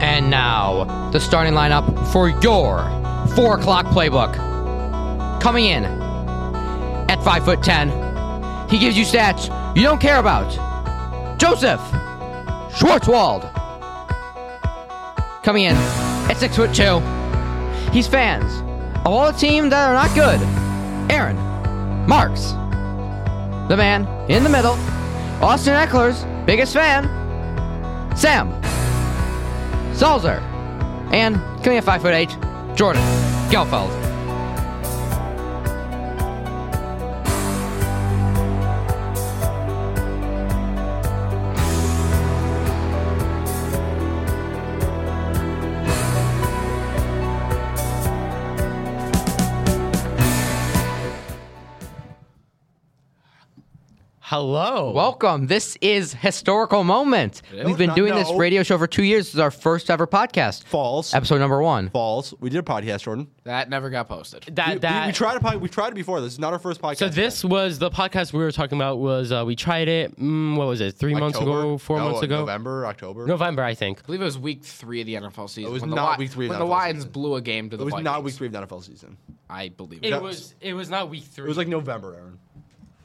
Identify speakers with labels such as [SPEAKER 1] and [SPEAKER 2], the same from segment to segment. [SPEAKER 1] And now, the starting lineup for your 4 o'clock playbook. Coming in at 5 foot 10, he gives you stats you don't care about. Joseph Schwartzwald. Coming in at 6 foot 2, he's fans of all the teams that are not good. Aaron Marks. The man in the middle, Austin Eckler's biggest fan, Sam Salzer, and coming at five foot eight, Jordan Gelfeld.
[SPEAKER 2] Hello.
[SPEAKER 1] Welcome. This is historical moment.
[SPEAKER 2] It
[SPEAKER 1] We've
[SPEAKER 2] is
[SPEAKER 1] been
[SPEAKER 2] not-
[SPEAKER 1] doing this
[SPEAKER 3] no.
[SPEAKER 1] radio show for two years. This is our first ever podcast.
[SPEAKER 3] False.
[SPEAKER 1] Episode number one.
[SPEAKER 3] Falls. We did a podcast, Jordan.
[SPEAKER 4] That never got posted.
[SPEAKER 2] that
[SPEAKER 3] We, we-
[SPEAKER 2] that
[SPEAKER 3] we tried a pod, we tried it before. This is not our first podcast.
[SPEAKER 2] So this was the podcast we were talking about. Was uh, we tried it? Mm, what was it? Three months
[SPEAKER 3] October?
[SPEAKER 2] ago? Four
[SPEAKER 3] No,
[SPEAKER 2] months ago?
[SPEAKER 3] November, October.
[SPEAKER 2] November, I think.
[SPEAKER 4] I believe it was week three of the NFL season.
[SPEAKER 3] It was
[SPEAKER 4] when the
[SPEAKER 3] not
[SPEAKER 4] Li-
[SPEAKER 3] week three of
[SPEAKER 4] When
[SPEAKER 3] the
[SPEAKER 4] the
[SPEAKER 3] NFL
[SPEAKER 4] Lions
[SPEAKER 3] season.
[SPEAKER 4] blew a game to
[SPEAKER 3] It
[SPEAKER 4] the
[SPEAKER 3] was
[SPEAKER 4] Vikings.
[SPEAKER 3] not week three of the NFL season.
[SPEAKER 4] I believe
[SPEAKER 2] It
[SPEAKER 4] it.
[SPEAKER 2] was. It was not week three.
[SPEAKER 3] It was like November, Aaron.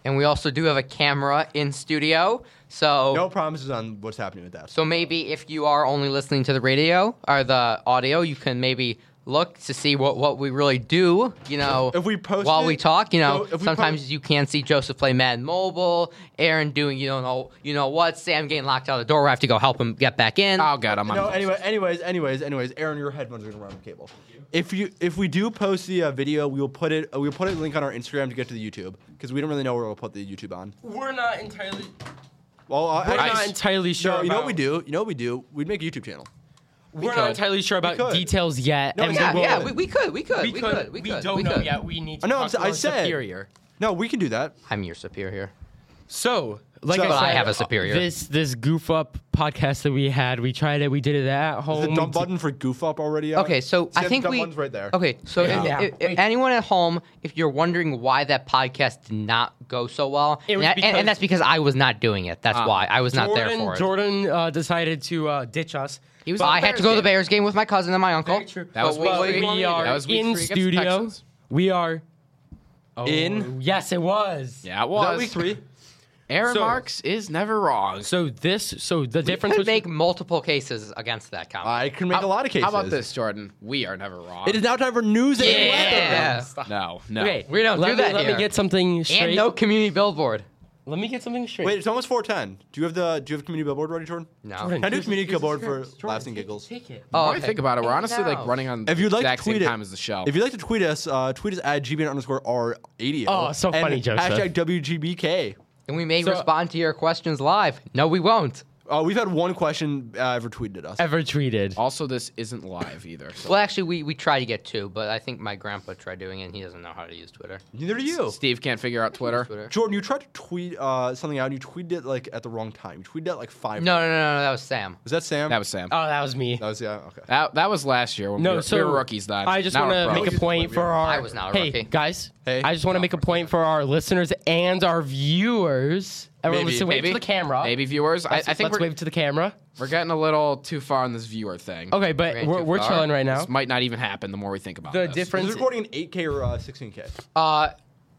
[SPEAKER 1] And we also do have a camera in studio. So
[SPEAKER 3] No promises on what's happening with that.
[SPEAKER 1] So maybe if you are only listening to the radio or the audio, you can maybe look to see what, what we really do. You know,
[SPEAKER 3] If we post
[SPEAKER 1] while
[SPEAKER 3] it-
[SPEAKER 1] we talk, you know,
[SPEAKER 3] so if we
[SPEAKER 1] sometimes
[SPEAKER 3] post-
[SPEAKER 1] you can see Joseph play Madden Mobile, Aaron doing you don't know you know what, Sam getting locked out of the door. I have to go help him get back in.
[SPEAKER 4] Oh god, I'm on.
[SPEAKER 3] no,
[SPEAKER 4] the list.
[SPEAKER 3] anyway, anyways, anyways, anyways, Aaron, your headphones are gonna run on the cable. If you if we do post the uh, video, we will put it uh, we'll put a link on our Instagram to get to the YouTube because we don't really know where we'll put the YouTube on.
[SPEAKER 2] We're not entirely.
[SPEAKER 3] Well, uh,
[SPEAKER 2] We're
[SPEAKER 3] actually-
[SPEAKER 2] not entirely sure.
[SPEAKER 3] No, you know what
[SPEAKER 2] about-
[SPEAKER 3] we do? You know what we do? We'd make a YouTube channel.
[SPEAKER 2] We're
[SPEAKER 1] could.
[SPEAKER 2] not entirely sure about
[SPEAKER 3] could.
[SPEAKER 2] details yet.
[SPEAKER 3] No,
[SPEAKER 2] and
[SPEAKER 1] yeah,
[SPEAKER 2] we will-
[SPEAKER 1] yeah, we, we could, we could, we,
[SPEAKER 2] we
[SPEAKER 1] could, we
[SPEAKER 2] we
[SPEAKER 1] could.
[SPEAKER 2] don't
[SPEAKER 1] we
[SPEAKER 2] know
[SPEAKER 1] could.
[SPEAKER 2] yet. We need to
[SPEAKER 3] I know, I'm
[SPEAKER 2] talk
[SPEAKER 3] s-
[SPEAKER 2] to
[SPEAKER 3] I
[SPEAKER 2] our
[SPEAKER 3] said-
[SPEAKER 2] superior.
[SPEAKER 3] No, we can do that.
[SPEAKER 1] I'm your superior.
[SPEAKER 2] So, like
[SPEAKER 3] So-
[SPEAKER 2] I
[SPEAKER 3] But
[SPEAKER 2] said,
[SPEAKER 3] I
[SPEAKER 1] have a superior.
[SPEAKER 2] This this goof up podcast that we had, we tried it. We did it at
[SPEAKER 3] Is
[SPEAKER 2] home.
[SPEAKER 3] the
[SPEAKER 2] we
[SPEAKER 3] dumb
[SPEAKER 2] did-
[SPEAKER 3] button for goof up already? out?
[SPEAKER 1] Okay, so
[SPEAKER 3] See,
[SPEAKER 1] I
[SPEAKER 3] the
[SPEAKER 1] think
[SPEAKER 3] dumb
[SPEAKER 1] we.
[SPEAKER 3] button's right there.
[SPEAKER 1] Okay, so if-
[SPEAKER 2] Yeah.
[SPEAKER 1] if, if
[SPEAKER 2] Wait.
[SPEAKER 1] anyone at home, if you're wondering why that podcast did not go so well,
[SPEAKER 2] It
[SPEAKER 1] and,
[SPEAKER 2] was
[SPEAKER 1] that- and- and
[SPEAKER 2] because- Ah.
[SPEAKER 1] that's because I was not doing it. That's why I was not
[SPEAKER 2] Jordan,
[SPEAKER 1] there for it.
[SPEAKER 2] Jordan uh, decided to uh, ditch us.
[SPEAKER 1] He was.
[SPEAKER 2] But
[SPEAKER 1] I had to go to the
[SPEAKER 4] Bears
[SPEAKER 1] Bears game with my cousin and my uncle.
[SPEAKER 2] Very true.
[SPEAKER 4] That was
[SPEAKER 1] But
[SPEAKER 4] week
[SPEAKER 1] we-
[SPEAKER 4] three.
[SPEAKER 2] we
[SPEAKER 1] we-
[SPEAKER 2] are
[SPEAKER 4] That was week
[SPEAKER 2] in
[SPEAKER 4] three against
[SPEAKER 2] studio.
[SPEAKER 4] Texans.
[SPEAKER 2] We are oh,
[SPEAKER 3] In?
[SPEAKER 2] Yes, it was.
[SPEAKER 4] Yeah, it
[SPEAKER 3] Is
[SPEAKER 4] was.
[SPEAKER 3] that week three?
[SPEAKER 4] Aaron
[SPEAKER 2] So-
[SPEAKER 4] Marks is never wrong.
[SPEAKER 2] So this, so the difference
[SPEAKER 1] Could
[SPEAKER 2] was
[SPEAKER 1] make multiple cases against that comment.
[SPEAKER 3] I can make a lot of cases.
[SPEAKER 4] How about this, Jordan? We are never wrong.
[SPEAKER 3] It is now time for news and weather.
[SPEAKER 1] yeah.
[SPEAKER 4] No, no.
[SPEAKER 2] Okay,
[SPEAKER 1] We don't
[SPEAKER 2] let
[SPEAKER 1] do
[SPEAKER 2] me,
[SPEAKER 1] that
[SPEAKER 2] Let
[SPEAKER 1] here.
[SPEAKER 2] me get something straight.
[SPEAKER 1] And no community billboard.
[SPEAKER 2] Let me get something straight.
[SPEAKER 3] Wait, it's almost 4:10. Do you have the Do you have community billboard ready, Jordan?
[SPEAKER 1] No.
[SPEAKER 2] Jordan,
[SPEAKER 3] Can I do
[SPEAKER 2] this is-
[SPEAKER 3] community
[SPEAKER 2] this is
[SPEAKER 3] billboard
[SPEAKER 2] yours.
[SPEAKER 3] for
[SPEAKER 2] Jordan,
[SPEAKER 3] laughs and
[SPEAKER 2] take it,
[SPEAKER 3] giggles?
[SPEAKER 2] Take it.
[SPEAKER 1] Oh,
[SPEAKER 4] When I think about it, we're honestly like running on
[SPEAKER 3] If you'd
[SPEAKER 4] the
[SPEAKER 3] like
[SPEAKER 4] exact
[SPEAKER 3] to tweet
[SPEAKER 4] same
[SPEAKER 3] it,
[SPEAKER 4] time as the show.
[SPEAKER 3] If you'd like to tweet us, uh, tweet us at gbn underscore r80.
[SPEAKER 2] Oh, so
[SPEAKER 3] and
[SPEAKER 2] funny, Joseph.
[SPEAKER 3] Hashtag WGBK.
[SPEAKER 1] And we may
[SPEAKER 2] So-
[SPEAKER 1] respond to your questions live. No, we won't.
[SPEAKER 3] Uh, we've had one question uh, ever tweeted at us.
[SPEAKER 2] Ever tweeted.
[SPEAKER 4] also, this isn't live either. So.
[SPEAKER 1] Well, actually, we, we try to get two, but I think my grandpa tried doing it. and He doesn't know how to use Twitter.
[SPEAKER 3] Neither do you.
[SPEAKER 4] Steve can't figure out Twitter.
[SPEAKER 1] Twitter.
[SPEAKER 3] Jordan, you tried to tweet uh, something out and you tweeted it like at the wrong time. You tweeted it at, like five.
[SPEAKER 1] No, no, no, no, no. That was Sam.
[SPEAKER 3] Was that Sam?
[SPEAKER 4] That was Sam.
[SPEAKER 2] Oh, that was me.
[SPEAKER 3] That was yeah. Okay.
[SPEAKER 4] That that was last year when
[SPEAKER 2] No,
[SPEAKER 4] we, were,
[SPEAKER 2] so
[SPEAKER 4] we were rookies. That
[SPEAKER 2] I just
[SPEAKER 4] now
[SPEAKER 2] want
[SPEAKER 4] we're
[SPEAKER 2] to
[SPEAKER 4] pros.
[SPEAKER 2] make a point for our.
[SPEAKER 1] I was not a
[SPEAKER 2] hey,
[SPEAKER 1] rookie.
[SPEAKER 2] guys.
[SPEAKER 3] Hey.
[SPEAKER 2] I just want to make a point for our listeners and our viewers. Everyone,
[SPEAKER 3] Maybe,
[SPEAKER 2] listen, wave
[SPEAKER 4] maybe-
[SPEAKER 2] to the camera.
[SPEAKER 4] Maybe viewers. I, I
[SPEAKER 2] Let's-
[SPEAKER 4] think
[SPEAKER 2] let's
[SPEAKER 4] we're,
[SPEAKER 2] wave to the camera.
[SPEAKER 4] we're getting a little too far on this viewer thing.
[SPEAKER 2] Okay, but
[SPEAKER 1] Ran
[SPEAKER 2] we're,
[SPEAKER 1] too
[SPEAKER 2] we're
[SPEAKER 1] far.
[SPEAKER 2] chilling right now.
[SPEAKER 4] This might not even happen. The more we think about
[SPEAKER 2] The
[SPEAKER 4] this.
[SPEAKER 2] difference-
[SPEAKER 3] Was it recording in 8K or uh, 16K?
[SPEAKER 1] Uh,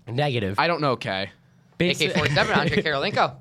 [SPEAKER 2] Negative.
[SPEAKER 4] I don't know. Okay.
[SPEAKER 2] Basi-
[SPEAKER 1] AK-47, Andre Karolinko.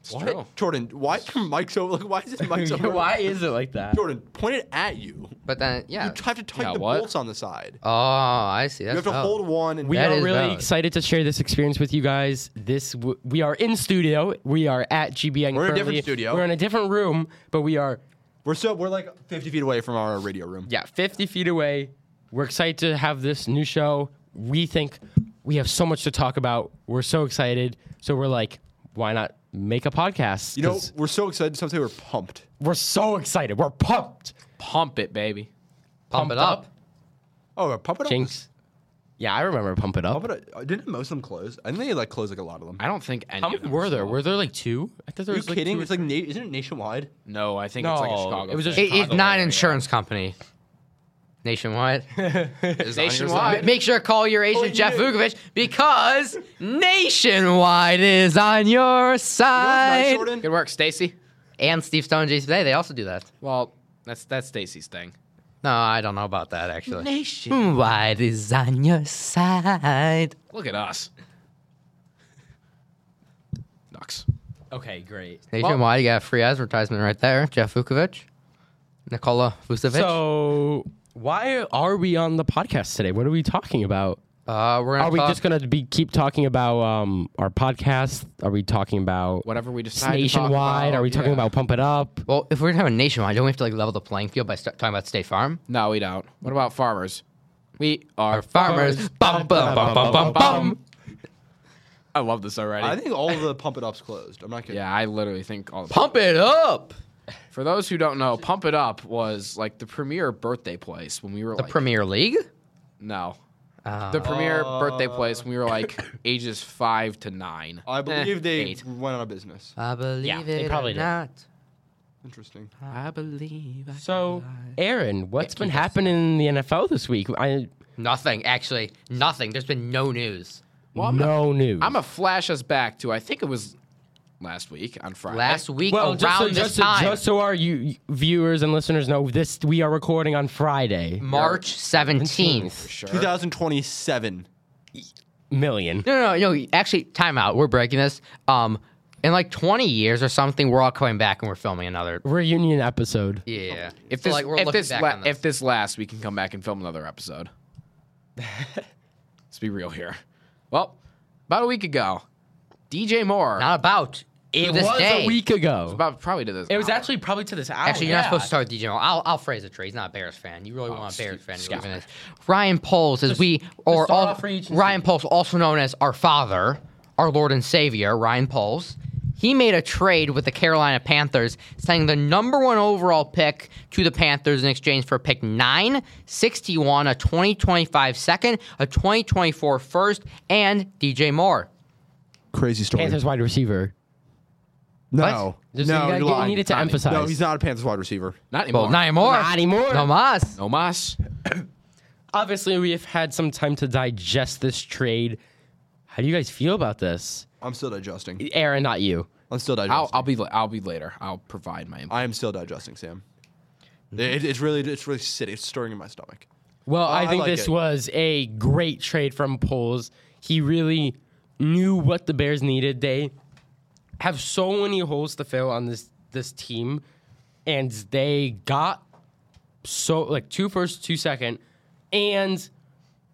[SPEAKER 4] It's true.
[SPEAKER 3] Jordan, why is your mic so? Like, why is his mic so?
[SPEAKER 2] Why is it like that?
[SPEAKER 3] Jordan, point it at you.
[SPEAKER 1] But then, yeah.
[SPEAKER 3] You have to tighten
[SPEAKER 4] Yeah,
[SPEAKER 3] the
[SPEAKER 4] what?
[SPEAKER 3] bolts on the side.
[SPEAKER 1] Oh, I see.
[SPEAKER 3] you
[SPEAKER 1] That's
[SPEAKER 3] have to
[SPEAKER 1] oh.
[SPEAKER 3] hold one and
[SPEAKER 2] We
[SPEAKER 1] That
[SPEAKER 2] are
[SPEAKER 1] is
[SPEAKER 2] really
[SPEAKER 1] valid.
[SPEAKER 2] excited to share this experience with you guys. This w- we are in studio. We are at GBN.
[SPEAKER 3] We're in a different
[SPEAKER 2] currently.
[SPEAKER 3] studio.
[SPEAKER 2] We're in a different room, but we are
[SPEAKER 3] We're so we're like 50 feet away from our radio room.
[SPEAKER 2] yeah 50 feet away. We're excited to have this new show. We think we have so much to talk about. We're so excited. So we're like, why not make a podcast?
[SPEAKER 3] You know,
[SPEAKER 2] 'Cause
[SPEAKER 3] we're so excited. Some say we're pumped.
[SPEAKER 2] we're so excited. We're pumped.
[SPEAKER 4] Pump it, baby.
[SPEAKER 1] Pump it up.
[SPEAKER 2] Pumped
[SPEAKER 3] Oh, we're pumped.
[SPEAKER 2] Jinx. Yeah, I remember Pump It Up.
[SPEAKER 3] But uh, didn't most of them close? I think they like close like a lot of them.
[SPEAKER 4] I don't think any.
[SPEAKER 2] How
[SPEAKER 4] of
[SPEAKER 2] many
[SPEAKER 4] them
[SPEAKER 2] were there?
[SPEAKER 4] sold.
[SPEAKER 2] Were there like two? I thought there
[SPEAKER 3] Are you
[SPEAKER 2] was like
[SPEAKER 3] kidding?
[SPEAKER 2] two.
[SPEAKER 3] it's like na- isn't it nationwide?
[SPEAKER 4] No, I think it's like a
[SPEAKER 2] No,
[SPEAKER 4] Chicago.
[SPEAKER 2] it was a
[SPEAKER 4] thing.
[SPEAKER 1] It- it's
[SPEAKER 2] Chicago
[SPEAKER 1] not an
[SPEAKER 2] area.
[SPEAKER 1] insurance company. Nationwide.
[SPEAKER 3] Is it on your
[SPEAKER 4] nationwide. Oh,
[SPEAKER 3] side?
[SPEAKER 1] Make sure to call your agent
[SPEAKER 3] you
[SPEAKER 1] Jeff
[SPEAKER 3] knew-
[SPEAKER 1] Vukovich because Nationwide is on your
[SPEAKER 3] You know what's nice,
[SPEAKER 1] side.
[SPEAKER 3] Jordan?
[SPEAKER 4] Good work, Stacy.
[SPEAKER 1] and Steve Stone and JC Today, they also do that.
[SPEAKER 4] Well, That's that's Stacy's thing.
[SPEAKER 1] No, I don't know about that actually.
[SPEAKER 4] Nation.
[SPEAKER 1] White is on your side.
[SPEAKER 4] Look at us. Knox.
[SPEAKER 2] Okay, great.
[SPEAKER 1] Nationwide, you got a free advertisement right there. Jeff Vukovic, Nikola Vucevic.
[SPEAKER 2] So, why are we on the podcast today? What are we talking about?
[SPEAKER 1] uh, we're gonna
[SPEAKER 2] Are we
[SPEAKER 1] talk-
[SPEAKER 2] just gonna be keep talking about um, our podcast? Are we talking about
[SPEAKER 4] Whatever we decide. to talk
[SPEAKER 2] nationwide?
[SPEAKER 4] about,
[SPEAKER 2] Are we talking
[SPEAKER 4] yeah.
[SPEAKER 2] about pump it up?
[SPEAKER 1] Well, if we're gonna have a nationwide, don't we have to like level the playing field by start talking about State Farm?
[SPEAKER 4] No, we don't. What about farmers? We are.
[SPEAKER 1] Farmers, bum bum bum bum bum bum.
[SPEAKER 4] I love this already.
[SPEAKER 3] I think all of the pump it ups closed. I'm not kidding.
[SPEAKER 4] yeah, I literally think all.
[SPEAKER 1] Pump it up.
[SPEAKER 4] For those who don't know, Pump It Up was like the premier birthday place when we were
[SPEAKER 1] The
[SPEAKER 4] like
[SPEAKER 1] Premier League.
[SPEAKER 4] no.
[SPEAKER 1] Uh,
[SPEAKER 4] The premier birthday place when we were like ages five to nine.
[SPEAKER 3] I believe
[SPEAKER 4] Eh,
[SPEAKER 3] they
[SPEAKER 4] eight.
[SPEAKER 3] went out of business.
[SPEAKER 1] I believe
[SPEAKER 2] Yeah, they
[SPEAKER 1] it
[SPEAKER 2] probably
[SPEAKER 1] or
[SPEAKER 2] did.
[SPEAKER 1] not.
[SPEAKER 3] Interesting.
[SPEAKER 4] I believe. I
[SPEAKER 2] So, Aaron, what's been happening in the NFL this week? I
[SPEAKER 1] Nothing actually. Nothing. There's been no news.
[SPEAKER 2] no news.
[SPEAKER 4] I'm gonna flash us back to I think it was last week on Friday.
[SPEAKER 1] Last week
[SPEAKER 2] well,
[SPEAKER 1] around
[SPEAKER 2] just so,
[SPEAKER 1] this
[SPEAKER 2] just, so-
[SPEAKER 1] time,
[SPEAKER 2] just so our you, viewers and listeners know, this we are recording on Friday.
[SPEAKER 1] March
[SPEAKER 4] for
[SPEAKER 1] seventeenth.
[SPEAKER 4] sure.
[SPEAKER 3] 2027.
[SPEAKER 2] Million.
[SPEAKER 1] No, no, no. Actually, time out. We're breaking this. Um, in like 20 years or something, we're all coming back and we're filming another.
[SPEAKER 2] reunion episode.
[SPEAKER 1] Yeah.
[SPEAKER 4] If
[SPEAKER 1] So,
[SPEAKER 4] this,
[SPEAKER 1] like, we're
[SPEAKER 4] if
[SPEAKER 1] looking
[SPEAKER 4] this,
[SPEAKER 1] back
[SPEAKER 4] la-
[SPEAKER 1] on
[SPEAKER 4] if this lasts, we can come back and film another episode. Let's be real here. Well, about a week ago, DJ Moore
[SPEAKER 1] not about to
[SPEAKER 2] It
[SPEAKER 1] this
[SPEAKER 2] was
[SPEAKER 1] day.
[SPEAKER 2] a week ago.
[SPEAKER 4] about probably to this.
[SPEAKER 2] it was
[SPEAKER 4] hour.
[SPEAKER 2] actually probably to this hour.
[SPEAKER 1] Actually, you're
[SPEAKER 2] yeah. Oh,
[SPEAKER 1] not supposed to start with DJ. Moore. I'll, I'll phrase it, Trey. He's not a Bears fan. You really want a Bears
[SPEAKER 4] excuse-
[SPEAKER 1] fan.
[SPEAKER 4] excuse
[SPEAKER 1] To this. Ryan Poles is we or
[SPEAKER 2] start
[SPEAKER 1] all,
[SPEAKER 2] off for each and
[SPEAKER 1] Ryan Poles, also known as our father, our Lord and Savior, Ryan Poles. He made a trade with the Carolina Panthers, sending the number one overall pick to the Panthers in exchange for pick 9, 61, a 2025 second, a 2024 first, and DJ Moore.
[SPEAKER 3] Crazy story.
[SPEAKER 2] Panthers wide receiver.
[SPEAKER 3] no.
[SPEAKER 2] Just- you
[SPEAKER 3] no,
[SPEAKER 2] gotta-
[SPEAKER 3] you're
[SPEAKER 2] you
[SPEAKER 3] lying.
[SPEAKER 2] needed to
[SPEAKER 3] Not-
[SPEAKER 2] emphasize.
[SPEAKER 3] No, he's not a Panthers wide receiver.
[SPEAKER 4] not anymore.
[SPEAKER 1] Well, not anymore.
[SPEAKER 2] Not anymore.
[SPEAKER 1] No mas.
[SPEAKER 4] no mas.
[SPEAKER 2] Obviously, we have had some time to digest this trade. How do you guys feel about this,
[SPEAKER 3] I'm still digesting.
[SPEAKER 2] Aaron? Not you.
[SPEAKER 3] I'm still digesting.
[SPEAKER 4] I'll, I'll be. I'll be later. I'll provide my. input.
[SPEAKER 3] I am still digesting, Sam. It, it's really, it's really sitting, it's stirring in my stomach.
[SPEAKER 2] Well,
[SPEAKER 3] I
[SPEAKER 2] I think
[SPEAKER 3] like
[SPEAKER 2] this
[SPEAKER 3] it.
[SPEAKER 2] was a great trade from Poles. He really knew what the Bears needed. They have so many holes to fill on this this team, and they got so like two first, two second, and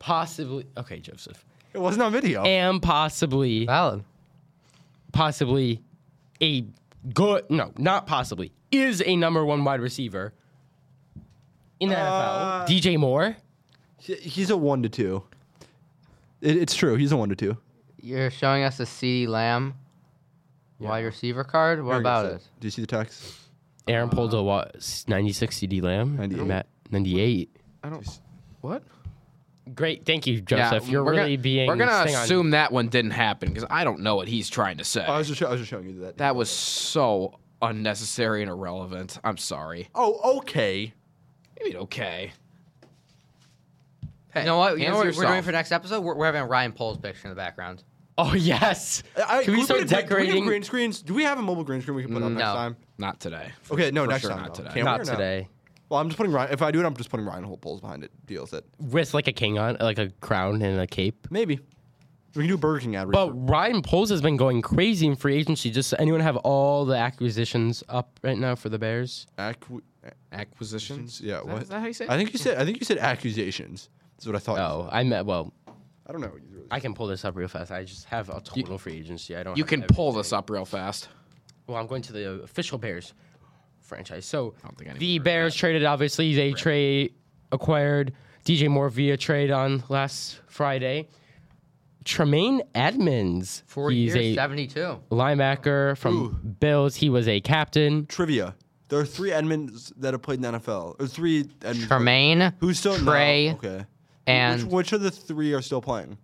[SPEAKER 2] possibly okay, Joseph,
[SPEAKER 3] It wasn't on video.
[SPEAKER 2] and possibly
[SPEAKER 1] Valid.
[SPEAKER 2] possibly a good no, not possibly is a number one wide receiver in the NFL. DJ Moore.
[SPEAKER 3] He- he's a one to two. It, it's true. He's a one to two.
[SPEAKER 1] You're showing us a CD Lamb wide receiver card. What about it?
[SPEAKER 3] Do you see the text?
[SPEAKER 2] Aaron pulled a what? 96 CD Lamb.
[SPEAKER 3] 98.
[SPEAKER 2] Matt, 98.
[SPEAKER 4] I don't. What?
[SPEAKER 2] Great. Thank you, Joseph. You're
[SPEAKER 4] we're
[SPEAKER 2] really
[SPEAKER 4] gonna,
[SPEAKER 2] being.
[SPEAKER 4] We're gonna
[SPEAKER 2] sting on-
[SPEAKER 4] assume that one didn't happen because I don't know what he's trying to say.
[SPEAKER 1] Oh,
[SPEAKER 3] I was just, I was just showing you that.
[SPEAKER 4] that was so unnecessary and irrelevant. I'm sorry.
[SPEAKER 3] Oh, okay.
[SPEAKER 4] Maybe it okay.
[SPEAKER 1] You know what? You
[SPEAKER 4] Hands
[SPEAKER 1] know what
[SPEAKER 4] yourself.
[SPEAKER 1] we're doing for next episode? We're, we're having a Ryan Poles picture in the background.
[SPEAKER 2] Oh, yes.
[SPEAKER 3] I,
[SPEAKER 2] Can we
[SPEAKER 3] put
[SPEAKER 2] start
[SPEAKER 3] it- do we have
[SPEAKER 2] decorating?
[SPEAKER 3] green screens? Do we have a mobile green screen we can put on next
[SPEAKER 1] No.
[SPEAKER 3] time?
[SPEAKER 4] Not today.
[SPEAKER 3] Okay, no,
[SPEAKER 4] For
[SPEAKER 3] next
[SPEAKER 4] sure
[SPEAKER 3] time.
[SPEAKER 4] not
[SPEAKER 3] though.
[SPEAKER 4] today.
[SPEAKER 3] Can we
[SPEAKER 2] Not
[SPEAKER 3] or no?
[SPEAKER 2] today.
[SPEAKER 3] Well, I'm just putting Ryan. If I do it, I'm just putting Ryan Holt poles behind it. Deals it.
[SPEAKER 2] With like a king on, like a crown and a cape.
[SPEAKER 3] Maybe we can do a Burger King ad.
[SPEAKER 2] But
[SPEAKER 3] research.
[SPEAKER 2] Ryan Poles has been going crazy in free agency. Just anyone have all the acquisitions up right now for the Bears?
[SPEAKER 3] Acqui-
[SPEAKER 4] Acquisitions?
[SPEAKER 3] yeah,
[SPEAKER 4] Is that-
[SPEAKER 3] what?
[SPEAKER 4] is that how you say it?
[SPEAKER 3] I think you said. I think you said accusations. That's what I thought.
[SPEAKER 2] Oh, I met. Well,
[SPEAKER 3] I don't know. What you really
[SPEAKER 2] I can pull this up real fast. I just have a total free agency. I don't.
[SPEAKER 4] You
[SPEAKER 2] have
[SPEAKER 4] can
[SPEAKER 2] every-
[SPEAKER 4] pull this up real fast.
[SPEAKER 2] Well, I'm going to the official Bears franchise. So
[SPEAKER 4] don't think I need to
[SPEAKER 2] the
[SPEAKER 4] worry
[SPEAKER 2] Bears traded. Obviously, they trade acquired DJ Moore via trade on last Friday. Tremaine Edmonds,
[SPEAKER 1] Four
[SPEAKER 2] he's
[SPEAKER 1] years,
[SPEAKER 2] a
[SPEAKER 1] 72.
[SPEAKER 2] linebacker from Bills. He was a captain.
[SPEAKER 3] Trivia: There are three Edmonds that have played in the NFL. Or three Edmonds.
[SPEAKER 1] Tremaine,
[SPEAKER 3] Who's still
[SPEAKER 1] Trey,
[SPEAKER 3] No. Okay.
[SPEAKER 1] and
[SPEAKER 3] which, which of the three are still playing?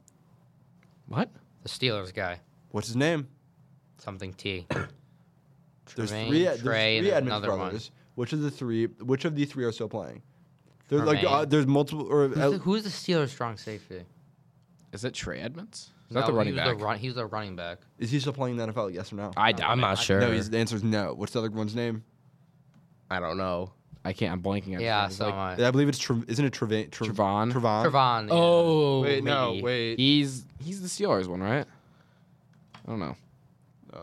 [SPEAKER 4] What?
[SPEAKER 1] the Steelers guy.
[SPEAKER 3] What's his name?
[SPEAKER 1] Something T.
[SPEAKER 3] There's
[SPEAKER 1] Tremaine,
[SPEAKER 3] three. There's
[SPEAKER 1] Trey, and
[SPEAKER 3] three
[SPEAKER 1] there's
[SPEAKER 3] Edmonds
[SPEAKER 1] another one.
[SPEAKER 3] brothers. Which of the three? Which of the three are still playing? There's like
[SPEAKER 1] Tremaine.
[SPEAKER 3] uh, there's multiple. Or uh,
[SPEAKER 1] Who's the,
[SPEAKER 3] at-
[SPEAKER 1] who's the Steelers' strong safety? Is
[SPEAKER 4] Is it Trey Edmonds? Is that the running
[SPEAKER 1] he was
[SPEAKER 4] back?
[SPEAKER 1] The run, he was a running back.
[SPEAKER 3] is he still playing in the NFL? Yes or no?
[SPEAKER 4] I doubt
[SPEAKER 2] I'm
[SPEAKER 4] it.
[SPEAKER 2] not sure.
[SPEAKER 3] No. He's, the answer is no. What's the other one's name?
[SPEAKER 2] I don't know.
[SPEAKER 4] I can't. I'm blanking. on his
[SPEAKER 5] Yeah,
[SPEAKER 4] name. It's
[SPEAKER 5] so
[SPEAKER 4] like
[SPEAKER 5] am
[SPEAKER 1] Uh,
[SPEAKER 5] I.
[SPEAKER 3] I believe it's Tre- isn't it Trevin? Tre-
[SPEAKER 4] Trevon.
[SPEAKER 3] Trevon.
[SPEAKER 5] Trevon. yeah.
[SPEAKER 2] Oh,
[SPEAKER 3] Wait, no,
[SPEAKER 2] maybe.
[SPEAKER 3] wait.
[SPEAKER 4] He's he's the Steelers one, right? I don't know.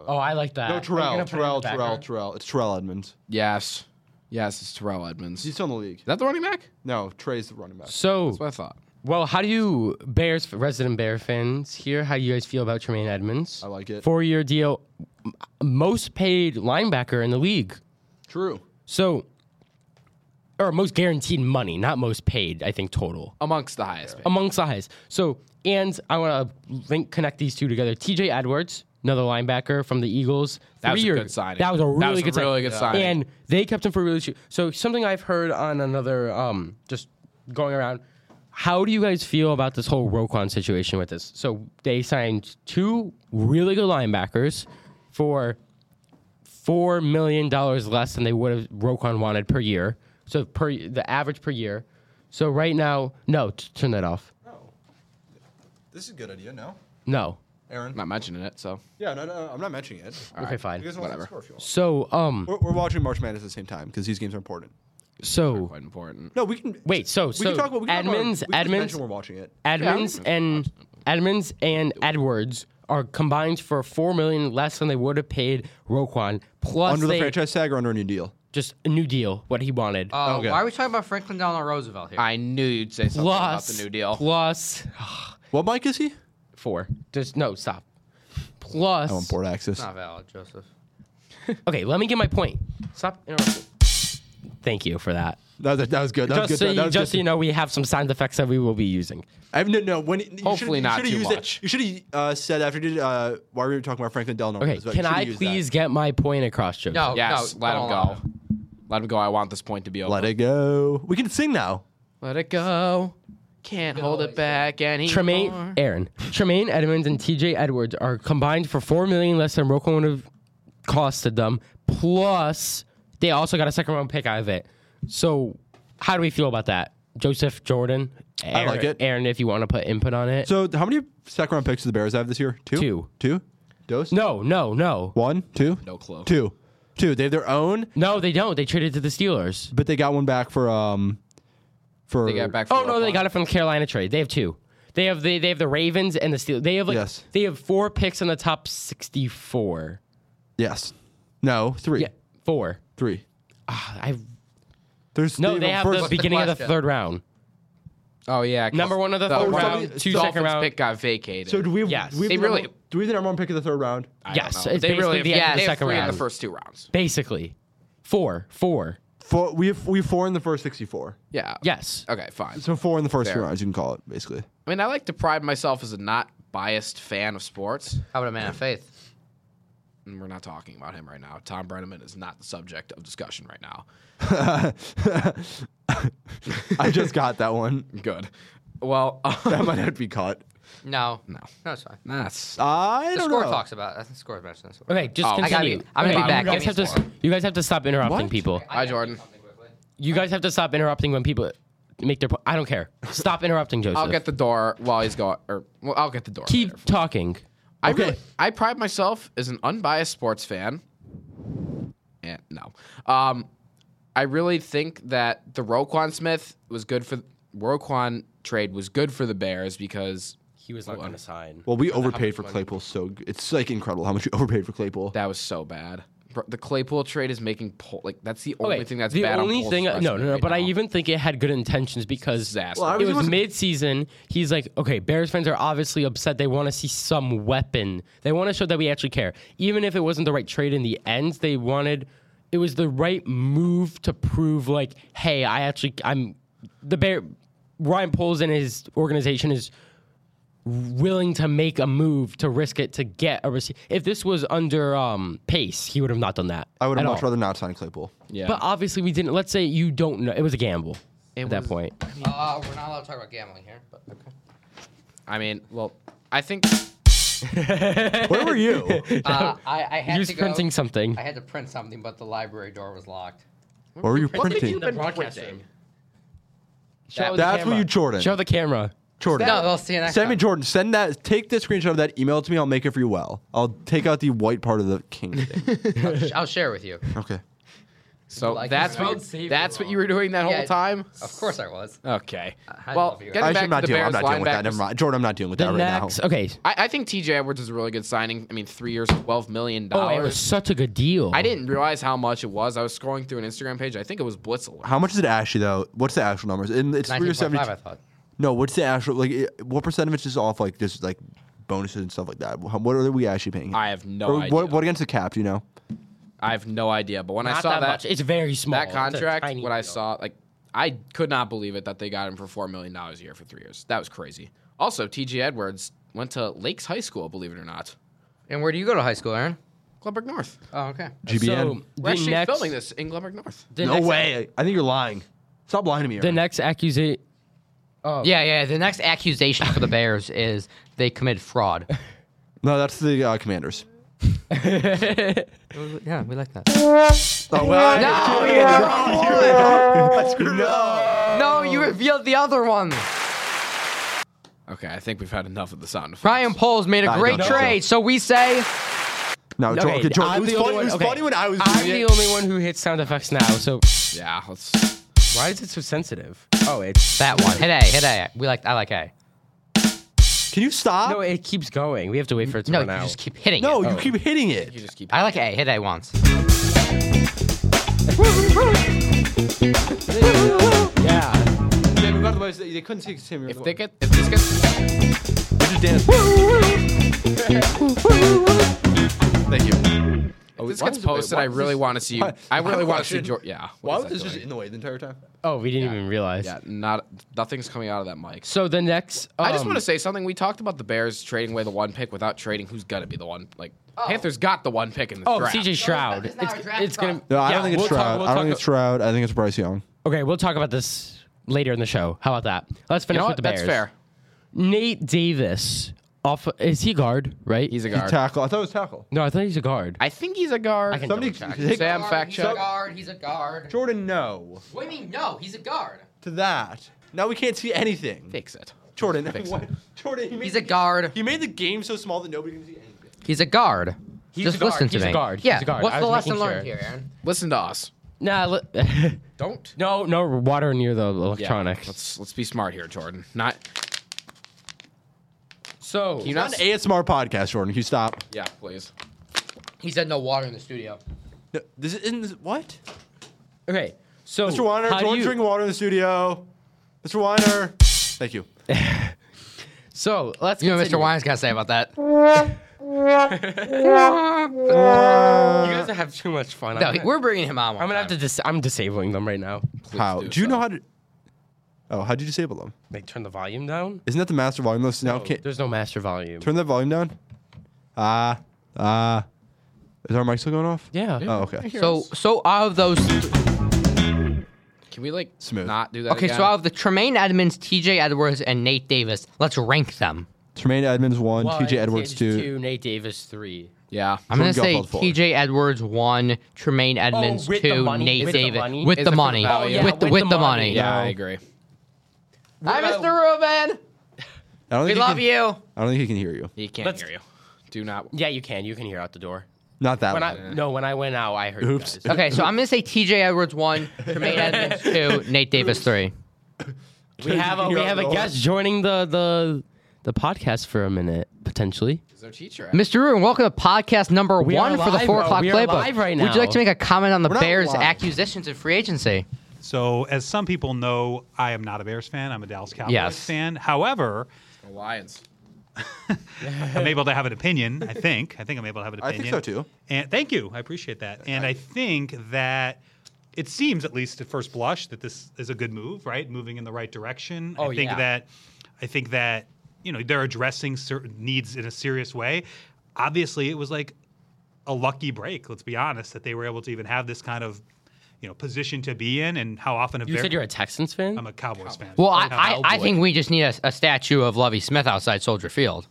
[SPEAKER 2] Oh, I like that.
[SPEAKER 3] No,
[SPEAKER 2] Are we gonna put it in the
[SPEAKER 3] Terrell. Terrell. Terrell.
[SPEAKER 2] background?
[SPEAKER 3] Terrell. It's Terrell Edmonds.
[SPEAKER 4] Yes, yes, it's Terrell Edmonds.
[SPEAKER 3] He's
[SPEAKER 4] Is
[SPEAKER 3] still in the league.
[SPEAKER 4] that the running back?
[SPEAKER 3] No, Trey's the running back.
[SPEAKER 2] So,
[SPEAKER 4] That's what I thought.
[SPEAKER 2] well, how do you Bears resident Bear fans here? How do you guys feel about Tremaine Edmonds?
[SPEAKER 3] I like it.
[SPEAKER 2] Four-year deal, m- most paid linebacker in the league.
[SPEAKER 3] True.
[SPEAKER 2] So, or most guaranteed money, not most paid. I think total.
[SPEAKER 4] Amongst the highest. paid.
[SPEAKER 2] amongst the highest. So, and I want to link connect these two together. T.J. Edwards, another linebacker from the Eagles,
[SPEAKER 4] That was a
[SPEAKER 2] three-year-
[SPEAKER 4] good signing.
[SPEAKER 2] That was a
[SPEAKER 4] That
[SPEAKER 2] really
[SPEAKER 4] was a
[SPEAKER 2] good,
[SPEAKER 4] really good signing.
[SPEAKER 2] And they kept him for really. Cheap. So something I've heard on another, um, just going around. How do you guys feel about this whole Roquan situation with this? So they signed two really good linebackers for four million dollars less than they would have Roquan wanted per year. So per the average per year. So right now, no, t- turn that off.
[SPEAKER 3] This is a good idea. No,
[SPEAKER 2] No.
[SPEAKER 3] Aaron.
[SPEAKER 4] Not mentioning it, so
[SPEAKER 3] Yeah, no, no, I'm not mentioning it.
[SPEAKER 2] okay, fine.
[SPEAKER 4] whatever.
[SPEAKER 2] So um,
[SPEAKER 3] We're, we're watching March Madness at the same time because these games are important.
[SPEAKER 2] so
[SPEAKER 4] quite important.
[SPEAKER 3] No, we can.
[SPEAKER 2] Wait, so-
[SPEAKER 3] we
[SPEAKER 2] so
[SPEAKER 3] can talk about we can talk about-
[SPEAKER 2] Edmonds-
[SPEAKER 3] we can just
[SPEAKER 2] Edmonds-
[SPEAKER 3] mention We're watching it.
[SPEAKER 2] Edmonds and Edmonds and Edwards are combined for four million less than they would have paid Roquan. Plus,
[SPEAKER 3] under the
[SPEAKER 2] they-
[SPEAKER 3] franchise tag or under a new deal.
[SPEAKER 2] just a new deal, what he wanted.
[SPEAKER 4] Oh,
[SPEAKER 5] Uh,
[SPEAKER 1] Oh,
[SPEAKER 3] Okay.
[SPEAKER 5] Why are we talking about Franklin Delano Roosevelt here?
[SPEAKER 4] I knew you'd say something
[SPEAKER 2] plus
[SPEAKER 4] about the New Deal.
[SPEAKER 2] Plus
[SPEAKER 3] What mic is he?
[SPEAKER 2] four. Just no stop. Plus,
[SPEAKER 3] I'm on board access.
[SPEAKER 5] Not valid, Joseph.
[SPEAKER 2] okay, let me get my point. Stop interrupting. Thank you for that.
[SPEAKER 3] That, that, that was good. That
[SPEAKER 2] just
[SPEAKER 3] was
[SPEAKER 2] so,
[SPEAKER 3] good. that
[SPEAKER 2] you,
[SPEAKER 3] was
[SPEAKER 2] just so
[SPEAKER 3] good.
[SPEAKER 2] you know, we have some sound effects that we will be using.
[SPEAKER 3] I've no, no. When you
[SPEAKER 4] Hopefully
[SPEAKER 3] should've-
[SPEAKER 4] not
[SPEAKER 3] you should've
[SPEAKER 4] too
[SPEAKER 3] used it-
[SPEAKER 4] much.
[SPEAKER 3] you should have uh, said after you did uh, why we were talking about Franklin Delano.
[SPEAKER 2] Okay,
[SPEAKER 3] was about-
[SPEAKER 2] can
[SPEAKER 3] you should've
[SPEAKER 2] I
[SPEAKER 3] used
[SPEAKER 2] please get my point across, Joe?
[SPEAKER 5] No,
[SPEAKER 4] Yes,
[SPEAKER 5] no,
[SPEAKER 4] let
[SPEAKER 5] don't
[SPEAKER 4] him
[SPEAKER 5] allow
[SPEAKER 4] go. Let him go. I want this point to be
[SPEAKER 3] That.
[SPEAKER 4] over.
[SPEAKER 3] Let it go. We can sing now.
[SPEAKER 4] Let it go. Can't hold it back anymore.
[SPEAKER 2] Tremaine, Aaron, Tremaine Edmonds and T.J. Edwards are combined for four million less than Roquan would have costed them. Plus, they also got a second round pick out of it. So, how do we feel about that, Joseph Jordan? Aaron,
[SPEAKER 3] like it.
[SPEAKER 2] Aaron. If you want to put input on it,
[SPEAKER 3] So how many second round picks do the Bears have this year? Two.
[SPEAKER 2] Two.
[SPEAKER 3] Two. Dose.
[SPEAKER 2] no, no, no,
[SPEAKER 3] One. Two.
[SPEAKER 4] No clue.
[SPEAKER 3] Two. Two. They have their own,
[SPEAKER 2] no. They don't. They traded to the Steelers.
[SPEAKER 3] but they got one back for um for
[SPEAKER 4] They got back.
[SPEAKER 2] Oh
[SPEAKER 4] from
[SPEAKER 2] no, they
[SPEAKER 4] Roquan.
[SPEAKER 2] got it from the Carolina trade. They have two. They have the they have the Ravens and the Steelers. They have like
[SPEAKER 3] Yes.
[SPEAKER 2] they have four picks in the top sixty four.
[SPEAKER 3] Yes. No. Three.
[SPEAKER 2] Yeah, four.
[SPEAKER 3] Three.
[SPEAKER 2] Ah, I
[SPEAKER 3] There's
[SPEAKER 2] no.
[SPEAKER 3] they
[SPEAKER 2] They have the
[SPEAKER 5] the
[SPEAKER 2] beginning of the
[SPEAKER 5] question?
[SPEAKER 2] third round.
[SPEAKER 4] Oh yeah. 'cause
[SPEAKER 2] Number one of the third
[SPEAKER 4] Dolphins-
[SPEAKER 2] round,
[SPEAKER 4] the
[SPEAKER 2] two
[SPEAKER 4] Dolphins
[SPEAKER 2] second round.
[SPEAKER 4] pick got vacated.
[SPEAKER 3] So do we?
[SPEAKER 2] Yes.
[SPEAKER 3] we have
[SPEAKER 4] They
[SPEAKER 3] the
[SPEAKER 4] really-
[SPEAKER 3] number- do we have the number one pick of the third round?
[SPEAKER 4] I don't
[SPEAKER 2] Yes,
[SPEAKER 4] know.
[SPEAKER 2] it's
[SPEAKER 4] they
[SPEAKER 2] basically
[SPEAKER 4] really
[SPEAKER 2] the end of
[SPEAKER 4] yeah,
[SPEAKER 2] the
[SPEAKER 4] they have
[SPEAKER 2] second
[SPEAKER 4] three in
[SPEAKER 2] round.
[SPEAKER 4] the first two rounds.
[SPEAKER 2] Basically, four, four.
[SPEAKER 3] Four. We have we have four in the first sixty-four.
[SPEAKER 4] Yeah.
[SPEAKER 2] Yes.
[SPEAKER 4] Okay, fine.
[SPEAKER 3] So four in the first two
[SPEAKER 4] Fair.
[SPEAKER 3] rounds. You can call it basically.
[SPEAKER 4] I mean, I like to pride myself as a not biased fan of sports,
[SPEAKER 5] How about a man of faith?
[SPEAKER 4] and we're not talking about him right now. Tom Brenneman is not the subject of discussion right now.
[SPEAKER 3] I just got that one.
[SPEAKER 4] Good. Well,
[SPEAKER 3] That might have to be caught.
[SPEAKER 5] No, no, no, it's fine.
[SPEAKER 4] that's
[SPEAKER 3] I
[SPEAKER 5] The
[SPEAKER 3] don't
[SPEAKER 5] score
[SPEAKER 3] know.
[SPEAKER 5] talks about. it. I think the score mentioned this.
[SPEAKER 2] Okay, just
[SPEAKER 4] Oh. I gotta
[SPEAKER 2] continue.
[SPEAKER 5] be- I'm gonna
[SPEAKER 2] Okay,
[SPEAKER 5] be back.
[SPEAKER 2] You guys,
[SPEAKER 5] Give
[SPEAKER 2] have
[SPEAKER 5] me
[SPEAKER 2] to,
[SPEAKER 5] some more.
[SPEAKER 2] you guys have to stop interrupting
[SPEAKER 4] What?
[SPEAKER 2] people.
[SPEAKER 4] Hi, Jordan.
[SPEAKER 2] You guys have to stop interrupting when people make their. Po- I don't care. Stop interrupting, Joseph.
[SPEAKER 4] I'll get the door while he's going, or well, I'll get the door.
[SPEAKER 2] Keep
[SPEAKER 4] later.
[SPEAKER 2] talking.
[SPEAKER 4] I
[SPEAKER 3] okay.
[SPEAKER 4] really, I pride myself as an unbiased sports fan. And no, um, I really think that the Roquan Smith was good for Roquan trade was good for the Bears because
[SPEAKER 2] He was not going to sign.
[SPEAKER 3] Well, we overpaid for Claypool. So g- it's like incredible how much we overpaid for Claypool.
[SPEAKER 4] That was so bad. Bro, the Claypool trade is making Pol- like that's the only
[SPEAKER 2] Okay,
[SPEAKER 4] thing that's
[SPEAKER 2] the
[SPEAKER 4] bad.
[SPEAKER 2] only
[SPEAKER 4] on
[SPEAKER 2] thing.
[SPEAKER 4] Pol's
[SPEAKER 2] no, no, no.
[SPEAKER 4] resume
[SPEAKER 2] But I
[SPEAKER 4] right now.
[SPEAKER 2] even think it had good intentions because
[SPEAKER 4] disaster.
[SPEAKER 3] Well, I
[SPEAKER 2] it
[SPEAKER 3] was
[SPEAKER 2] was
[SPEAKER 3] supposed to-
[SPEAKER 2] mid-season. He's like, okay, Bears fans are obviously upset. They want to see some weapon. They want to show that we actually care, even if it wasn't the right trade in the end. They wanted it was the right move to prove, like, hey, I actually I'm the Bear. Ryan Poles and his organization is willing to make a move to risk it to get a receiver. If this was under um, Pace, he would have not done that.
[SPEAKER 3] I would have
[SPEAKER 2] at
[SPEAKER 3] much
[SPEAKER 2] all.
[SPEAKER 3] rather not sign Claypool.
[SPEAKER 4] yeah.
[SPEAKER 2] But obviously, we didn't. Let's say you don't know. It was a gamble
[SPEAKER 4] It
[SPEAKER 2] at that
[SPEAKER 4] was-
[SPEAKER 2] point.
[SPEAKER 5] Uh, we're not allowed to talk about gambling here, but okay.
[SPEAKER 4] I mean, well, I think
[SPEAKER 3] Where were you?
[SPEAKER 5] Uh, I, I had
[SPEAKER 2] He was
[SPEAKER 5] to go.
[SPEAKER 2] printing something.
[SPEAKER 5] I had to print something, but the library door was locked.
[SPEAKER 3] What were you
[SPEAKER 4] what have
[SPEAKER 3] printing?
[SPEAKER 4] you
[SPEAKER 2] The
[SPEAKER 4] been
[SPEAKER 2] broadcast
[SPEAKER 4] printing?
[SPEAKER 2] room. Show the
[SPEAKER 3] That's what
[SPEAKER 2] camera.
[SPEAKER 3] you, Jordan.
[SPEAKER 2] Show the camera.
[SPEAKER 3] Jordan.
[SPEAKER 5] No, they'll see you next
[SPEAKER 3] Send me
[SPEAKER 5] time.
[SPEAKER 3] Jordan. Send that. Take the screenshot of that. Email it to me. I'll make it for you. Well, I'll take out the white part of the king. thing.
[SPEAKER 5] I'll, sh- I'll share with you.
[SPEAKER 3] okay.
[SPEAKER 4] So
[SPEAKER 1] Like,
[SPEAKER 4] that's
[SPEAKER 1] spelled
[SPEAKER 4] what you,
[SPEAKER 2] save
[SPEAKER 4] that's
[SPEAKER 2] wrong.
[SPEAKER 4] what you were doing that whole
[SPEAKER 1] Yeah.
[SPEAKER 4] time.
[SPEAKER 1] Of course I was.
[SPEAKER 4] Okay.
[SPEAKER 1] had
[SPEAKER 4] Well,
[SPEAKER 1] no fear.
[SPEAKER 4] getting
[SPEAKER 3] I
[SPEAKER 4] back
[SPEAKER 3] should not
[SPEAKER 4] to the
[SPEAKER 3] do. I'm
[SPEAKER 4] Bears
[SPEAKER 3] not dealing with that.
[SPEAKER 4] linebackers,
[SPEAKER 3] Never mind. Jordan, I'm not dealing with
[SPEAKER 2] The
[SPEAKER 3] that right
[SPEAKER 2] next,
[SPEAKER 3] now.
[SPEAKER 2] okay.
[SPEAKER 4] I, I think T.J. Edwards is a really good signing. I mean, three years, twelve million
[SPEAKER 2] Oh, it was
[SPEAKER 4] dollars.
[SPEAKER 2] such a good deal.
[SPEAKER 4] I didn't realize how much it was. I was scrolling through an Instagram page. I think it was Blitzel.
[SPEAKER 3] How much is it actually though? What's the actual numbers? And it's three or
[SPEAKER 1] 19.5,
[SPEAKER 3] seventy.
[SPEAKER 1] I thought.
[SPEAKER 3] No, what's the actual like? It, what percent of it's just off like just like bonuses and stuff like that? Wh- What are we actually paying?
[SPEAKER 4] I have no
[SPEAKER 3] Or
[SPEAKER 4] idea.
[SPEAKER 3] What, what against the cap? Do you know?
[SPEAKER 4] I have no idea. But when
[SPEAKER 2] Not
[SPEAKER 4] I saw
[SPEAKER 2] that,
[SPEAKER 4] that
[SPEAKER 2] much. It's very small.
[SPEAKER 4] that
[SPEAKER 2] It's a
[SPEAKER 4] contract,
[SPEAKER 2] tiny
[SPEAKER 4] what I
[SPEAKER 2] deal.
[SPEAKER 4] saw, like I could not believe it that they got him for four million dollars a year for three years. That was crazy. Also, T.J. Edwards went to Lakes High School. Believe it or not,
[SPEAKER 1] And where do you go to high school, Aaron?
[SPEAKER 4] Glenbrook North.
[SPEAKER 1] Oh, okay.
[SPEAKER 3] GBN.
[SPEAKER 2] So,
[SPEAKER 4] We're
[SPEAKER 2] the
[SPEAKER 4] actually
[SPEAKER 2] next,
[SPEAKER 4] filming this in Glenbrook North.
[SPEAKER 2] the
[SPEAKER 3] no
[SPEAKER 2] next-
[SPEAKER 3] way. I think you're lying. Stop lying to me.
[SPEAKER 2] The
[SPEAKER 3] Aaron.
[SPEAKER 2] next accusation.
[SPEAKER 5] Oh.
[SPEAKER 1] Yeah, yeah. The next accusation for the Bears is they committed fraud.
[SPEAKER 3] no, that's the uh, Commanders.
[SPEAKER 1] yeah, we like that.
[SPEAKER 3] Oh well.
[SPEAKER 1] No,
[SPEAKER 3] I- I screwed it up.
[SPEAKER 1] no, you revealed the other one.
[SPEAKER 4] Okay, I think we've had enough of the sound. effects.
[SPEAKER 1] Brian Poles made a
[SPEAKER 3] I
[SPEAKER 1] great
[SPEAKER 3] don't know.
[SPEAKER 1] trade, so we say
[SPEAKER 3] No, Jordan.
[SPEAKER 2] Okay,
[SPEAKER 3] Jordan,
[SPEAKER 2] I'm
[SPEAKER 3] it was
[SPEAKER 2] the only
[SPEAKER 3] funny, it
[SPEAKER 2] one-
[SPEAKER 3] was
[SPEAKER 2] okay.
[SPEAKER 3] funny when I was
[SPEAKER 2] I'm the
[SPEAKER 3] doing it.
[SPEAKER 2] only one who hits sound effects now, so
[SPEAKER 4] Yeah, let's.
[SPEAKER 2] why is it so sensitive? Oh, it's
[SPEAKER 1] that one. Hit A, hit A. We like I like A.
[SPEAKER 3] Can you stop?
[SPEAKER 2] no, it keeps going. We have to wait for it to
[SPEAKER 1] No, you
[SPEAKER 2] run out.
[SPEAKER 1] just keep hitting
[SPEAKER 3] No,
[SPEAKER 1] it.
[SPEAKER 3] you keep hitting it.
[SPEAKER 4] You just keep.
[SPEAKER 1] I like A, hit A once.
[SPEAKER 2] yeah,
[SPEAKER 3] They couldn't take Sam.
[SPEAKER 4] If they get, if this gets,
[SPEAKER 3] just dance. Thank you.
[SPEAKER 4] if this
[SPEAKER 3] why was
[SPEAKER 4] gets
[SPEAKER 3] it- why
[SPEAKER 4] posted, I
[SPEAKER 3] was
[SPEAKER 4] really
[SPEAKER 3] this-
[SPEAKER 4] want to see.
[SPEAKER 3] why-
[SPEAKER 4] I really
[SPEAKER 3] why
[SPEAKER 4] want to see.
[SPEAKER 3] should-
[SPEAKER 4] George, yeah.
[SPEAKER 3] Why
[SPEAKER 4] what
[SPEAKER 3] was
[SPEAKER 4] is
[SPEAKER 3] this
[SPEAKER 4] that
[SPEAKER 3] just
[SPEAKER 4] doing?
[SPEAKER 3] in the way the entire time?
[SPEAKER 2] Oh, we didn't even realize.
[SPEAKER 4] Yeah, not nothing's coming out of that mic.
[SPEAKER 2] So the next,
[SPEAKER 4] I just
[SPEAKER 2] um,
[SPEAKER 4] want to say something. We talked about the Bears trading away the one pick without trading who's gonna be the one. Like Panthers got the one pick in the
[SPEAKER 2] Oh,
[SPEAKER 4] draft.
[SPEAKER 2] CJ Shroud.
[SPEAKER 1] it's not
[SPEAKER 2] It's,
[SPEAKER 1] a draft
[SPEAKER 2] it's gonna.
[SPEAKER 3] No, I
[SPEAKER 2] yeah,
[SPEAKER 3] don't think it's
[SPEAKER 2] we'll talk-
[SPEAKER 3] Shroud.
[SPEAKER 2] we'll
[SPEAKER 3] I don't
[SPEAKER 2] talk-
[SPEAKER 3] think it's Shroud. I think it's Bryce Young.
[SPEAKER 2] Okay, we'll talk about this later in the show. How about that? Let's
[SPEAKER 4] You
[SPEAKER 2] finish
[SPEAKER 4] know
[SPEAKER 2] with
[SPEAKER 4] what?
[SPEAKER 2] the
[SPEAKER 4] That's
[SPEAKER 2] Bears.
[SPEAKER 4] fair.
[SPEAKER 2] Nate Davis, off is he guard? Right?
[SPEAKER 4] He's a
[SPEAKER 3] He
[SPEAKER 4] guard.
[SPEAKER 3] tackle. I thought it was tackle.
[SPEAKER 2] no, I thought he's a guard.
[SPEAKER 4] I think he's a guard.
[SPEAKER 2] can
[SPEAKER 3] Somebody
[SPEAKER 2] double check.
[SPEAKER 3] take-
[SPEAKER 4] Sam, fact
[SPEAKER 1] he's a
[SPEAKER 4] check.
[SPEAKER 1] guard, he's a guard.
[SPEAKER 3] Jordan, no
[SPEAKER 1] What do you mean no? He's a guard.
[SPEAKER 3] to that. Now we can't see anything.
[SPEAKER 4] Fix it.
[SPEAKER 3] Jordan,
[SPEAKER 4] Fix
[SPEAKER 3] what? Jordan, he made,
[SPEAKER 1] He's a guard.
[SPEAKER 3] he made the game so small that nobody can see anything.
[SPEAKER 1] He's a guard.
[SPEAKER 2] He's
[SPEAKER 1] Just
[SPEAKER 2] a guard,
[SPEAKER 1] listen to
[SPEAKER 2] he's a
[SPEAKER 1] me.
[SPEAKER 2] guard, he's
[SPEAKER 1] Yeah.
[SPEAKER 2] a guard.
[SPEAKER 1] What's
[SPEAKER 2] I
[SPEAKER 1] the
[SPEAKER 2] was
[SPEAKER 1] lesson
[SPEAKER 2] making
[SPEAKER 1] learned
[SPEAKER 2] sure.
[SPEAKER 1] here, Aaron?
[SPEAKER 4] Listen to us.
[SPEAKER 2] nah, li-
[SPEAKER 4] Don't.
[SPEAKER 2] no, no water near the electronics.
[SPEAKER 4] Let's let's be smart here, Jordan. Not.
[SPEAKER 2] so
[SPEAKER 3] It's
[SPEAKER 4] You
[SPEAKER 3] not an ASMR podcast, Jordan. Can you stop?
[SPEAKER 4] Yeah, please.
[SPEAKER 1] He said no water in the studio.
[SPEAKER 3] No, this isn't this, what?
[SPEAKER 2] okay, so
[SPEAKER 3] Mr. Weiner,
[SPEAKER 2] how do
[SPEAKER 3] Jordan's
[SPEAKER 2] you-
[SPEAKER 3] drinking water in the studio. Mr. Weiner, thank you.
[SPEAKER 2] So let's
[SPEAKER 1] You know what
[SPEAKER 2] continue.
[SPEAKER 1] Mr. Wine's got to say about that?
[SPEAKER 2] You guys have too much fun.
[SPEAKER 1] No,
[SPEAKER 2] I'm
[SPEAKER 1] he-
[SPEAKER 2] gonna-
[SPEAKER 1] we're bringing him on.
[SPEAKER 2] I'm gonna have to. Dis- I'm disabling them right now.
[SPEAKER 4] Please
[SPEAKER 3] How?
[SPEAKER 4] do
[SPEAKER 3] Do you
[SPEAKER 4] so.
[SPEAKER 3] know how to? Oh, how'd you disable them?
[SPEAKER 2] They turn the volume down.
[SPEAKER 3] Isn't that the master volume? Listen, now can't
[SPEAKER 2] There's no master volume.
[SPEAKER 3] turn that volume down. Ah, ah. Is our mic still going off?
[SPEAKER 2] yeah.
[SPEAKER 3] Oh, okay.
[SPEAKER 1] So, so out of those,
[SPEAKER 4] Can we like
[SPEAKER 3] Smooth.
[SPEAKER 4] not do that?
[SPEAKER 1] okay,
[SPEAKER 4] again?
[SPEAKER 1] so out of the Tremaine Edmonds, T.J. Edwards, and Nate Davis, let's rank them.
[SPEAKER 3] Tremaine Edmonds one,
[SPEAKER 2] One,
[SPEAKER 3] T.J. Edwards two.
[SPEAKER 2] Nate Davis three.
[SPEAKER 4] yeah.
[SPEAKER 1] I'm gonna
[SPEAKER 3] Jordan
[SPEAKER 1] say
[SPEAKER 3] Goffald four.
[SPEAKER 1] T.J. Edwards one, Tremaine Edmonds
[SPEAKER 2] Oh, with the
[SPEAKER 1] two,
[SPEAKER 2] money-
[SPEAKER 1] Nate
[SPEAKER 2] with the
[SPEAKER 1] Davis
[SPEAKER 2] money?
[SPEAKER 1] with
[SPEAKER 4] Is
[SPEAKER 1] the
[SPEAKER 4] it for
[SPEAKER 1] money,
[SPEAKER 4] the value?
[SPEAKER 2] Yeah,
[SPEAKER 1] with the with the money.
[SPEAKER 4] Yeah,
[SPEAKER 3] No.
[SPEAKER 4] I agree.
[SPEAKER 1] Hi,
[SPEAKER 2] Well-
[SPEAKER 1] Mr. Rubin.
[SPEAKER 3] I don't
[SPEAKER 1] We
[SPEAKER 3] think he
[SPEAKER 1] love
[SPEAKER 3] can-
[SPEAKER 1] you.
[SPEAKER 3] I don't think he can hear you.
[SPEAKER 4] He can't
[SPEAKER 2] Let's-
[SPEAKER 4] hear you. Do not.
[SPEAKER 2] Yeah, you can. You can hear out the door.
[SPEAKER 3] Not that
[SPEAKER 2] When
[SPEAKER 3] one.
[SPEAKER 2] I no, when I went out, I heard. you
[SPEAKER 3] Oops.
[SPEAKER 2] guys.
[SPEAKER 1] Okay, so I'm gonna say T.J. Edwards one, Tremaine Edmonds two, Nate Davis three.
[SPEAKER 2] We have a we have a guest joining the the the podcast for a minute potentially.
[SPEAKER 4] Is there a teacher?
[SPEAKER 1] Mr. Rubin, welcome to podcast number
[SPEAKER 2] We
[SPEAKER 1] one
[SPEAKER 2] are
[SPEAKER 1] for the
[SPEAKER 2] live,
[SPEAKER 1] four
[SPEAKER 2] bro.
[SPEAKER 1] o'clock
[SPEAKER 2] We are
[SPEAKER 1] playbook.
[SPEAKER 2] live right
[SPEAKER 1] Would you like
[SPEAKER 2] now.
[SPEAKER 1] to make a comment on the
[SPEAKER 3] not
[SPEAKER 1] Bears'
[SPEAKER 3] live.
[SPEAKER 1] acquisitions and free agency?
[SPEAKER 6] So, as some people know, I am not a Bears fan. I'm a Dallas Cowboys
[SPEAKER 1] Yes.
[SPEAKER 6] fan. However,
[SPEAKER 4] Lions.
[SPEAKER 6] I'm able to have an opinion. I think. I think I'm able to have an
[SPEAKER 3] I think
[SPEAKER 6] opinion.
[SPEAKER 3] so, too.
[SPEAKER 6] And thank you. I appreciate that. And I think that it seems, at least at first blush, that this is a good move, right? Moving in the right direction.
[SPEAKER 2] Oh,
[SPEAKER 6] I think
[SPEAKER 2] yeah.
[SPEAKER 6] that. I think that you know they're addressing certain needs in a serious way. Obviously, it was like a lucky break. Let's be honest, that they were able to even have this kind of you know position to be in, and how often a
[SPEAKER 2] You
[SPEAKER 6] Bear-
[SPEAKER 2] said you're a Texans fan.
[SPEAKER 6] I'm a Cowboys fan.
[SPEAKER 1] Well, I,
[SPEAKER 6] I'm a
[SPEAKER 1] I, I
[SPEAKER 6] Cowboy.
[SPEAKER 1] think we just need a, a statue of Lovey Smith outside Soldier Field.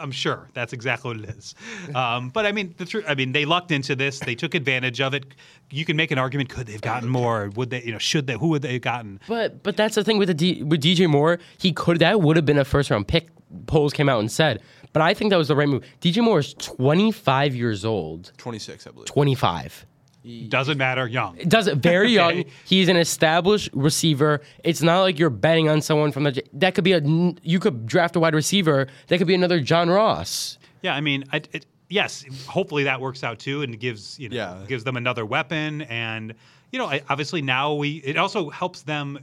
[SPEAKER 6] I'm sure that's exactly what it is. Um, but I mean, the truth. I mean, they lucked into this. They took advantage of it. You can make an argument: could they've gotten more? Would they? You know, should they? Who would they have gotten?
[SPEAKER 2] But but that's the thing with the D, with DJ Moore. He could that would have been a first round pick. Polls came out and said, but I think that was the right move. DJ Moore is 25 years old.
[SPEAKER 3] 26, I believe.
[SPEAKER 2] 25.
[SPEAKER 6] Doesn't matter, young.
[SPEAKER 2] Does it very
[SPEAKER 6] Okay.
[SPEAKER 2] young. He's an established receiver. It's not like you're betting on someone from the. That could be a. You could draft a wide receiver. That could be another John Ross.
[SPEAKER 6] Yeah, I mean, I, it, yes, hopefully that works out too, and gives you know
[SPEAKER 3] Yeah.
[SPEAKER 6] gives them another weapon, and you know, I, obviously now we it also helps them,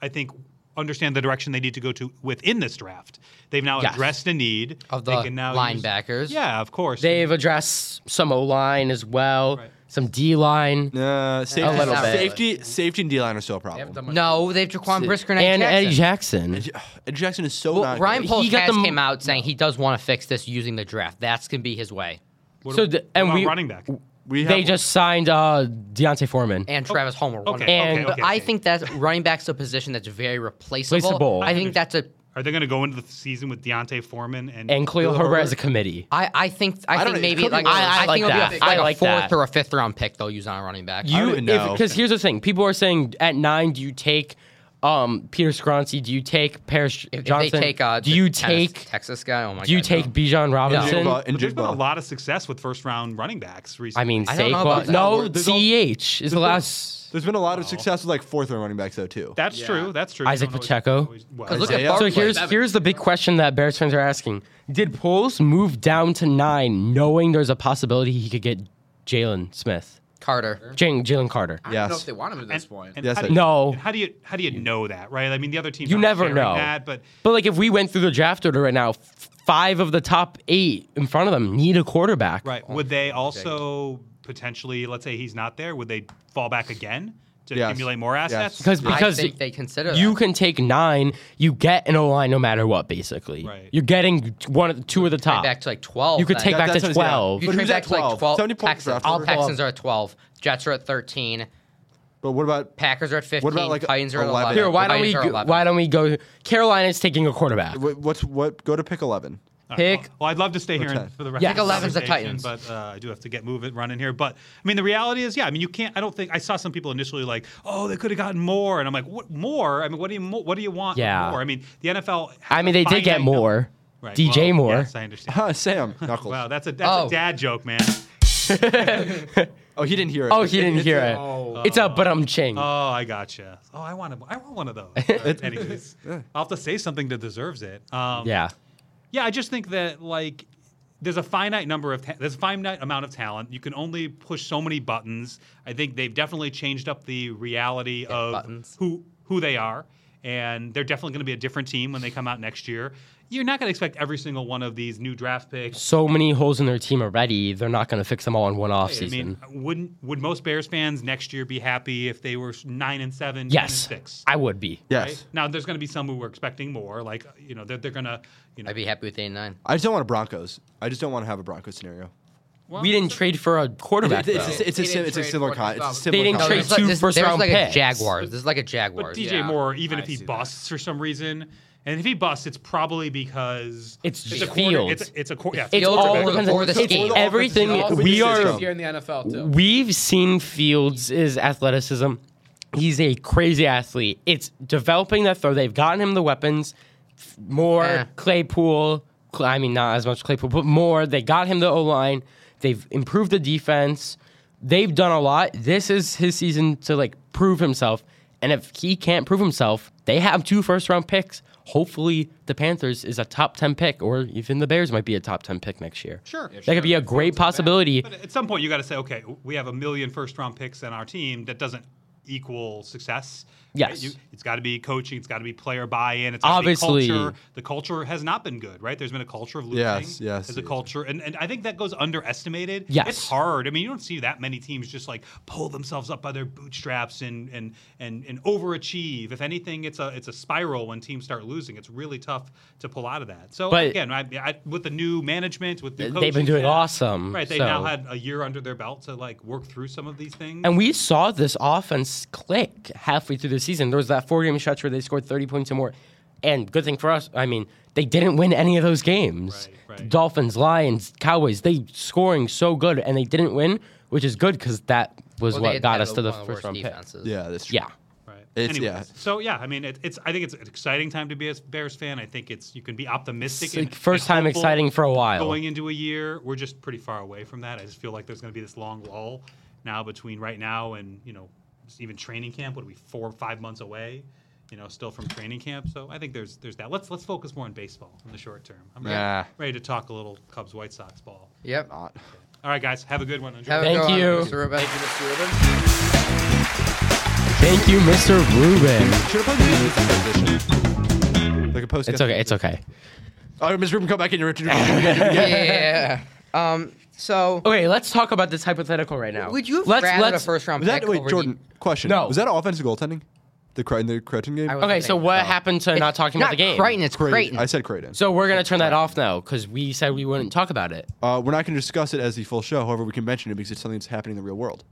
[SPEAKER 6] I think, understand the direction they need to go to within this draft. They've now
[SPEAKER 2] Yes.
[SPEAKER 6] addressed a need
[SPEAKER 1] Of
[SPEAKER 6] They
[SPEAKER 1] the
[SPEAKER 6] can now use-
[SPEAKER 1] linebackers.
[SPEAKER 6] yeah, of course.
[SPEAKER 2] They've addressed some O line as well, some D line,
[SPEAKER 3] Uh, safety,
[SPEAKER 2] little bit.
[SPEAKER 3] safety, safety, and D line are still a problem.
[SPEAKER 1] No, they've Jaquan Brisker
[SPEAKER 2] and
[SPEAKER 1] and, Eddie
[SPEAKER 2] Eddie
[SPEAKER 1] Jackson.
[SPEAKER 2] Jackson.
[SPEAKER 3] Eddie Jackson is so
[SPEAKER 1] Well,
[SPEAKER 3] not
[SPEAKER 1] Ryan
[SPEAKER 3] good.
[SPEAKER 1] Paul
[SPEAKER 2] He got the m-
[SPEAKER 1] came out saying he does want to fix this using the draft. That's gonna be his way.
[SPEAKER 6] What
[SPEAKER 2] so
[SPEAKER 6] ab-
[SPEAKER 2] the-
[SPEAKER 6] what
[SPEAKER 2] and
[SPEAKER 6] about
[SPEAKER 2] we-
[SPEAKER 6] running back.
[SPEAKER 3] We
[SPEAKER 2] They
[SPEAKER 3] have-
[SPEAKER 2] just signed uh, Deontay Foreman.
[SPEAKER 1] And Travis Homer. one of
[SPEAKER 6] Okay,
[SPEAKER 1] them.
[SPEAKER 2] And-
[SPEAKER 6] okay,
[SPEAKER 1] But
[SPEAKER 6] okay,
[SPEAKER 1] I
[SPEAKER 6] okay.
[SPEAKER 1] think that's running back's a position that's very replaceable.
[SPEAKER 2] Replaceable.
[SPEAKER 1] I think that's a.
[SPEAKER 6] Are they going to go into the season with Deontay Foreman and,
[SPEAKER 2] and Cleo Herbert as a committee.
[SPEAKER 1] I, I think I, think
[SPEAKER 3] don't know, it
[SPEAKER 1] maybe
[SPEAKER 3] could
[SPEAKER 1] like
[SPEAKER 3] be one of
[SPEAKER 1] I,
[SPEAKER 3] those.
[SPEAKER 1] I
[SPEAKER 2] I
[SPEAKER 1] think
[SPEAKER 2] like
[SPEAKER 1] it'll
[SPEAKER 2] that.
[SPEAKER 1] be a-
[SPEAKER 2] I
[SPEAKER 1] like
[SPEAKER 2] like
[SPEAKER 1] a fourth
[SPEAKER 2] that.
[SPEAKER 1] or a fifth round pick they'll use on a running back.
[SPEAKER 3] I don't even know.
[SPEAKER 2] because here's the thing: people are saying at nine, do you take um, Peter Skronsky? Do you take Paris
[SPEAKER 1] if
[SPEAKER 2] Johnson?
[SPEAKER 1] they take uh,
[SPEAKER 2] do
[SPEAKER 1] the
[SPEAKER 2] you
[SPEAKER 1] Tennis-
[SPEAKER 2] take
[SPEAKER 1] Texas guy? Oh my god.
[SPEAKER 2] do you take
[SPEAKER 1] no.
[SPEAKER 2] Bijan Robinson?
[SPEAKER 3] Jigba-
[SPEAKER 6] But
[SPEAKER 3] and
[SPEAKER 6] there's been a
[SPEAKER 3] Jigba.
[SPEAKER 6] lot of success with first round running backs recently.
[SPEAKER 2] I mean,
[SPEAKER 1] I don't know about
[SPEAKER 2] Saquon.
[SPEAKER 1] that.
[SPEAKER 2] No,
[SPEAKER 3] There's al-
[SPEAKER 2] CH is the last.
[SPEAKER 3] There's been a lot of success with like fourth round running backs though too.
[SPEAKER 6] that's true. That's true. You
[SPEAKER 2] Isaac
[SPEAKER 6] don't always-
[SPEAKER 2] Pacheco.
[SPEAKER 6] always- well,
[SPEAKER 1] 'Cause look at
[SPEAKER 3] Isaiah.
[SPEAKER 1] Barkley.
[SPEAKER 2] So here's here's the big question that Bears fans are asking: Did Poles move down to nine, knowing there's a possibility he could get Jalen Smith,
[SPEAKER 1] Carter.
[SPEAKER 2] Jalen Jalen Carter?
[SPEAKER 4] I don't know
[SPEAKER 3] Yes.
[SPEAKER 4] if they want him at this point.
[SPEAKER 3] Yes,
[SPEAKER 6] how
[SPEAKER 3] I
[SPEAKER 6] do you-
[SPEAKER 2] No.
[SPEAKER 6] and How do you how do you know that, right? I mean, the other teams
[SPEAKER 2] You
[SPEAKER 6] aren't
[SPEAKER 2] never
[SPEAKER 6] sharing
[SPEAKER 2] know.
[SPEAKER 6] that, but
[SPEAKER 2] But like, if we went through the draft order right now, f- five of the top eight in front of them need a quarterback.
[SPEAKER 6] right? Would they also potentially, let's say he's not there, would they fall back again to
[SPEAKER 3] Yes.
[SPEAKER 6] accumulate more
[SPEAKER 3] Yes.
[SPEAKER 6] assets?
[SPEAKER 2] Because because
[SPEAKER 1] I think they consider
[SPEAKER 2] you
[SPEAKER 1] that.
[SPEAKER 2] can take nine, you get an O line no matter what. Basically,
[SPEAKER 6] Right.
[SPEAKER 2] you're getting one, of the- two of the top.
[SPEAKER 1] back to like twelve.
[SPEAKER 2] You could
[SPEAKER 1] then.
[SPEAKER 2] take back to
[SPEAKER 3] that's what I'm saying.
[SPEAKER 2] 12.
[SPEAKER 1] You
[SPEAKER 3] But
[SPEAKER 1] trade
[SPEAKER 3] who's
[SPEAKER 1] back
[SPEAKER 3] at
[SPEAKER 1] to like
[SPEAKER 3] 12?
[SPEAKER 1] 12.
[SPEAKER 3] 70 points
[SPEAKER 1] Texans,
[SPEAKER 3] draft
[SPEAKER 1] all
[SPEAKER 3] order.
[SPEAKER 1] Texans are at 12. Jets are at 13.
[SPEAKER 3] But what about
[SPEAKER 1] Packers are at 15.
[SPEAKER 3] about, like,
[SPEAKER 1] Titans are at 11.
[SPEAKER 3] 11?
[SPEAKER 2] Here, why don't we
[SPEAKER 1] Titans are
[SPEAKER 2] go,
[SPEAKER 1] 11.
[SPEAKER 2] why don't we go? Carolina's taking a quarterback.
[SPEAKER 3] wh- what's what? Go to pick eleven.
[SPEAKER 6] All right,
[SPEAKER 2] Pick.
[SPEAKER 6] Well, well, I'd love to stay here
[SPEAKER 3] Protect.
[SPEAKER 6] and for the rest
[SPEAKER 2] Yeah.
[SPEAKER 6] of the
[SPEAKER 1] Pick 11's the
[SPEAKER 6] conversation,
[SPEAKER 1] Titans.
[SPEAKER 6] But uh, I do have to get moving, running here. But I mean, the reality is, yeah, I mean, you can't. I don't think I saw some people initially like, oh, they could have gotten more, and I'm like, what more? I mean, what do you mo- what do you want?
[SPEAKER 2] Yeah.
[SPEAKER 6] More? I mean, the NFL. has
[SPEAKER 2] I mean,
[SPEAKER 6] a
[SPEAKER 2] they did
[SPEAKER 6] finite
[SPEAKER 2] get
[SPEAKER 6] number-
[SPEAKER 2] more.
[SPEAKER 6] Right,
[SPEAKER 2] DJ
[SPEAKER 6] well,
[SPEAKER 2] Moore.
[SPEAKER 6] Yes, I understand.
[SPEAKER 3] Huh, Sam Knuckles.
[SPEAKER 6] Wow, that's a that's
[SPEAKER 1] Oh.
[SPEAKER 6] a dad joke, man.
[SPEAKER 3] Oh, he didn't hear it.
[SPEAKER 2] Oh, he didn't
[SPEAKER 3] It's
[SPEAKER 2] hear
[SPEAKER 3] a-
[SPEAKER 2] it. It's a but um ching.
[SPEAKER 6] Oh, I gotcha. Oh, I want a, I want one of those. All right, anyways, I'll have to say something that deserves it. Um,
[SPEAKER 2] yeah.
[SPEAKER 6] yeah. I just think that like there's a finite number of ta- there's a finite amount of talent. You can only push so many buttons. I think they've definitely changed up the reality of
[SPEAKER 1] buttons.
[SPEAKER 6] who who they are, and they're definitely going to be a different team when they come out next year. You're not going to expect every single one of these new draft picks
[SPEAKER 2] So many holes in their team already. They're not going to fix them all in one off
[SPEAKER 6] I
[SPEAKER 2] season.
[SPEAKER 6] mean, wouldn't would most Bears fans next year be happy if they were nine and seven,
[SPEAKER 2] yes,
[SPEAKER 6] ten and six?
[SPEAKER 2] I would be.
[SPEAKER 3] Yes.
[SPEAKER 6] right? Now there's going to be some who we're expecting more, like you know they're, they're going to you know
[SPEAKER 1] I'd be happy with 89.
[SPEAKER 3] I just don't want a Broncos. I just don't want to have a Broncos scenario.
[SPEAKER 2] we didn't trade for a quarterback.
[SPEAKER 3] It's, it's,
[SPEAKER 2] though.
[SPEAKER 3] a- it's, a,
[SPEAKER 4] He
[SPEAKER 3] sim-
[SPEAKER 4] didn't
[SPEAKER 3] it's a
[SPEAKER 4] trade
[SPEAKER 3] similar
[SPEAKER 4] for
[SPEAKER 3] con.
[SPEAKER 4] the
[SPEAKER 3] It's a similar
[SPEAKER 2] They didn't
[SPEAKER 3] con-
[SPEAKER 2] trade
[SPEAKER 1] there's like,
[SPEAKER 2] two
[SPEAKER 1] this,
[SPEAKER 2] first
[SPEAKER 1] there's
[SPEAKER 2] round
[SPEAKER 1] like
[SPEAKER 2] picks.
[SPEAKER 1] a Jaguars. This is like a Jaguars.
[SPEAKER 6] But DJ
[SPEAKER 1] yeah.
[SPEAKER 6] Moore, even if
[SPEAKER 4] I
[SPEAKER 6] he
[SPEAKER 4] see that.
[SPEAKER 6] busts for some reason, and if he busts, it's probably because
[SPEAKER 2] It's
[SPEAKER 6] a
[SPEAKER 2] Fields.
[SPEAKER 6] quarter, it's, it's a quarter. Yeah,
[SPEAKER 2] It's
[SPEAKER 1] Fields
[SPEAKER 2] all
[SPEAKER 1] or the-
[SPEAKER 2] depends
[SPEAKER 1] or
[SPEAKER 2] on
[SPEAKER 1] the
[SPEAKER 2] it's
[SPEAKER 1] scheme.
[SPEAKER 2] everything.
[SPEAKER 3] All
[SPEAKER 2] We
[SPEAKER 3] the
[SPEAKER 2] are
[SPEAKER 3] system.
[SPEAKER 4] here in the NFL too.
[SPEAKER 2] We've seen Fields' is athleticism. He's a crazy athlete. It's developing that throw. They've gotten him the weapons. More
[SPEAKER 1] Eh.
[SPEAKER 2] Claypool. Cl- I mean, not as much Claypool, but more. They got him the O line. They've improved the defense. They've done a lot. This is his season to like prove himself. And if he can't prove himself, they have two first round picks. Hopefully, the Panthers is a top ten pick, or even the Bears might be a top ten pick next year.
[SPEAKER 6] Sure. Yeah,
[SPEAKER 2] that could be a great possibility.
[SPEAKER 6] But at some point, you got to say, okay, we have a million first round picks on our team. That doesn't equal success. right?
[SPEAKER 2] Yes.
[SPEAKER 6] You, it's got to be coaching. It's got to be player buy in. It's gotta
[SPEAKER 2] Obviously.
[SPEAKER 6] Be culture. The culture has not been good, right? There's been a culture of losing.
[SPEAKER 3] Yes, yes,
[SPEAKER 6] As a
[SPEAKER 3] yes.
[SPEAKER 6] culture. And, and I think that goes underestimated.
[SPEAKER 2] Yes.
[SPEAKER 6] It's hard. I mean, you don't see that many teams just like pull themselves up by their bootstraps and and and, and overachieve. If anything, it's a it's a spiral when teams start losing. It's really tough to pull out of that. So
[SPEAKER 2] But-
[SPEAKER 6] again, I, I, with the new management, with the
[SPEAKER 2] They've been doing awesome,
[SPEAKER 6] Right. They now
[SPEAKER 2] Mm-hmm. so-
[SPEAKER 6] had a year under their belt to like work through some of these things.
[SPEAKER 2] And we saw this offense click halfway through the season. There was that four game stretch where they scored 30 points or more. And good thing for us, I mean, they didn't win any of those games.
[SPEAKER 6] Right, right.
[SPEAKER 2] Dolphins, Lions, Cowboys, they scoring so good and they didn't win, which is good because that was
[SPEAKER 1] Well, they
[SPEAKER 2] what
[SPEAKER 1] had
[SPEAKER 2] got
[SPEAKER 1] had
[SPEAKER 2] us to
[SPEAKER 1] one
[SPEAKER 2] the
[SPEAKER 1] of
[SPEAKER 2] first
[SPEAKER 1] worst
[SPEAKER 2] round pick.
[SPEAKER 1] defenses.
[SPEAKER 3] Yeah, that's true.
[SPEAKER 2] Yeah.
[SPEAKER 6] right.
[SPEAKER 3] It's-
[SPEAKER 6] Anyways,
[SPEAKER 3] yeah.
[SPEAKER 6] So yeah, I mean, it, it's. I think it's an exciting time to be a Bears fan. I think it's. You can be optimistic.
[SPEAKER 2] It's
[SPEAKER 6] and-
[SPEAKER 2] like first
[SPEAKER 6] and
[SPEAKER 2] time
[SPEAKER 6] hopeful
[SPEAKER 2] exciting for a while.
[SPEAKER 6] Going into a year, we're just pretty far away from that. I just feel like there's going to be this long lull. now between right now and you know even training camp would be four or five months away. You know, still from training camp. So I think there's there's that. Let's let's focus more on baseball in the short term. I'm ready,
[SPEAKER 4] Yeah.
[SPEAKER 6] ready to talk a little Cubs White Sox ball.
[SPEAKER 4] Yep.
[SPEAKER 6] All right, guys, have a good one. Enjoy.
[SPEAKER 4] Have a
[SPEAKER 2] Thank
[SPEAKER 4] good one,
[SPEAKER 2] you.
[SPEAKER 4] Mr. Rubin. Thank you, Mr. Rubin.
[SPEAKER 2] Thank you, Mr. Rubin.
[SPEAKER 3] Should have played the position. Like a post.
[SPEAKER 2] It's okay. It's okay.
[SPEAKER 3] Oh, Ms. Rubin, come back in. You're Richard. Rubin.
[SPEAKER 1] yeah. Um. So
[SPEAKER 2] Okay, let's talk about this hypothetical right now.
[SPEAKER 1] would you have
[SPEAKER 2] let's
[SPEAKER 1] rather
[SPEAKER 2] let's
[SPEAKER 1] a first round
[SPEAKER 3] Was that
[SPEAKER 1] pick
[SPEAKER 3] wait,
[SPEAKER 1] over
[SPEAKER 3] Jordan? Question.
[SPEAKER 2] No.
[SPEAKER 3] Was that offensive goaltending? The Creighton, the Creighton game.
[SPEAKER 1] I was-
[SPEAKER 2] Okay, so what
[SPEAKER 1] No.
[SPEAKER 2] happened to not talking
[SPEAKER 1] not
[SPEAKER 2] about the game?
[SPEAKER 1] Crichton, it's
[SPEAKER 3] Creighton.
[SPEAKER 1] Creighton.
[SPEAKER 3] I said Creighton.
[SPEAKER 2] So we're gonna turn that off now because we said we wouldn't talk about it.
[SPEAKER 3] Uh, we're not going to discuss it as the full show. However, we can mention it because it's something that's happening in the real world.